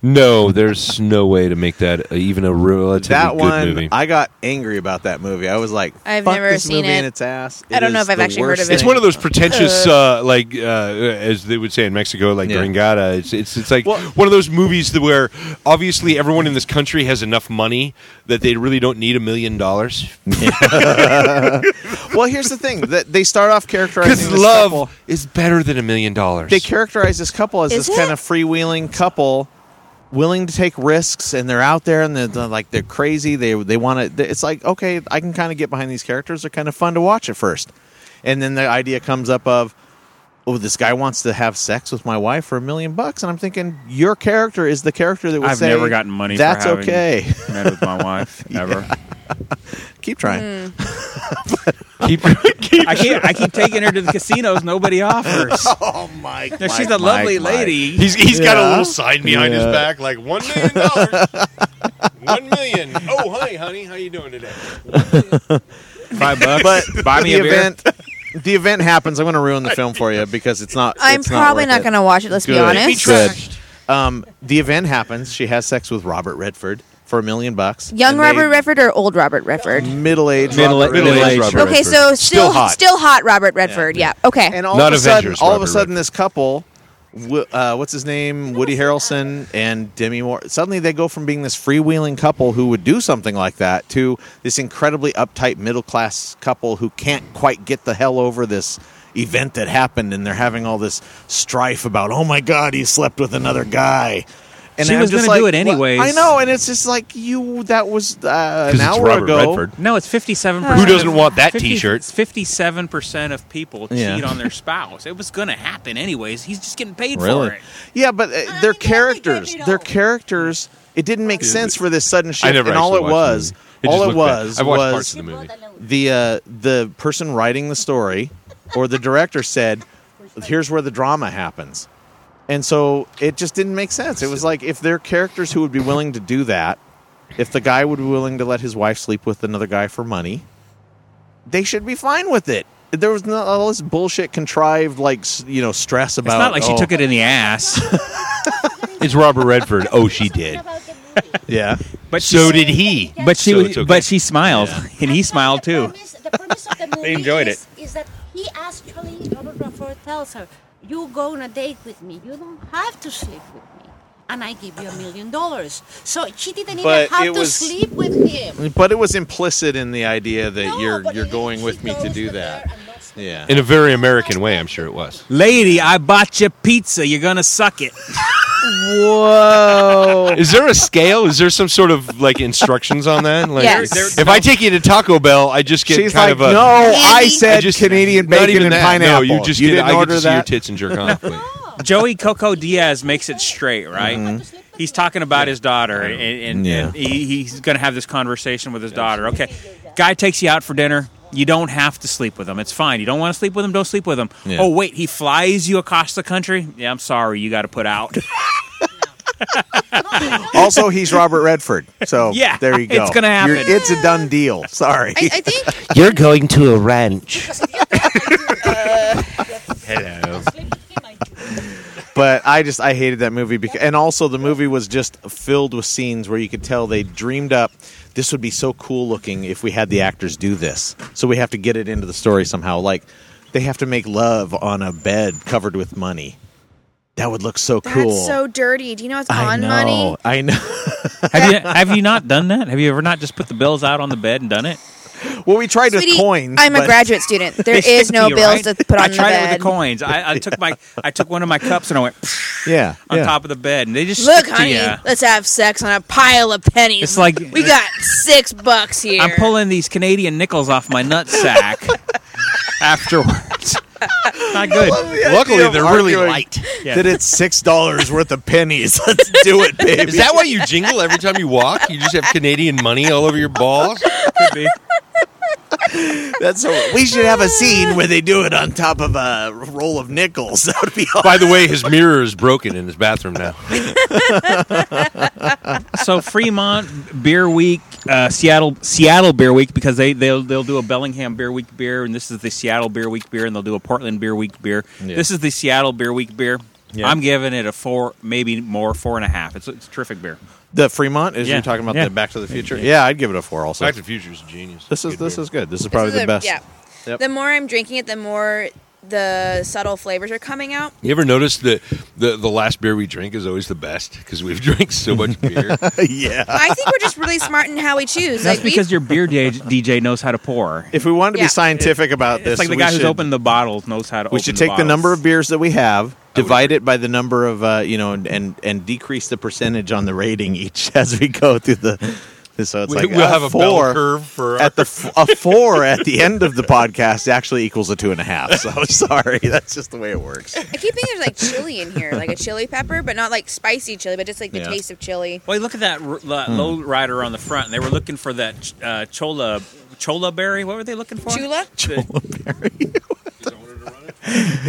S1: No, there's no way to make that uh, even a relatively
S2: that
S1: good
S2: one,
S1: movie.
S2: I got angry about that movie. I was like,
S4: I've
S2: "Fuck
S4: never
S2: this
S4: seen
S2: movie
S4: it.
S2: in its ass."
S4: I don't know if I've actually heard of it.
S1: it's one of those pretentious, uh, like uh, as they would say in Mexico, like
S2: Yeah.
S1: Gringada. It's it's it's like
S2: Well-
S1: one of those movies that where obviously everyone in this country has enough money that they really don't need a million dollars
S2: well, here's the thing: that they start off characterizing
S1: because
S2: this
S1: love
S2: couple-
S1: is better than a million dollars.
S2: They characterize this couple as
S4: Is
S2: this kind
S4: it?
S2: of freewheeling couple, willing to take risks, and they're out there and they're, they're like they're crazy. They they want to. It's like okay, I can kind of get behind these characters. They're kind of fun to watch at first, and then the idea comes up of. Oh, this guy wants to have sex with my wife for a million bucks, and I'm thinking your character is the character that would
S5: I've
S2: say
S5: never gotten money.
S2: That's
S5: for having
S2: okay.
S5: Met with my wife ever.
S2: Keep trying.
S4: Mm.
S1: keep
S5: I keep I keep taking her to the casinos. Nobody offers.
S2: Oh my!
S5: Now,
S2: my-
S5: she's a
S2: my-
S5: lovely
S2: my.
S5: lady.
S1: He's he's got a
S2: Yeah.
S1: little sign behind his
S2: Yeah.
S1: back, like one million dollars. One million. Oh, hi, honey. How you doing today?
S5: Five bucks.
S2: But
S5: buy me
S2: the
S5: a beer.
S2: event, the event happens. I'm going to ruin the film for you because it's not.
S4: I'm
S2: it's
S4: probably
S2: worth
S4: not
S2: it.
S4: going to watch it. Let's be
S2: Good.
S4: honest.
S2: Good. Um, the event happens. She has sex with Robert Redford for a million bucks.
S4: Young
S2: And
S4: Robert
S2: they-
S4: Redford or old Robert Redford?
S2: Middle-aged
S5: Middle-
S2: Robert Redford.
S1: middle-aged
S2: Middle-aged
S1: Robert
S4: Okay,
S1: Redford.
S4: so still
S2: Still
S4: still
S2: hot.
S4: hot, Robert Redford. Yeah. Okay.
S2: And uh, all
S1: Not
S2: of a sudden,
S1: Avengers
S2: all of a
S1: Robert
S2: sudden,
S1: Redford.
S2: this couple, Wi- uh, what's his name, Woody Harrelson and Demi Moore, suddenly they go from being this freewheeling couple who would do something like that to this incredibly uptight middle class couple who can't quite get the hell over this event that happened, and they're having all this strife about, oh my god, he slept with another guy. And
S5: She
S2: I'm
S5: was
S2: just
S5: gonna do
S2: like,
S5: it
S2: "What?"
S5: anyways.
S2: I know, and it's just like you. That was uh, an
S1: it's
S2: hour
S1: Robert
S2: ago.
S1: Redford.
S5: No, it's fifty-seven.
S1: Who doesn't want that T-shirt?
S5: Fifty-seven percent of people cheat
S2: Yeah.
S5: on their spouse. It was going to happen anyways. He's just getting paid for it.
S2: Yeah, but uh,
S6: mean,
S2: their
S6: they
S2: characters,
S6: did it
S2: their
S6: all.
S2: characters, it didn't make sense for this sudden shift.
S1: I never
S2: and all it
S1: actually
S2: was,
S1: watched the movie. It just
S2: all it
S1: looked bad.
S2: was,
S1: I've watched parts
S2: was
S1: of the movie.
S2: the uh, the person writing the story or the director said, "Here's where the drama happens," and so it just didn't make sense. It was like if there are characters who would be willing to do that, if the guy would be willing to let his wife sleep with another guy for money, they should be fine with it. There was not all this bullshit contrived, like s- you know, stress
S5: It's
S2: about.
S5: not like she
S2: oh,
S5: took it in the ass,
S1: It's Robert Redford. Oh, she did.
S2: Yeah,
S5: but she,
S1: So did he.
S5: but she
S1: So
S5: was-
S1: it's okay.
S5: but she smiled and he smiled too.
S6: they
S5: enjoyed
S6: is, Is that he actually Robert Redford tells her, "You go on a date with me. You don't have to sleep with me, and I give you a million dollars." So she didn't
S2: But
S6: even have
S2: it
S6: to
S2: was-
S6: sleep with him.
S2: But it was implicit in the idea that
S6: No,
S2: you're
S6: but
S2: you're
S6: she
S2: going with me to
S6: goes
S2: do
S6: there
S2: that.
S6: and that's-
S2: Yeah.
S1: In a very American way, I'm sure it was.
S5: Lady, I bought you pizza. You're gonna suck it.
S2: Whoa.
S1: Is there a scale? Is there some sort of like instructions on that? Like,
S4: Yes. There-
S1: If I take you to Taco Bell, I just get
S2: She's
S1: kind
S2: like,
S1: of a
S2: no, I
S4: Andy?
S2: said
S1: I just-
S2: Canadian
S1: not
S2: bacon
S1: even
S2: and
S1: that.
S2: pineapple.
S1: No, you just
S2: you
S1: get,
S2: didn't
S1: I get
S2: order
S1: to see your
S2: that.
S1: tits and jerk off. Like,
S5: Joey Coco Diaz makes it straight, right?
S2: Mm-hmm.
S1: Mm-hmm.
S5: He's talking about his daughter, and, and,
S2: Yeah.
S5: and he, he's going to have this conversation with his daughter. Okay, guy takes you out for dinner. You don't have to sleep with him. It's fine. You don't want to sleep with him. Don't sleep with him.
S2: Yeah.
S5: Oh wait, he flies you across the country. Yeah, I'm sorry, you got to put out.
S2: also, he's Robert Redford. So
S5: Yeah,
S2: there you go.
S5: it's gonna happen.
S2: You're- it's a done deal. Sorry.
S4: I, I think
S9: You're going to a ranch.
S1: Hello.
S2: but I just I hated that movie because and also the movie was just filled with scenes where you could tell they dreamed up this would be so cool looking if we had the actors do this. So we have to get it into the story somehow like they have to make love on a bed covered with money. That would look so
S4: that's
S2: cool.
S4: so dirty. Do you know it's
S2: I
S4: on
S2: know.
S4: money?
S2: I know.
S5: have you have you not done that? Have you ever not just put the bills out on the bed and done it?
S2: Well, we tried
S4: Sweetie,
S2: with coins.
S4: I'm a
S2: but-
S4: graduate student. There
S5: They
S4: is
S5: should
S4: no
S5: be,
S4: bills
S5: right?
S4: to put on
S5: I
S4: the
S5: tried it
S4: bed.
S5: with the coins. I, I took my I took one of my cups and I went
S2: Yeah.
S5: on
S2: yeah.
S5: top of the bed, and they just
S4: Look,
S5: stick to
S4: honey,
S5: ya.
S4: let's have sex on a pile of pennies.
S5: It's like-
S4: we got six bucks here.
S5: I'm pulling these Canadian nickels off my nutsack afterwards. Not good.
S1: Luckily, they're really
S2: arguing-
S1: light.
S5: Yeah.
S2: That it's six dollars worth of pennies. Let's do it, baby.
S1: Is that why you jingle every time you walk? You just have Canadian money all over your balls?
S5: Could be.
S2: That's so. We should have a scene where they do it on top of a roll of nickels. That would be awesome.
S1: By the way, his mirror is broken in his bathroom now.
S5: So Fremont Beer Week, uh, Seattle Seattle Beer Week because they they'll they'll do a Bellingham Beer Week beer, and this is the Seattle Beer Week beer, and they'll do a Portland Beer Week beer.
S2: Yeah.
S5: This is the Seattle Beer Week beer.
S2: Yeah.
S5: I'm giving it a four, maybe more, four and a half. It's, it's a terrific beer.
S2: The Fremont is
S5: Yeah.
S2: you're talking about
S5: Yeah.
S2: the Back to the Future. Yeah, I'd give it a four. Also,
S1: Back to the Future is genius.
S2: this is
S1: Good
S2: this
S1: beer.
S2: is good. This is probably
S4: This is
S2: the
S4: a-
S2: best.
S4: Yeah.
S2: Yep.
S4: The more I'm drinking it, the more the subtle flavors are coming out.
S1: You ever notice that the the last beer we drink is always the best because we've drank so much beer.
S2: yeah.
S4: I think we're just really smart in how we choose.
S5: That's
S4: like we-
S5: because your beer DJ knows how to pour.
S2: If we wanted to
S4: Yeah.
S2: be scientific about this,
S5: It's like the
S2: we
S5: guy
S2: should,
S5: who's opened the bottles knows how to.
S2: We
S5: open
S2: should take the,
S5: bottles.
S2: number of beers that we have, divide it by the number of uh, you know, and, and and decrease the percentage on the rating each as we go through the. So it's
S1: we,
S2: like
S1: will
S2: uh,
S1: have a
S2: four
S1: bell curve for
S2: at the f- a four at the end of the podcast actually equals a two and a half. So I'm sorry, that's just the way it works.
S4: I keep thinking there's like chili in here, like a chili pepper, but not like spicy chili, but just like the
S2: Yeah.
S4: taste of chili.
S5: Well, you look at that r- that low rider on the front. And they were looking for that uh, chola chola berry. What were they looking for?
S4: Chula,
S5: The-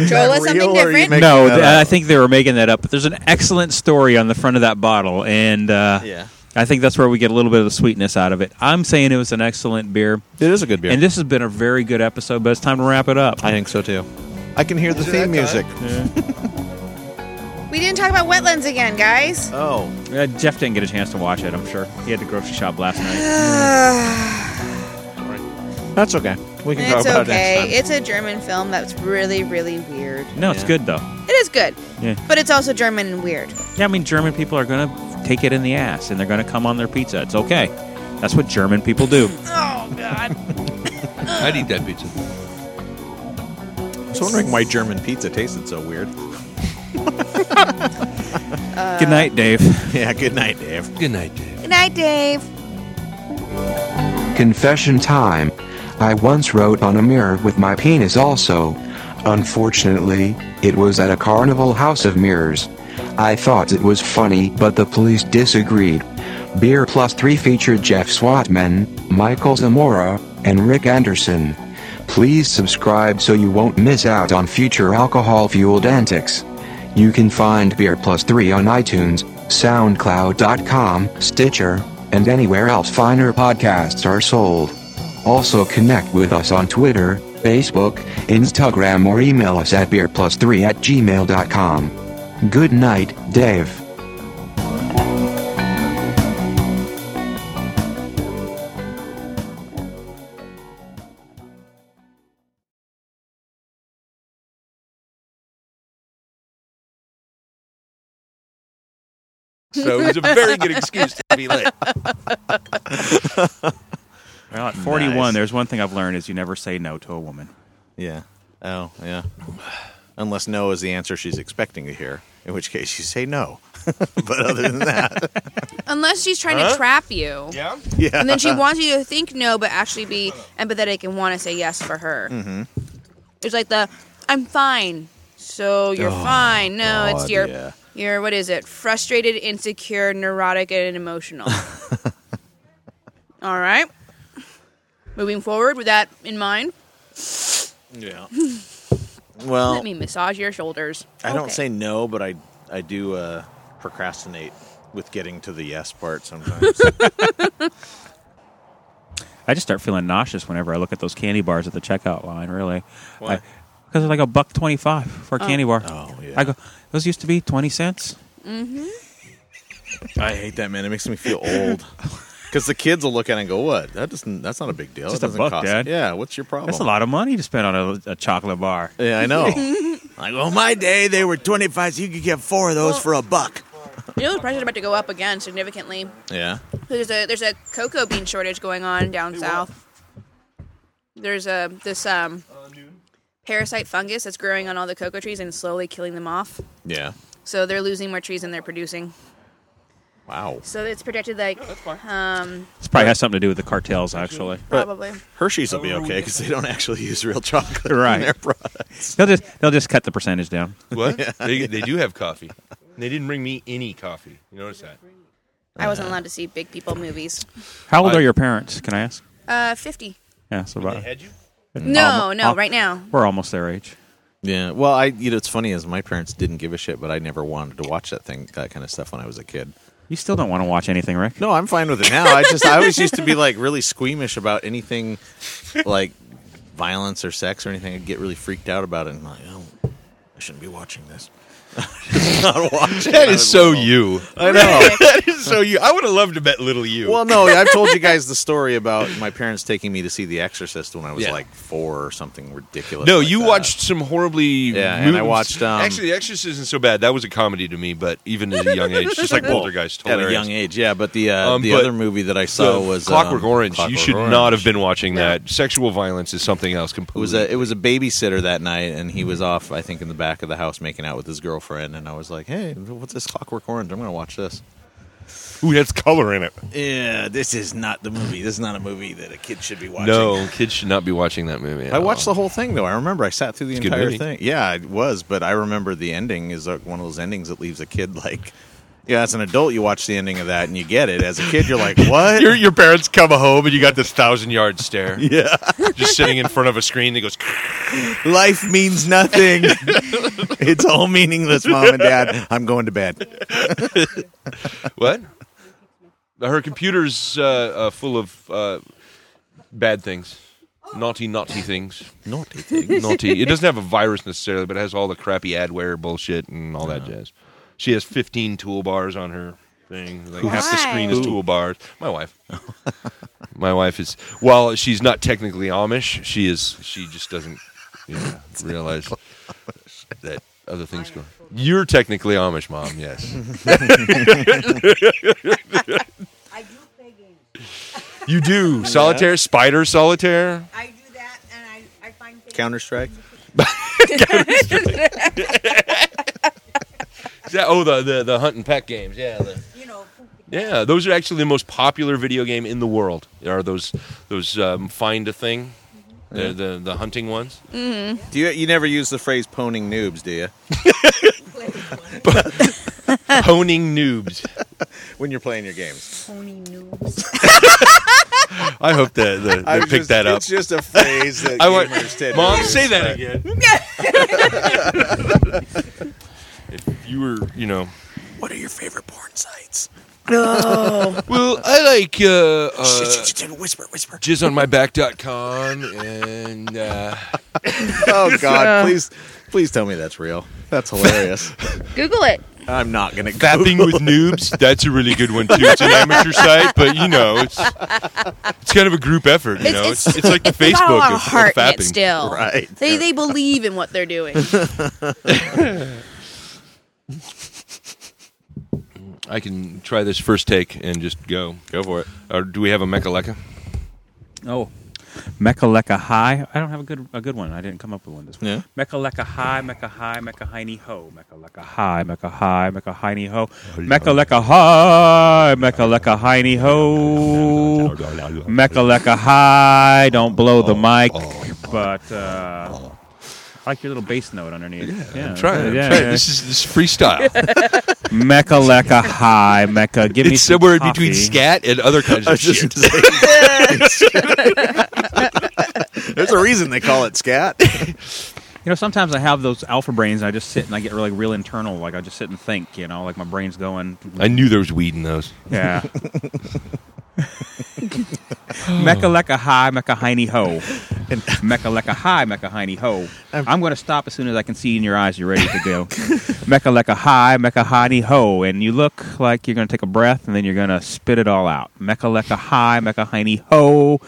S4: chola, something
S2: real or you
S4: different.
S2: make-
S5: no,
S2: that
S5: th-
S2: up.
S5: I think they were making that up. But there's an excellent story on the front of that bottle, and uh,
S2: Yeah,
S5: I think that's where we get a little bit of the sweetness out of it. I'm saying it was an excellent beer,
S2: it is a good beer.
S5: and this has been a very good episode. But it's time to wrap it up.
S2: I think so too. I can hear the
S1: Is it that
S2: theme music.
S4: we didn't talk about wetlands again, guys.
S2: Oh,
S5: Uh, Jeff didn't get a chance to watch it. I'm sure he had the grocery shop last night.
S2: that's okay. We can
S4: it's
S2: talk about it
S4: okay.
S2: next time.
S4: It's a German film that's really, really weird.
S5: No, it's
S2: Yeah.
S5: good though.
S4: It is good,
S5: Yeah.
S4: but it's also German and weird.
S5: Yeah, I mean, German people are going to take it in the ass and they're going to come on their pizza. It's okay. That's what German people do.
S4: Oh God!
S1: I'd eat that pizza.
S2: I was wondering why German pizza tasted so weird.
S5: Good night, Dave.
S2: Yeah. Good night, Dave.
S1: Good night, Dave.
S4: Good night, Dave.
S8: Confession time. I once wrote on a mirror with my penis also. Unfortunately, it was at a carnival house of mirrors. I thought it was funny, but the police disagreed. Beer Plus 3 featured Jeff Swatman, Michael Zamora, and Rick Anderson. Please subscribe so you won't miss out on future alcohol fueled antics. You can find Beer Plus 3 on iTunes, SoundCloud.com, Stitcher, and anywhere else finer podcasts are sold. Also connect with us on Twitter, Facebook, Instagram, or email us at beerplus3 at gmail.com. Good night, Dave.
S1: So it was a very good excuse to be late.
S5: Well, at 41,
S2: Nice.
S5: there's one thing I've learned is you never say no to a woman.
S2: Yeah. Oh, yeah. Unless no is the answer she's expecting to hear, in which case you say no. but other than that,
S4: Unless she's trying to trap you.
S1: Yeah.
S2: yeah.
S4: And then she wants you to think no, but actually be empathetic and want to say yes for her. Mm-hmm. It's like the I'm fine, so you're fine. No, it's
S2: Oh, God,
S4: your
S2: yeah.
S4: your what is it? Frustrated, insecure, neurotic, and emotional. All right. Moving forward with that in mind,
S2: Yeah. well,
S4: let me massage your shoulders.
S2: I don't
S4: Okay.
S2: say no, but I I do uh, procrastinate with getting to the yes part sometimes.
S5: I just start feeling nauseous whenever I look at those candy bars at the checkout line, really.
S2: Why?
S5: Because they're like a buck 25 for a candy bar.
S2: oh yeah.
S5: I go, those used to be 20 cents.
S2: I hate that man. It makes me feel old. Because the kids will look at it and go, "What? That doesn't. That's not a big deal.
S5: Just
S2: it
S5: a
S2: doesn't
S5: buck,
S2: cost.
S5: Dad.
S2: Yeah. What's your problem?
S5: That's a lot of money to spend on a, a chocolate bar.
S2: Yeah, I know. like, well, my day they were twenty five. So you could get four of those
S4: Well-
S2: for a buck.
S4: You know the price is about to go up again significantly.
S2: Yeah.
S4: There's a there's a cocoa bean shortage going on down south. There's a this um parasite fungus that's growing on all the cocoa trees and slowly killing them off.
S2: Yeah.
S4: So they're losing more trees than they're producing.
S2: Wow.
S4: So it's projected like um
S5: This probably has something to do with the cartels, actually.
S4: probably.
S2: Hershey's will be okay because they don't actually use real chocolate in
S5: Right.
S2: their product.
S5: They'll just they'll just cut the percentage down.
S1: What? They, they do have coffee. They didn't bring me any coffee. You notice that?
S4: I
S1: Uh.
S4: wasn't allowed to see big people movies.
S5: How old
S1: I-
S5: are your parents? Can I ask?
S4: Uh, fifty.
S5: Yeah, so
S1: They
S5: about. Um, uh,
S1: had you?
S4: No,
S1: Um,
S4: no,
S5: I'll-
S1: uh,
S4: right now.
S5: We're almost their age.
S2: Yeah. Well, I you know it's funny is my parents didn't give a shit, but I never wanted to watch that thing that kind of stuff when I was a kid.
S5: You still don't want to watch anything, Rick?
S2: No, I'm fine with it now. I just I always used to be like really squeamish about anything like violence or sex or anything. I'd get really freaked out about it and like, oh, I shouldn't be watching this. not watching.
S1: That is so you.
S2: I know.
S1: That is so you. I would have loved to bet little you.
S2: Well, no, I've told you guys the story about my parents taking me to see The Exorcist when I was
S1: Yeah.
S2: like four or something ridiculous.
S1: no,
S2: like
S1: you
S2: that.
S1: watched some horribly.
S2: uh, Yeah, and I
S1: mutant-
S2: watched, um,
S1: Actually, The Exorcist isn't so bad. That was a comedy to me, but even at a young age, just like Poltergeist,
S2: at a
S1: hilarious.
S2: young age. Yeah, but the uh,
S1: Um,
S2: the
S1: but
S2: other movie that I saw
S1: So
S2: was
S1: Clockwork
S2: um,
S1: Orange. you
S2: Clockwork
S1: should
S2: Orange.
S1: not have been watching that. Sexual violence is something else
S2: It
S1: completely.
S2: was a it was a babysitter that night, and he was off. I think in the back of the house making out with his girlfriend, and I was like, "Hey, what's this Clockwork Orange? I'm going to watch this."
S1: Ooh, that's color in it.
S2: Yeah, this is not the movie. This is not a movie that a kid should be watching.
S1: No, kids should not be watching that movie. at
S2: I watched
S1: all.
S2: the whole thing though. I remember I sat through the
S1: It's a good
S2: entire
S1: movie.
S2: thing. Yeah, it was, but I remember the ending is like one of those endings that leaves a kid like, yeah. As an adult, you watch the ending of that and you get it. As a kid, you're like, what?
S1: Your, your parents come home and you got this thousand yard stare,
S2: yeah,
S1: just sitting in front of a screen that goes.
S2: life means nothing. it's all meaningless, mom and dad. I'm going to bed.
S1: What? Her computer's uh, uh, full of uh, bad things, naughty, naughty things.
S2: Naughty thing.
S1: naughty. It doesn't have a virus necessarily, but it has all the crappy adware bullshit and all that jazz. She has 15 toolbars on her thing. Like half the screen is toolbars. My wife. My wife is. While she's not technically Amish, she is. She just doesn't you know, realize that other things go. You're technically Amish, mom. Yes.
S10: I do play games.
S1: You do solitaire, spider solitaire.
S10: I do that, and I, I find things.
S2: Counter Strike.
S1: Is that- oh, the, the the hunt and peck games. Yeah. The,
S10: You know, poop
S1: Yeah, those are actually the most popular video game in the world. Are those those um, find a thing, the, the the hunting ones?
S2: Do you you never use the phrase "poning noobs"? Do you
S1: Honing noobs.
S2: when you're playing your games?
S10: pony news.
S1: I hope that the, they pick
S2: just,
S1: that up.
S2: It's just a phrase that
S1: I want-
S2: gamers tend to
S1: Mom,
S2: use.
S1: say that again. if you were, you know.
S2: What are your favorite porn sites?
S1: Well, I like uh, uh,
S2: whisper, whisper.
S1: jizzonmyback.com and uh,
S2: Oh God! Please, please tell me that's real. That's hilarious.
S4: Google it.
S2: I'm not gonna
S1: Fapping with Noobs. That's a really good one too. It's an amateur site, but you know, it's it's kind of a group effort. You
S4: It's-
S1: know,
S4: it's-
S1: it's, it's, like the
S4: They've got a
S1: Facebook
S4: lot
S1: of,
S4: of
S1: of
S4: heart in it
S1: fapping.
S4: still.
S2: Right.
S4: They they believe in what they're doing.
S1: I can try this first take and just go. Go for it. Or do we have a Mechaleka?
S5: Oh, Mechaleka High. I don't have a good a good one. I didn't come up with one this week.
S2: Yeah.
S5: Mechaleka High, Mecha High, Mecha Hiney Ho. Mechaleka High, Mecha High, Mecha Hiney Ho. Mechaleka High, Mechaleka Hiney Ho. Mechaleka High. Don't blow the mic, but. Uh, I like your little bass note underneath. Yeah, yeah
S1: I'm trying. I'm
S5: yeah,
S1: trying.
S5: yeah.
S1: This is this is freestyle.
S5: Mechaleka High, Mecha. Give me
S1: it's
S5: some
S1: somewhere
S5: coffee.
S1: between scat and other kinds of shit.
S2: There's a reason they call it scat.
S5: You know, sometimes I have those alpha brains and I just sit and I get really real internal. Like I just sit and think, you know, like my brain's going.
S1: I knew there was weed in those.
S5: Yeah. Mecca lecca hi, mecca hiney ho. Mecca lecca hi, mecca hiney ho. I'm going to stop as soon as I can see in your eyes you're ready to go. mecca lecca hi, mecca hiney ho. And you look like you're going to take a breath and then you're going to spit it all out. Mecca lecca hi, mecca hiney ho.